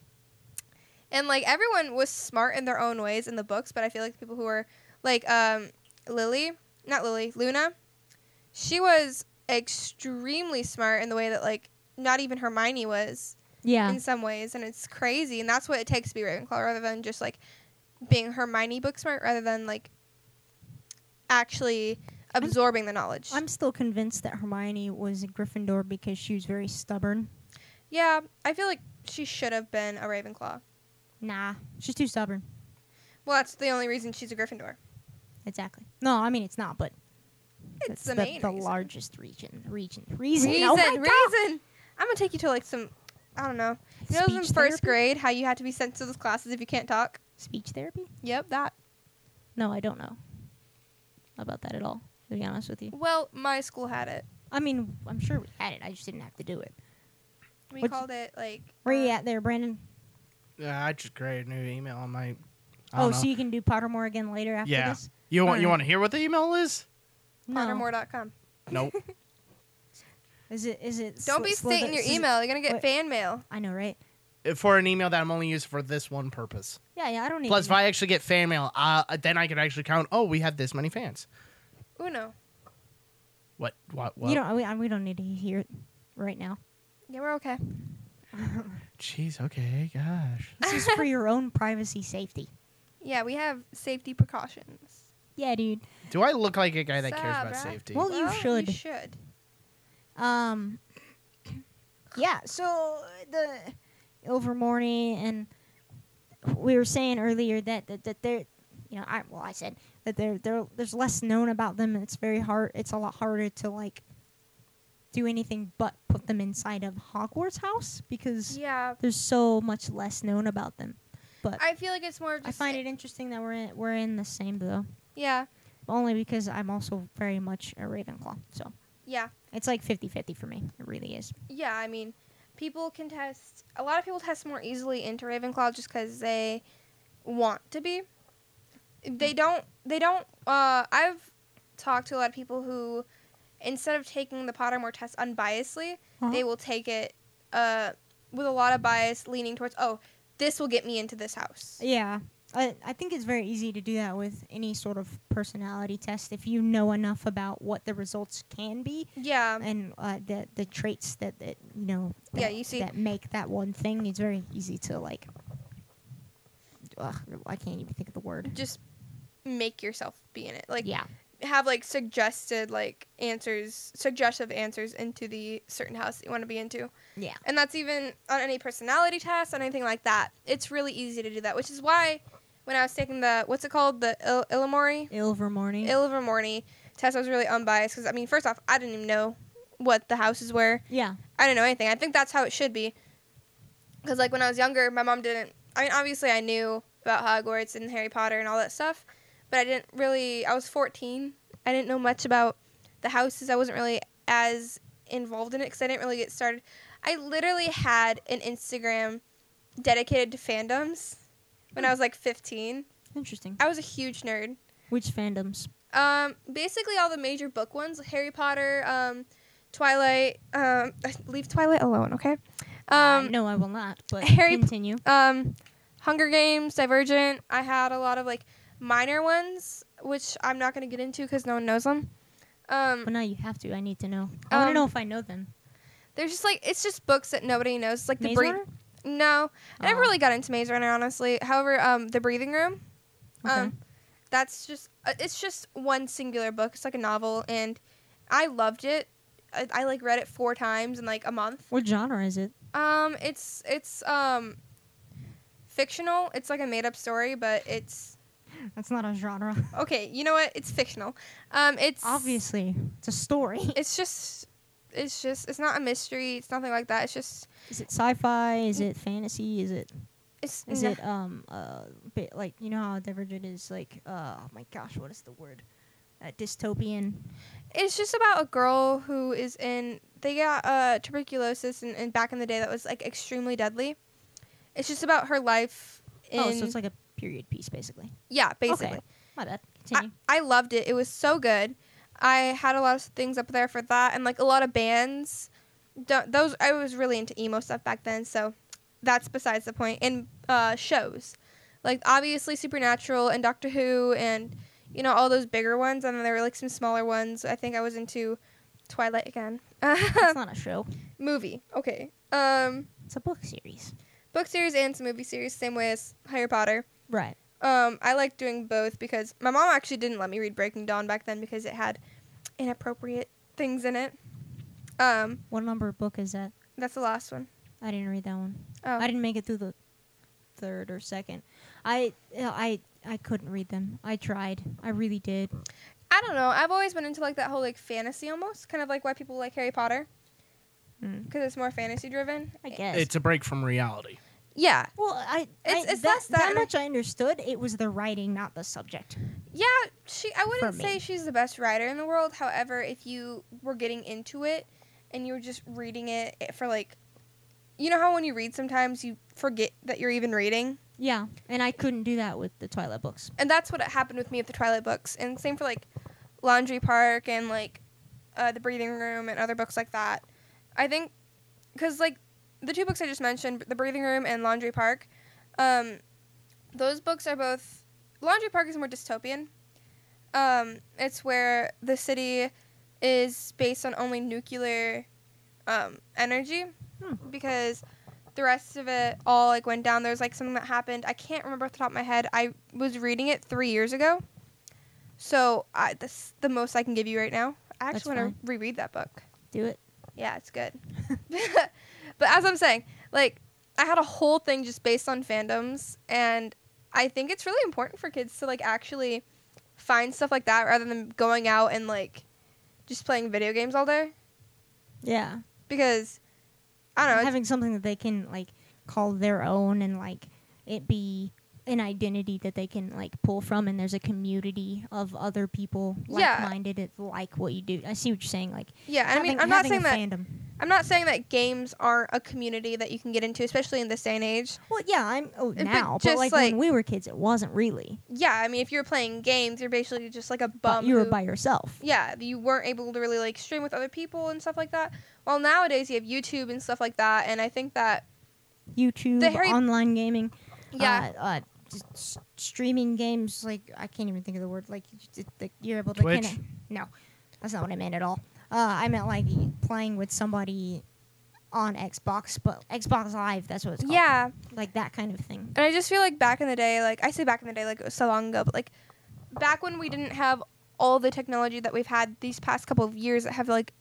[SPEAKER 3] and like everyone was smart in their own ways in the books. But I feel like the people who were like um, Lily, not Lily, Luna, she was extremely smart in the way that like not even Hermione was
[SPEAKER 2] Yeah.
[SPEAKER 3] in some ways, and it's crazy. And that's what it takes to be Ravenclaw, rather than just like being Hermione book smart, rather than like actually absorbing the knowledge.
[SPEAKER 2] I'm still convinced that Hermione was a Gryffindor because she was very stubborn.
[SPEAKER 3] yeah, I feel like she should have been a Ravenclaw.
[SPEAKER 2] Nah, she's too stubborn.
[SPEAKER 3] Well, that's the only reason she's a Gryffindor.
[SPEAKER 2] Exactly. No, I mean it's not, but
[SPEAKER 3] It's the,
[SPEAKER 2] the,
[SPEAKER 3] main
[SPEAKER 2] the
[SPEAKER 3] reason.
[SPEAKER 2] largest region. Region. Reason.
[SPEAKER 3] reason.
[SPEAKER 2] oh my
[SPEAKER 3] reason.
[SPEAKER 2] God.
[SPEAKER 3] I'm gonna take you to like some. I don't know. You know, in
[SPEAKER 2] Speech
[SPEAKER 3] first
[SPEAKER 2] therapy?
[SPEAKER 3] grade, how you had to be sent to those classes if you can't talk.
[SPEAKER 2] Speech therapy?
[SPEAKER 3] Yep, that.
[SPEAKER 2] No, I don't know about that at all. To be honest with you,
[SPEAKER 3] Well, my school had it.
[SPEAKER 2] I mean I'm sure we had it. I just didn't have to do it.
[SPEAKER 3] We
[SPEAKER 2] What'd you-
[SPEAKER 3] called it like.
[SPEAKER 2] Where you
[SPEAKER 3] um,
[SPEAKER 2] at there, Brandon?
[SPEAKER 1] Yeah, I just created a new email on my. I
[SPEAKER 2] Oh,
[SPEAKER 1] don't know.
[SPEAKER 2] so you can do Pottermore again later after
[SPEAKER 1] Yeah.
[SPEAKER 2] this?
[SPEAKER 1] you want you
[SPEAKER 2] Alright.
[SPEAKER 1] want to hear what the email is?
[SPEAKER 2] No.
[SPEAKER 3] Pottermore.com.
[SPEAKER 1] Nope.
[SPEAKER 2] Is it? Is it?
[SPEAKER 3] Don't
[SPEAKER 2] sli-
[SPEAKER 3] be
[SPEAKER 2] slither-
[SPEAKER 3] stating your
[SPEAKER 2] is it-
[SPEAKER 3] email. You're gonna get
[SPEAKER 2] wait.
[SPEAKER 3] fan mail.
[SPEAKER 2] I know, right?
[SPEAKER 1] for an email that I'm only using for this one purpose.
[SPEAKER 2] Yeah, yeah. I don't need.
[SPEAKER 1] Plus, if I actually get fan mail, uh, then I can actually count. Oh, we have this many fans.
[SPEAKER 3] Uno.
[SPEAKER 1] What? What? what?
[SPEAKER 2] you don't. We, I- we don't need to hear it right now.
[SPEAKER 3] Yeah, we're okay.
[SPEAKER 1] Jeez. Okay. Gosh.
[SPEAKER 2] This is for your own privacy safety.
[SPEAKER 3] Yeah, we have safety precautions.
[SPEAKER 2] Yeah, dude.
[SPEAKER 1] Do I look like a guy that cares
[SPEAKER 3] Sup,
[SPEAKER 1] about
[SPEAKER 3] bruh?
[SPEAKER 1] safety?
[SPEAKER 2] Well, you should.
[SPEAKER 3] You should.
[SPEAKER 2] Um. Yeah. So the over morning, and we were saying earlier that that, that they're, you know, I well, I said that there there there's less known about them, and it's very hard. It's a lot harder to like do anything but put them inside of Hogwarts house because
[SPEAKER 3] Yeah,
[SPEAKER 2] there's so much less known about them. But I,
[SPEAKER 3] I feel like it's more. Just
[SPEAKER 2] find it interesting that we're in, we're in the same though,
[SPEAKER 3] Yeah,
[SPEAKER 2] only because I'm also very much a Ravenclaw. So
[SPEAKER 3] yeah,
[SPEAKER 2] it's like 50-50 for me. It really is.
[SPEAKER 3] yeah. I mean, people can test. A lot of people test more easily into Ravenclaw just because they want to be. They don't. They don't. Uh, I've talked to a lot of people who, instead of taking the Pottermore test unbiasedly, they will take it uh, with a lot of bias leaning towards oh this will get me into this house
[SPEAKER 2] Yeah. I, I think it's very easy to do that with any sort of personality test if you know enough about what the results can be
[SPEAKER 3] yeah
[SPEAKER 2] and uh, the the traits that, that you know that,
[SPEAKER 3] Yeah, you see-
[SPEAKER 2] that make that one thing. It's very easy to like. Ugh, I can't even think of the word.
[SPEAKER 3] just make yourself be in it like
[SPEAKER 2] yeah,
[SPEAKER 3] have like suggested like answers suggestive answers into the certain house that you want to be into
[SPEAKER 2] yeah.
[SPEAKER 3] and that's even on any personality test on anything like that it's really easy to do that which is why when i was taking the what's it called the Il- illimori
[SPEAKER 2] Ilver morning.
[SPEAKER 3] illimori test i was really unbiased because i mean first off i didn't even know what the houses were
[SPEAKER 2] yeah,
[SPEAKER 3] I don't know anything. I think that's how it should be. Because, like, when I was younger, my mom didn't. I mean, obviously, I knew about Hogwarts and Harry Potter and all that stuff, but I didn't really. I was 14. I didn't know much about the houses. I wasn't really as involved in it because I didn't really get started. I literally had an Instagram dedicated to fandoms when I was like 15.
[SPEAKER 2] interesting.
[SPEAKER 3] I was a huge nerd.
[SPEAKER 2] Which fandoms?
[SPEAKER 3] Um, basically all the major book ones: Harry Potter, um, Twilight. Um, leave Twilight alone, okay?
[SPEAKER 2] I
[SPEAKER 3] Um,
[SPEAKER 2] no, I will not. But
[SPEAKER 3] Harry P-
[SPEAKER 2] continue.
[SPEAKER 3] um, Hunger Games, Divergent. I had a lot of like minor ones, which I'm not gonna get into because no one knows them.
[SPEAKER 2] but
[SPEAKER 3] Um,
[SPEAKER 2] now you have to. I need to know. I want to
[SPEAKER 3] Um,
[SPEAKER 2] know if I know them.
[SPEAKER 3] there's just like it's just books that nobody knows. It's like the
[SPEAKER 2] Maze
[SPEAKER 3] breathe.
[SPEAKER 2] Runner?
[SPEAKER 3] No, I never
[SPEAKER 2] Oh.
[SPEAKER 3] really got into Maze Runner, honestly. However, um, the Breathing Room.
[SPEAKER 2] Okay.
[SPEAKER 3] Um, that's just uh, it's just one singular book. It's like a novel, and I loved it. I, I like read it four times in like a month.
[SPEAKER 2] what genre is it?
[SPEAKER 3] Um, it's it's um fictional. It's like a made up story, but it's
[SPEAKER 2] That's not a genre.
[SPEAKER 3] okay. You know what? It's fictional. Um, it's
[SPEAKER 2] Obviously, it's a story.
[SPEAKER 3] It's just it's just it's not a mystery. It's nothing like that. It's just
[SPEAKER 2] Mm. Is it sci-fi? Is it fantasy? Is it
[SPEAKER 3] It's
[SPEAKER 2] Is
[SPEAKER 3] nah.
[SPEAKER 2] it um uh bit like you know how Divergent is like uh oh my gosh what is the word? Uh, dystopian.
[SPEAKER 3] It's just about a girl who is in. They got uh, tuberculosis, and, and back in the day, that was like extremely deadly. It's just about her life. In,
[SPEAKER 2] oh, so it's like a period piece basically.
[SPEAKER 3] yeah, basically.
[SPEAKER 2] My bad.
[SPEAKER 3] I,
[SPEAKER 2] Continue.
[SPEAKER 3] I loved it. It was so good. I had a lot of things up there for that, and like a lot of bands. Th- Those I was really into emo stuff back then, so that's besides the point. And uh, shows, like obviously Supernatural and Doctor Who, and you know all those bigger ones, and then there were like some smaller ones. I think I was into Twilight again.
[SPEAKER 2] it's not a show.
[SPEAKER 3] Movie, okay. Um,
[SPEAKER 2] It's a book series.
[SPEAKER 3] book series and some movie series, same way as Harry Potter.
[SPEAKER 2] Right.
[SPEAKER 3] Um, I like doing both because my mom actually didn't let me read Breaking Dawn back then because it had inappropriate things in it. Um,
[SPEAKER 2] What number book is that?
[SPEAKER 3] that's the last one.
[SPEAKER 2] I didn't read that one.
[SPEAKER 3] Oh,
[SPEAKER 2] I didn't make it through the third or second. I you know, I I couldn't read them. I tried. I really did.
[SPEAKER 3] I don't know. I've always been into like that whole like fantasy almost, kind of like why people like Harry Potter
[SPEAKER 2] Mm.
[SPEAKER 3] because it's more fantasy driven.
[SPEAKER 2] I guess.
[SPEAKER 1] It's a break from reality.
[SPEAKER 3] Yeah,
[SPEAKER 2] well, I,
[SPEAKER 3] It's-
[SPEAKER 2] I
[SPEAKER 3] it's
[SPEAKER 2] that,
[SPEAKER 3] less
[SPEAKER 2] that,
[SPEAKER 3] that-
[SPEAKER 2] much I understood. It was the writing, not the subject.
[SPEAKER 3] yeah. She, I wouldn't
[SPEAKER 2] For
[SPEAKER 3] say
[SPEAKER 2] me.
[SPEAKER 3] she's the best writer in the world. However, if you were getting into it and you were just reading it for like, you know how when you read sometimes you forget that you're even reading.
[SPEAKER 2] Yeah, and I couldn't do that with the Twilight books.
[SPEAKER 3] and that's what happened with me with the Twilight books, and same for like Laundry Park and like uh, the Breathing Room and other books like that. I think because like the two books I just mentioned, the Breathing Room and Laundry Park, um, those books are both. Laundry Park is more dystopian. Um, it's where the city is based on only nuclear um, energy
[SPEAKER 2] Hmm.
[SPEAKER 3] because the rest of it all like went down. There's like something that happened. I can't remember off the top of my head. I was reading it three years ago, so I, that's the most I can give you right now. I
[SPEAKER 2] That's
[SPEAKER 3] actually want to reread that book.
[SPEAKER 2] Do it.
[SPEAKER 3] Yeah, it's good. but as I'm saying, like I had a whole thing just based on fandoms and I think it's really important for kids to like actually find stuff like that rather than going out and like just playing video games all day
[SPEAKER 2] Yeah.
[SPEAKER 3] because I don't know. it's-
[SPEAKER 2] having something that they can like call their own and like it be an identity that they can like pull from and there's a community of other people
[SPEAKER 3] Yeah.
[SPEAKER 2] like-minded that like what you do i see what you're saying like
[SPEAKER 3] yeah, and I mean,
[SPEAKER 2] having-
[SPEAKER 3] I'm not
[SPEAKER 2] having
[SPEAKER 3] saying
[SPEAKER 2] a
[SPEAKER 3] that
[SPEAKER 2] fandom
[SPEAKER 3] I'm not saying that games are a community that you can get into, especially in this day and age.
[SPEAKER 2] well yeah i'm oh,
[SPEAKER 3] but
[SPEAKER 2] now but,
[SPEAKER 3] just,
[SPEAKER 2] like,
[SPEAKER 3] like-
[SPEAKER 2] when we were kids it wasn't really
[SPEAKER 3] Yeah, I mean, if you're playing games, you're basically just like a
[SPEAKER 2] but
[SPEAKER 3] bum.
[SPEAKER 2] you were
[SPEAKER 3] who-
[SPEAKER 2] by yourself
[SPEAKER 3] yeah, you weren't able to really like stream with other people and stuff like that. Well, nowadays you have YouTube and stuff like that, and I think that
[SPEAKER 2] youtube
[SPEAKER 3] The Harry-
[SPEAKER 2] online gaming
[SPEAKER 3] yeah,
[SPEAKER 2] uh, uh, just s- streaming games like i can't even think of the word like you just- like, you're able to
[SPEAKER 1] Twitch?
[SPEAKER 2] connect no that's not what i meant at all uh, i meant like playing with somebody on xbox but xbox live that's what it's called
[SPEAKER 3] yeah,
[SPEAKER 2] like that kind of thing
[SPEAKER 3] and I just feel like back in the day, like I say back in the day, like it was so long ago, but like back when we didn't have all the technology that we've had these past couple of years that have like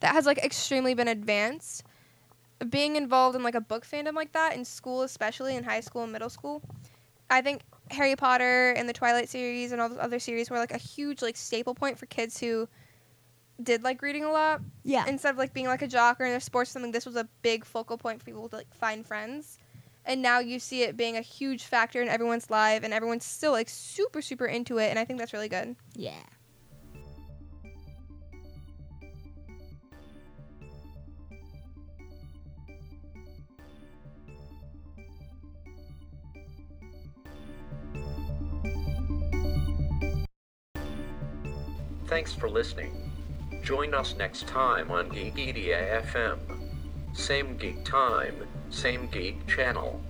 [SPEAKER 3] that has like extremely been advanced. Being involved in like a book fandom like that in school, especially in high school and middle school, I think Harry Potter and the Twilight series and all those other series were like a huge like staple point for kids who did like reading a lot
[SPEAKER 2] yeah
[SPEAKER 3] instead of like being like a jock or in their sports or something, this was a big focal point for people to like find friends. And now you see it being a huge factor in everyone's life, and everyone's still like super, super into it. And I think that's really good.
[SPEAKER 2] yeah
[SPEAKER 4] Thanks for listening. Join us next time on Geekedia FM. Same geek time, same geek channel.